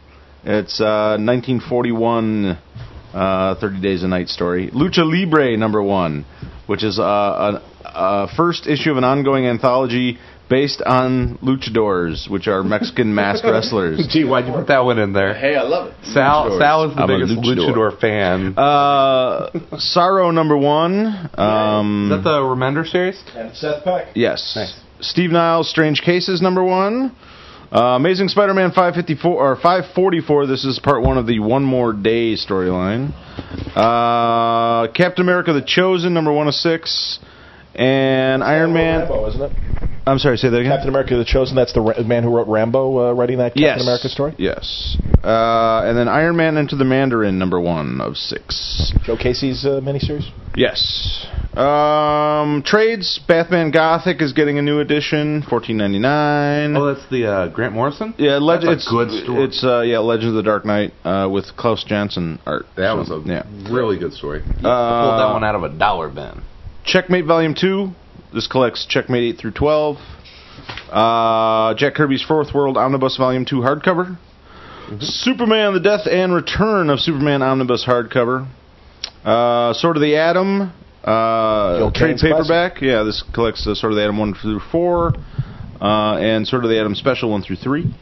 Speaker 1: It's uh, 1941 uh, 30 Days a Night story. Lucha Libre, number one, which is uh, a, a first issue of an ongoing anthology based on luchadors, which are Mexican masked wrestlers.
Speaker 2: Gee, why'd you put that one in there?
Speaker 11: Hey, I love it.
Speaker 2: Sal, Sal is the
Speaker 1: I'm a
Speaker 2: biggest
Speaker 1: luchador. Um,
Speaker 2: luchador, fan.
Speaker 1: Uh, Sorrow, number one. Um,
Speaker 2: is that the Remender series?
Speaker 5: And Seth Peck.
Speaker 1: Yes. Steve Niles, Strange Cases, number one. Uh, Amazing Spider-Man 554 or 544. This is part one of the One More Day storyline. Uh, Captain America: The Chosen, number one of six, and Iron Man.
Speaker 5: Rambo, isn't it?
Speaker 1: I'm sorry, say that again.
Speaker 5: Captain America: The Chosen. That's the ra- man who wrote Rambo, uh, writing that Captain
Speaker 1: yes.
Speaker 5: America story.
Speaker 1: Yes. Uh, and then Iron Man into the Mandarin, number one of six.
Speaker 5: Joe Casey's uh, miniseries.
Speaker 1: Yes. Um, trades. Batman Gothic is getting a new edition, 14.99.
Speaker 2: Oh, that's the uh, Grant Morrison.
Speaker 1: Yeah, Legend.
Speaker 2: That's a
Speaker 1: it's
Speaker 2: good story.
Speaker 1: It's uh, yeah, Legend of the Dark Knight uh, with Klaus Janson art.
Speaker 2: That
Speaker 1: So,
Speaker 2: was a
Speaker 1: yeah.
Speaker 2: really good story. You
Speaker 1: Uh,
Speaker 2: pulled that one out of a dollar bin.
Speaker 1: Checkmate Volume Two. This collects Checkmate eight through twelve. Uh, Jack Kirby's Fourth World Omnibus Volume Two hardcover. Superman: The Death and Return of Superman Omnibus hardcover. Uh, Sword of the Atom. Uh,
Speaker 5: Gil
Speaker 1: trade
Speaker 5: Kane's classic.
Speaker 1: paperback. Yeah, this collects uh, Sword of the Atom one through four, uh, and Sword of the Atom Special one through three.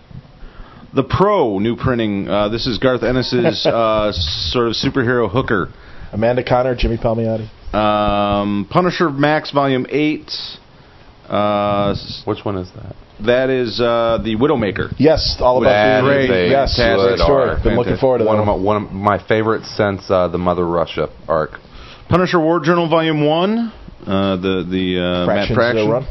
Speaker 1: The Pro new printing. Uh, this is Garth Ennis's uh, sort of superhero hooker.
Speaker 5: Amanda Connor, Jimmy Palmiotti.
Speaker 1: Um, Punisher Max Volume Eight. Uh, s-
Speaker 2: Which one is that?
Speaker 1: that is uh, the Widowmaker.
Speaker 5: Yes, all about
Speaker 2: That
Speaker 5: the
Speaker 2: is a
Speaker 5: Yes,
Speaker 2: fantastic
Speaker 5: great story.
Speaker 2: arc.
Speaker 5: Been looking forward to
Speaker 2: one
Speaker 5: that.
Speaker 2: of my, one of my favorites since uh, the Mother Russia arc.
Speaker 1: Punisher War Journal Volume One. Uh, the the uh, Matt
Speaker 5: Fractions, uh,
Speaker 1: Fraction.
Speaker 5: run.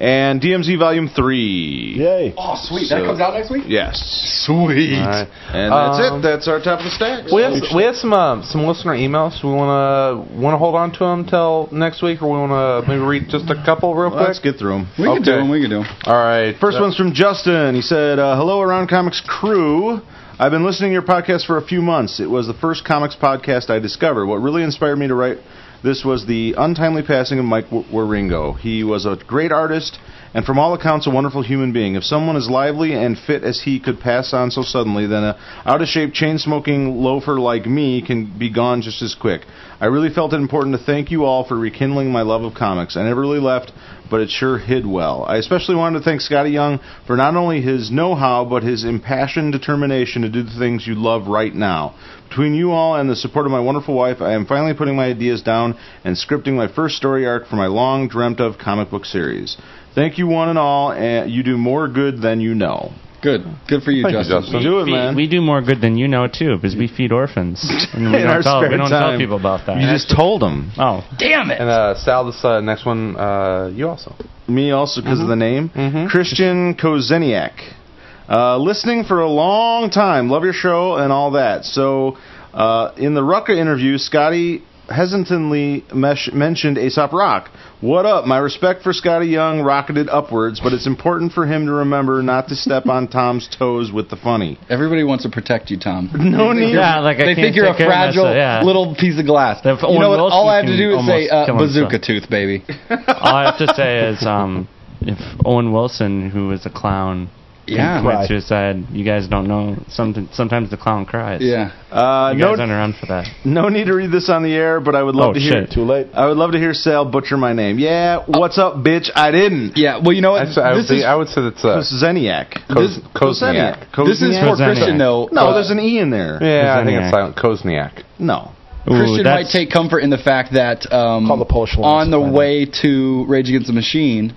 Speaker 1: and DMZ Volume 3. Yay.
Speaker 11: Oh, sweet. That comes out next week?
Speaker 1: Yes. Sweet. And that's
Speaker 2: Um,
Speaker 1: it. That's our top of the stacks.
Speaker 2: We have, we have some uh, some listener emails. We want to want to hold on to them till next week, or we want to maybe read just a couple real quick.
Speaker 1: Let's get through them.
Speaker 2: We can do 'em,
Speaker 1: We can do them. All right. First
Speaker 2: Yeah.
Speaker 1: one's from Justin. He said, uh, "Hello, Around Comics crew. I've been listening to your podcast for a few months. It was the first comics podcast I discovered. What really inspired me to write this was the untimely passing of Mike W- Waringo. He was a great artist." And from all accounts, a wonderful human being. If someone as lively and fit as he could pass on so suddenly, then a out of shape, chain smoking loafer like me can be gone just as quick. I really felt it important to thank you all for rekindling my love of comics. I never really left, but it sure hid well. I especially wanted to thank Scotty Young for not only his know how, but his impassioned determination to do the things you love right now. Between you all and the support of my wonderful wife, I am finally putting my ideas down and scripting my first story arc for my long dreamt of comic book series. Thank you, one and all, and you do more good than you know.
Speaker 11: Good. Good for you,
Speaker 1: Thank you, Justin. Justin. Do it,
Speaker 4: We-
Speaker 1: man.
Speaker 4: We do more good than you know too, because we feed orphans. And we
Speaker 1: In
Speaker 4: don't,
Speaker 1: our
Speaker 4: tell, we
Speaker 1: spare
Speaker 4: don't
Speaker 1: time.
Speaker 4: tell people about that.
Speaker 1: You just told him.
Speaker 4: Oh,
Speaker 2: Damn it! And uh, Sal, this uh, next one, uh, you also.
Speaker 1: Me also because
Speaker 4: Mm-hmm.
Speaker 1: of the name. Christian Kozeniak. Uh, listening for a long time. Love your show and all that. So, uh, in the Rucka interview, Scotty hesitantly mesh- mentioned Aesop Rock. What up? My respect for Scotty Young rocketed upwards, but it's important for him to remember not to step on Tom's toes with the funny.
Speaker 11: Everybody wants to protect you, Tom.
Speaker 1: No need.
Speaker 11: Yeah, like I They can't think you're a take care of fragile myself, yeah. little piece of glass. you know what? All I have to do is say uh, bazooka tooth, baby.
Speaker 4: All I have to say is, um, if Owen Wilson, who is a clown, can
Speaker 11: Yeah.
Speaker 4: commit
Speaker 11: Cry.
Speaker 4: suicide, you guys don't know. Something sometimes the clown cries.
Speaker 1: Uh,
Speaker 4: you
Speaker 1: no,
Speaker 4: guys aren't around for that.
Speaker 1: No need to read this on the air, but I would love
Speaker 4: Oh,
Speaker 1: to hear.
Speaker 4: shit. Too
Speaker 1: late. I would love to hear Sal butcher my name. Yeah, what's up, bitch? I didn't.
Speaker 11: Yeah, well, you know what?
Speaker 2: I, I, would, say, I would say that's uh,
Speaker 1: Kozeniak.
Speaker 2: Koz,
Speaker 1: Kozeniak.
Speaker 2: Kozniak.
Speaker 1: This is for Kozeniak. Christian, though. No, there's an E in there.
Speaker 2: Yeah, I think
Speaker 1: Kozeniak.
Speaker 2: it's silent. Kozniak.
Speaker 1: No.
Speaker 11: Christian might take comfort in the fact that um, on the way to Rage Against the Machine,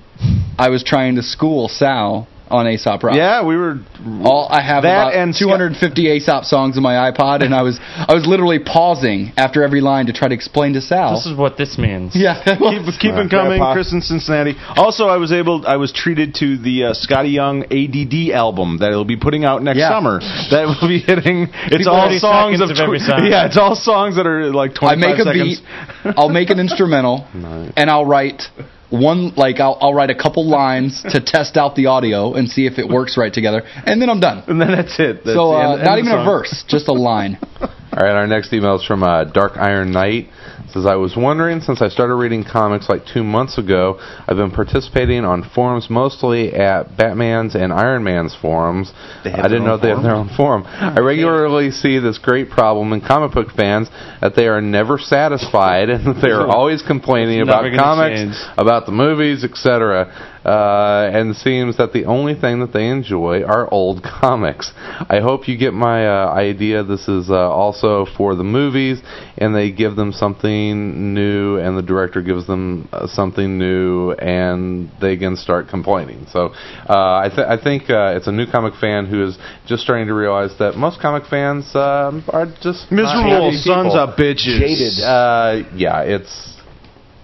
Speaker 11: I was trying to school Sal on Aesop Rock.
Speaker 1: Yeah, we were.
Speaker 11: All I have
Speaker 1: That
Speaker 11: about 250 Aesop songs in my iPod, and I was I was literally pausing after every line to try to explain to Sal.
Speaker 4: This is what this means.
Speaker 11: yeah,
Speaker 1: keep, keep 'em coming, Chris in Cincinnati. Also, I was able, I was treated to the uh, Scotty Young ADD album that it'll be putting out next
Speaker 11: Yeah.
Speaker 1: summer. That will be hitting. It's
Speaker 11: People-
Speaker 1: all
Speaker 11: 30
Speaker 1: songs
Speaker 11: seconds
Speaker 1: of,
Speaker 11: of every
Speaker 1: tw-
Speaker 11: song.
Speaker 1: Yeah, it's all songs that are like
Speaker 11: I
Speaker 1: 25
Speaker 11: make a
Speaker 1: seconds.
Speaker 11: beat, I'll make an instrumental, and I'll write one like I'll, I'll write a couple lines to test out the audio and see if it works right together, and then I'm done.
Speaker 1: And then that's it.
Speaker 2: That's
Speaker 11: so
Speaker 2: the
Speaker 11: uh,
Speaker 2: end- end
Speaker 11: not
Speaker 2: of
Speaker 11: even
Speaker 2: the
Speaker 11: a
Speaker 2: song.
Speaker 11: verse, just a line.
Speaker 2: All right, our next email is from uh, Dark Iron Knight. It says I was wondering since I started reading comics like two months ago, I've been participating on forums mostly at Batman's and Iron Man's forums. I didn't know they have their own forum. I regularly see this great problem in comic book fans that they are never satisfied and that they are always complaining
Speaker 14: It's
Speaker 2: about
Speaker 14: never gonna
Speaker 2: comics,
Speaker 14: change.
Speaker 2: about the movies, etc. Uh, and it seems that the only thing that they enjoy are old comics. I hope you get my uh, idea. This is uh, also for the movies, and they give them something new, and the director gives them uh, something new, and they again start complaining. So uh, I, th- I think uh, it's a new comic fan who is just starting to realize that most comic fans um, are just not
Speaker 1: Miserable
Speaker 2: happy
Speaker 1: sons
Speaker 2: people.
Speaker 1: of bitches. Jaded.
Speaker 2: Uh, yeah, it's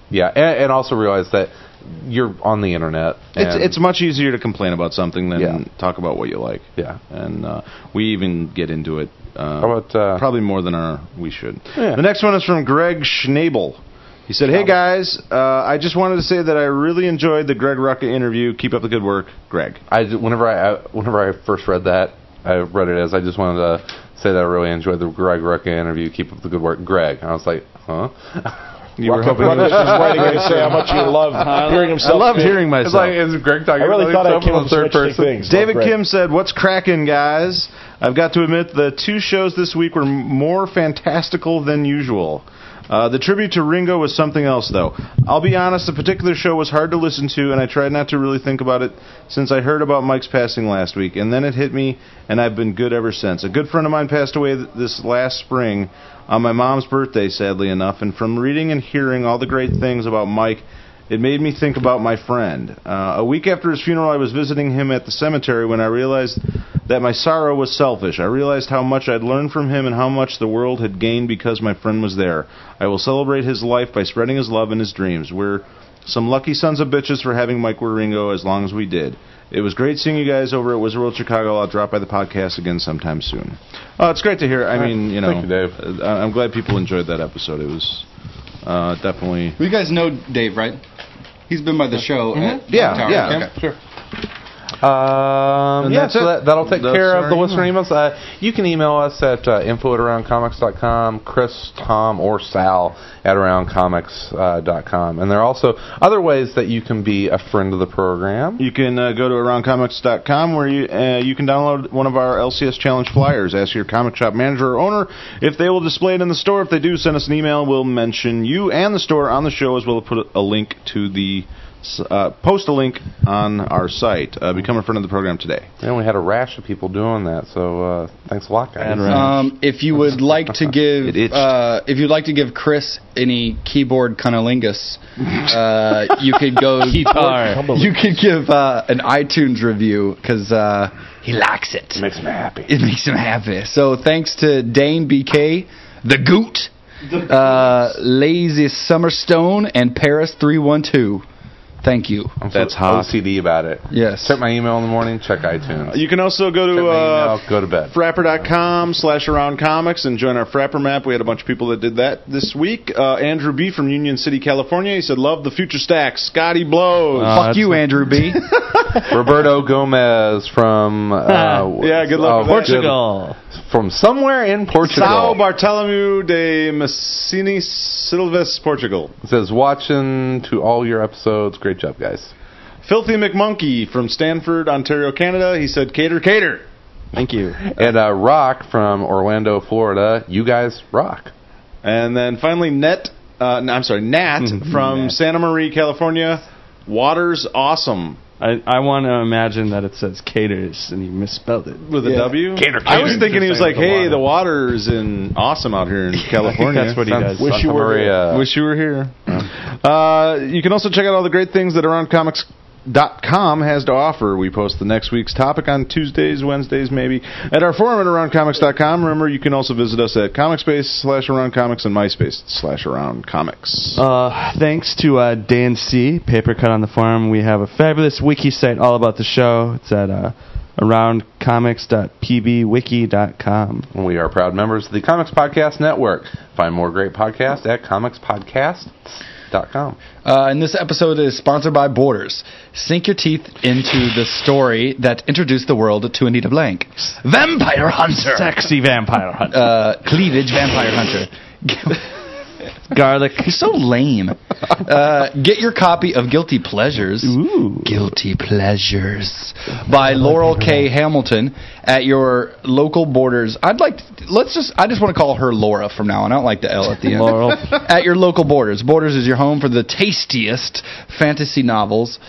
Speaker 2: yeah, and, and also realize that you're on the internet.
Speaker 1: It's,
Speaker 2: and-
Speaker 1: it's much easier to complain about something than
Speaker 2: Yeah.
Speaker 1: talk about what you like.
Speaker 2: Yeah.
Speaker 1: And uh, we even get into it. Uh,
Speaker 2: How about, uh,
Speaker 1: probably more than our we should.
Speaker 2: Yeah.
Speaker 1: The next one is from Greg Schnabel. He said, "Hey guys, uh, I just wanted to say that I really enjoyed the Greg Rucka interview. Keep up the good work, Greg."
Speaker 2: I ju- whenever I I- whenever I first read that, I read it as I just wanted to say that I really enjoyed the Greg Rucka interview. Keep up the good work, Greg. And I was like, huh?
Speaker 1: You were
Speaker 2: Rucka
Speaker 1: hoping
Speaker 2: Brothers
Speaker 1: this was
Speaker 2: was
Speaker 1: writing
Speaker 2: writing
Speaker 1: it to say how much you loved
Speaker 2: I
Speaker 1: hearing
Speaker 2: lo-
Speaker 1: himself
Speaker 2: I loved
Speaker 1: speak.
Speaker 2: hearing
Speaker 1: It's
Speaker 2: myself.
Speaker 1: like, is
Speaker 2: Greg
Speaker 1: I really thought
Speaker 2: about
Speaker 1: I
Speaker 2: himself
Speaker 1: came up with
Speaker 2: in the
Speaker 1: some
Speaker 2: third
Speaker 1: interesting
Speaker 2: person?
Speaker 1: things. David Kim said, "What's cracking, guys? I've got to admit the two shows this week were m- more fantastical than usual." Uh, the tribute to Ringo was something else, though. I'll be honest, the particular show was hard to listen to, and I tried not to really think about it since I heard about Mike's passing last week, and then it hit me, and I've been good ever since. A good friend of mine passed away th- this last spring on my mom's birthday, sadly enough, and from reading and hearing all the great things about Mike, it made me think about my friend. Uh, a week after his funeral, I was visiting him at the cemetery when I realized that my sorrow was selfish. I realized how much I'd learned from him and how much the world had gained because my friend was there. I will celebrate his life by spreading his love and his dreams. We're Some lucky sons of bitches for having Mike Waringo as long as we did. It was great seeing you guys over at Wizard World Chicago. I'll drop by the podcast again sometime soon. Oh, it's great to hear. I mean, you know,
Speaker 2: Thank you,
Speaker 1: Dave. I'm glad people enjoyed that episode. It was uh, definitely
Speaker 3: Well, you guys know Dave, right? He's been by the show.
Speaker 11: Mm-hmm.
Speaker 1: Mhm.
Speaker 3: At
Speaker 1: Yeah,
Speaker 3: Tower,
Speaker 1: yeah.
Speaker 3: okay. sure.
Speaker 2: Um,
Speaker 1: And
Speaker 2: yeah,
Speaker 1: that's
Speaker 2: so
Speaker 1: it.
Speaker 2: that, that'll take
Speaker 1: That's
Speaker 2: care of
Speaker 1: our
Speaker 2: the listener
Speaker 1: email.
Speaker 2: emails. Uh, you can email us at uh, info at aroundcomics.com, Chris, Tom, or Sal at aroundcomics.com. Uh, dot com. and there are also other ways that you can be a friend of the program.
Speaker 1: You can uh, go to aroundcomics.com where you uh, you can download one of our LCS challenge flyers. Ask your comic shop manager or owner if they will display it in the store. If they do, send us an email. We'll mention you and the store on the show as well as put a link to the uh, post a link on our site. Uh, become a friend of the program today.
Speaker 2: And we had a rash of people doing that, so uh, thanks a lot, guys.
Speaker 3: Um, if you would like to give, uh, if you'd like to give Chris any keyboard cunnilingus, uh, you could go.
Speaker 4: Guitar.
Speaker 3: You could give uh, an iTunes review because uh, he likes it.
Speaker 2: makes him happy.
Speaker 3: It makes him happy. So thanks to Dane BK, the Goot, uh, Lazy Summerstone, and Paris three one two. Thank you.
Speaker 2: I'm so OCD about it.
Speaker 3: Yes.
Speaker 2: Check my email in the morning, check iTunes.
Speaker 1: You can also go
Speaker 2: check
Speaker 1: to
Speaker 2: my
Speaker 1: uh,
Speaker 2: email, go to bed.
Speaker 1: frapper.com slash around comics and join our frapper map we had a bunch of people that did that this week uh, andrew b from union city california he said love the future stack scotty blows
Speaker 2: Uh,
Speaker 3: Fuck you, Andrew B.
Speaker 2: Roberto Gomez from uh,
Speaker 1: Yeah, good luck with that.
Speaker 2: Portugal. From somewhere in Portugal.
Speaker 1: São Bartolomeu de Messini Silves, Portugal.
Speaker 2: It says watching to all your episodes. Great job, guys.
Speaker 1: Filthy McMonkey from Stanford, Ontario, Canada. He said, "Cater, cater."
Speaker 4: Thank you.
Speaker 2: And uh, Rock from Orlando, Florida. You guys rock.
Speaker 1: And then finally, Net. Uh, no, I'm sorry, Nat
Speaker 4: Mm-hmm.
Speaker 1: from Santa Maria, California. Waters awesome
Speaker 4: I, I want to imagine that it says caters and you misspelled it.
Speaker 1: with a W. I was thinking he was like, "Hey, the water's in awesome out here in California."
Speaker 4: That's what he does.
Speaker 1: Wish you were here. Wish you were here. Uh, you can also check out all the great things that AroundComics.com has to offer. We post the next week's topic on Tuesdays, Wednesdays, maybe. At our forum at AroundComics.com. Remember, you can also visit us at Comicspace slash AroundComics and MySpace slash AroundComics.
Speaker 4: Uh, thanks to uh, Dan C, Paper Cut on the Farm. We have a fabulous wiki site all about the show. It's at uh, aroundcomics.pbwiki.com.
Speaker 2: We are proud members of the Comics Podcast Network. Find more great podcasts at comicspodcasts.com.
Speaker 3: Uh, and this episode is sponsored by Borders. Sink your teeth into the story that introduced the world to Anita Blank. Vampire Hunter!
Speaker 15: Sexy vampire hunter.
Speaker 3: Uh, cleavage Vampire Hunter. Garlic. He's so lame. Uh, get your copy of Guilty Pleasures. Guilty Pleasures by Laurel K. Hamilton at your local Borders. I'd like. let's just. I just want to call her Laura from now on. I don't like the L at the end.
Speaker 4: Laurel.
Speaker 3: at your local Borders. Borders is your home for the tastiest fantasy novels.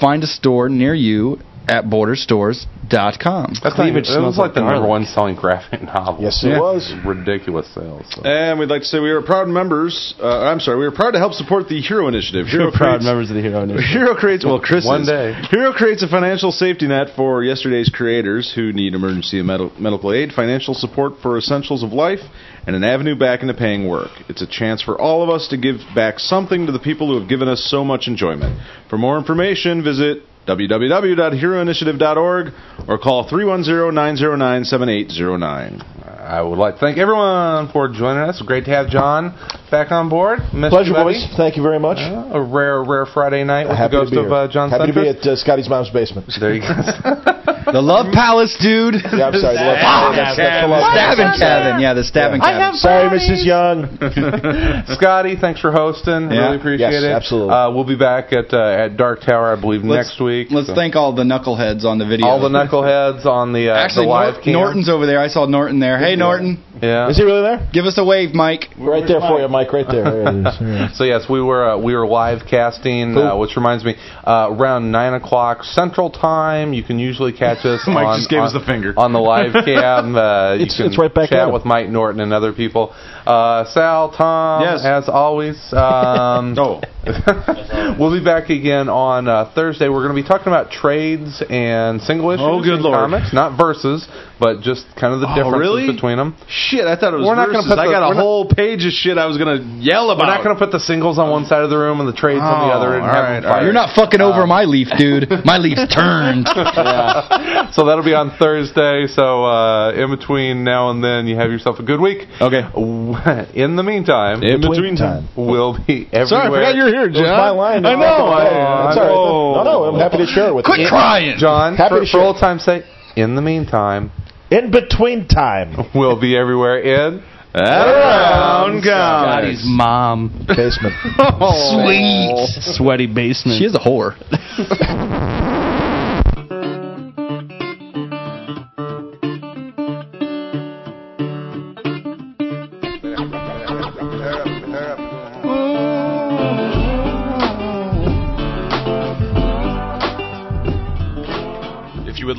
Speaker 3: Find a store near you at borderstores.com.
Speaker 2: Cleavage it was like, the number one selling graphic novel. Yes,
Speaker 3: it Yeah.
Speaker 2: was. Ridiculous sales.
Speaker 1: And we'd like to say we are proud members. Uh, I'm sorry, we are proud to help support the Hero Initiative. Hero
Speaker 4: We're proud
Speaker 1: creates-
Speaker 4: members of the Hero Nation.
Speaker 1: Hero creates well, Chris.
Speaker 2: One
Speaker 1: is.
Speaker 2: day.
Speaker 1: Hero creates a financial safety net for yesterday's creators who need emergency and med- medical aid, financial support for essentials of life, and an avenue back into paying work. It's a chance for all of us to give back something to the people who have given us so much enjoyment. For more information, visit www.heroinitiative.org or call 310-909-7809.
Speaker 2: I would like to thank everyone for joining us. Great to have John back on board. Missed
Speaker 5: Pleasure,
Speaker 2: you, Uh-huh. buddy.
Speaker 5: boys. Thank you very much.
Speaker 2: A rare, rare Friday night with the
Speaker 5: Happy
Speaker 2: ghost
Speaker 5: to be
Speaker 2: of
Speaker 5: here.
Speaker 2: uh, John
Speaker 5: Happy to be
Speaker 2: Sunquist.
Speaker 5: at uh, Scotty's mom's basement.
Speaker 2: There you go.
Speaker 3: The Love Palace, dude.
Speaker 5: Yeah, I'm sorry. The Love Palace. That's- that's the Love Palace.
Speaker 3: Stabbing cabin. Yeah, the stabbing cabin.
Speaker 5: Sorry, Mrs. Young.
Speaker 2: Scotty, thanks for hosting.
Speaker 3: Yeah.
Speaker 2: Really appreciate
Speaker 3: Yes,
Speaker 2: it.
Speaker 3: absolutely.
Speaker 2: Uh, we'll be back at uh, at Dark Tower, I believe,
Speaker 3: Let's-
Speaker 2: next week.
Speaker 3: Let's
Speaker 2: So-
Speaker 3: thank all the knuckleheads on the video.
Speaker 2: all the knuckleheads on the, uh,
Speaker 3: Actually,
Speaker 2: the live
Speaker 3: Nor-
Speaker 2: cam.
Speaker 3: Norton's over there. I saw Norton there. Hey, Norton.
Speaker 2: Yeah.
Speaker 5: Is he really there?
Speaker 3: Give us a wave, Mike.
Speaker 5: Right there for you, Mike. Right there. There it is. Yeah.
Speaker 2: So yes, we were uh, we were live casting, uh, which reminds me, uh, around nine o'clock Central Time. You can usually catch us.
Speaker 1: Mike
Speaker 2: on,
Speaker 1: just gave
Speaker 2: on,
Speaker 1: us the finger.
Speaker 2: on the live cam. Uh, you
Speaker 5: It's-
Speaker 2: can
Speaker 5: it's right back at
Speaker 2: chat
Speaker 5: him.
Speaker 2: with Mike Norton and other people. Uh, Sal, Tom,
Speaker 1: Yes.
Speaker 2: as always. Um,
Speaker 1: Oh.
Speaker 2: we'll be back again on uh, Thursday. We're going to be talking about trades and single issues
Speaker 1: Oh, good
Speaker 2: in
Speaker 1: Lord.
Speaker 2: comics, not verses, but just kind of the
Speaker 1: Oh,
Speaker 2: differences
Speaker 1: really?
Speaker 2: between them.
Speaker 1: Shit, I thought it was
Speaker 2: We're not gonna
Speaker 1: versus.
Speaker 2: put
Speaker 1: I
Speaker 2: the-
Speaker 1: got
Speaker 2: we're
Speaker 1: a
Speaker 2: not-
Speaker 1: whole page of shit I was going to yell about.
Speaker 2: We're not going to put the singles on one side of the room and the trades on the
Speaker 1: Oh,
Speaker 2: other. And
Speaker 1: all
Speaker 2: have
Speaker 1: right,
Speaker 2: them
Speaker 1: all right.
Speaker 2: fight.
Speaker 1: You're not
Speaker 3: fucking
Speaker 14: Uh,
Speaker 3: over my leaf, dude. My leaf's turned.
Speaker 2: Yeah. So that'll be on Thursday. So uh, in between now and then, you have yourself a good week. Okay. In the meantime,
Speaker 1: In between time.
Speaker 2: we'll be everywhere.
Speaker 1: Sorry, I forgot you were here, It was John. my line. Oh,
Speaker 2: I know.
Speaker 1: I- that's all right.
Speaker 2: know.
Speaker 1: No, no, I'm happy to share it with Quit you. crying.
Speaker 2: John.
Speaker 1: Happy to
Speaker 2: for, for
Speaker 1: share.
Speaker 2: old time's sake. In the meantime,
Speaker 5: in between time,
Speaker 2: we'll be everywhere in
Speaker 1: around
Speaker 2: Scotty's
Speaker 14: mom
Speaker 5: basement.
Speaker 14: Sweet sweaty basement.
Speaker 3: Oh. She is a whore.
Speaker 1: If you would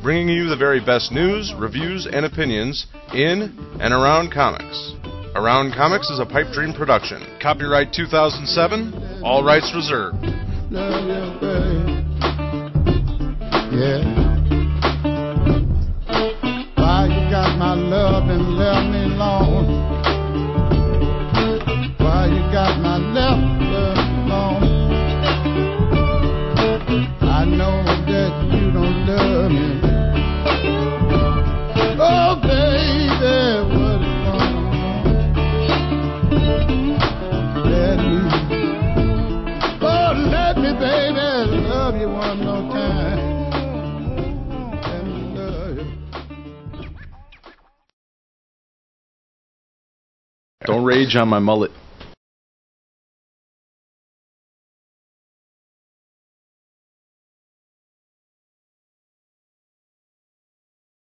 Speaker 1: bringing you the very best news, reviews, and opinions in and around comics. Around Comics is a pipe dream production. Copyright 2007, all rights reserved.
Speaker 16: Love you, babe. Yeah. Why you got my love and left me alone? Why you got my left alone? I know that you don't love me. Oh, baby, what is going on? Let me Oh, let me, baby, love you one more time. Let me love you.
Speaker 1: Don't rage on my mullet.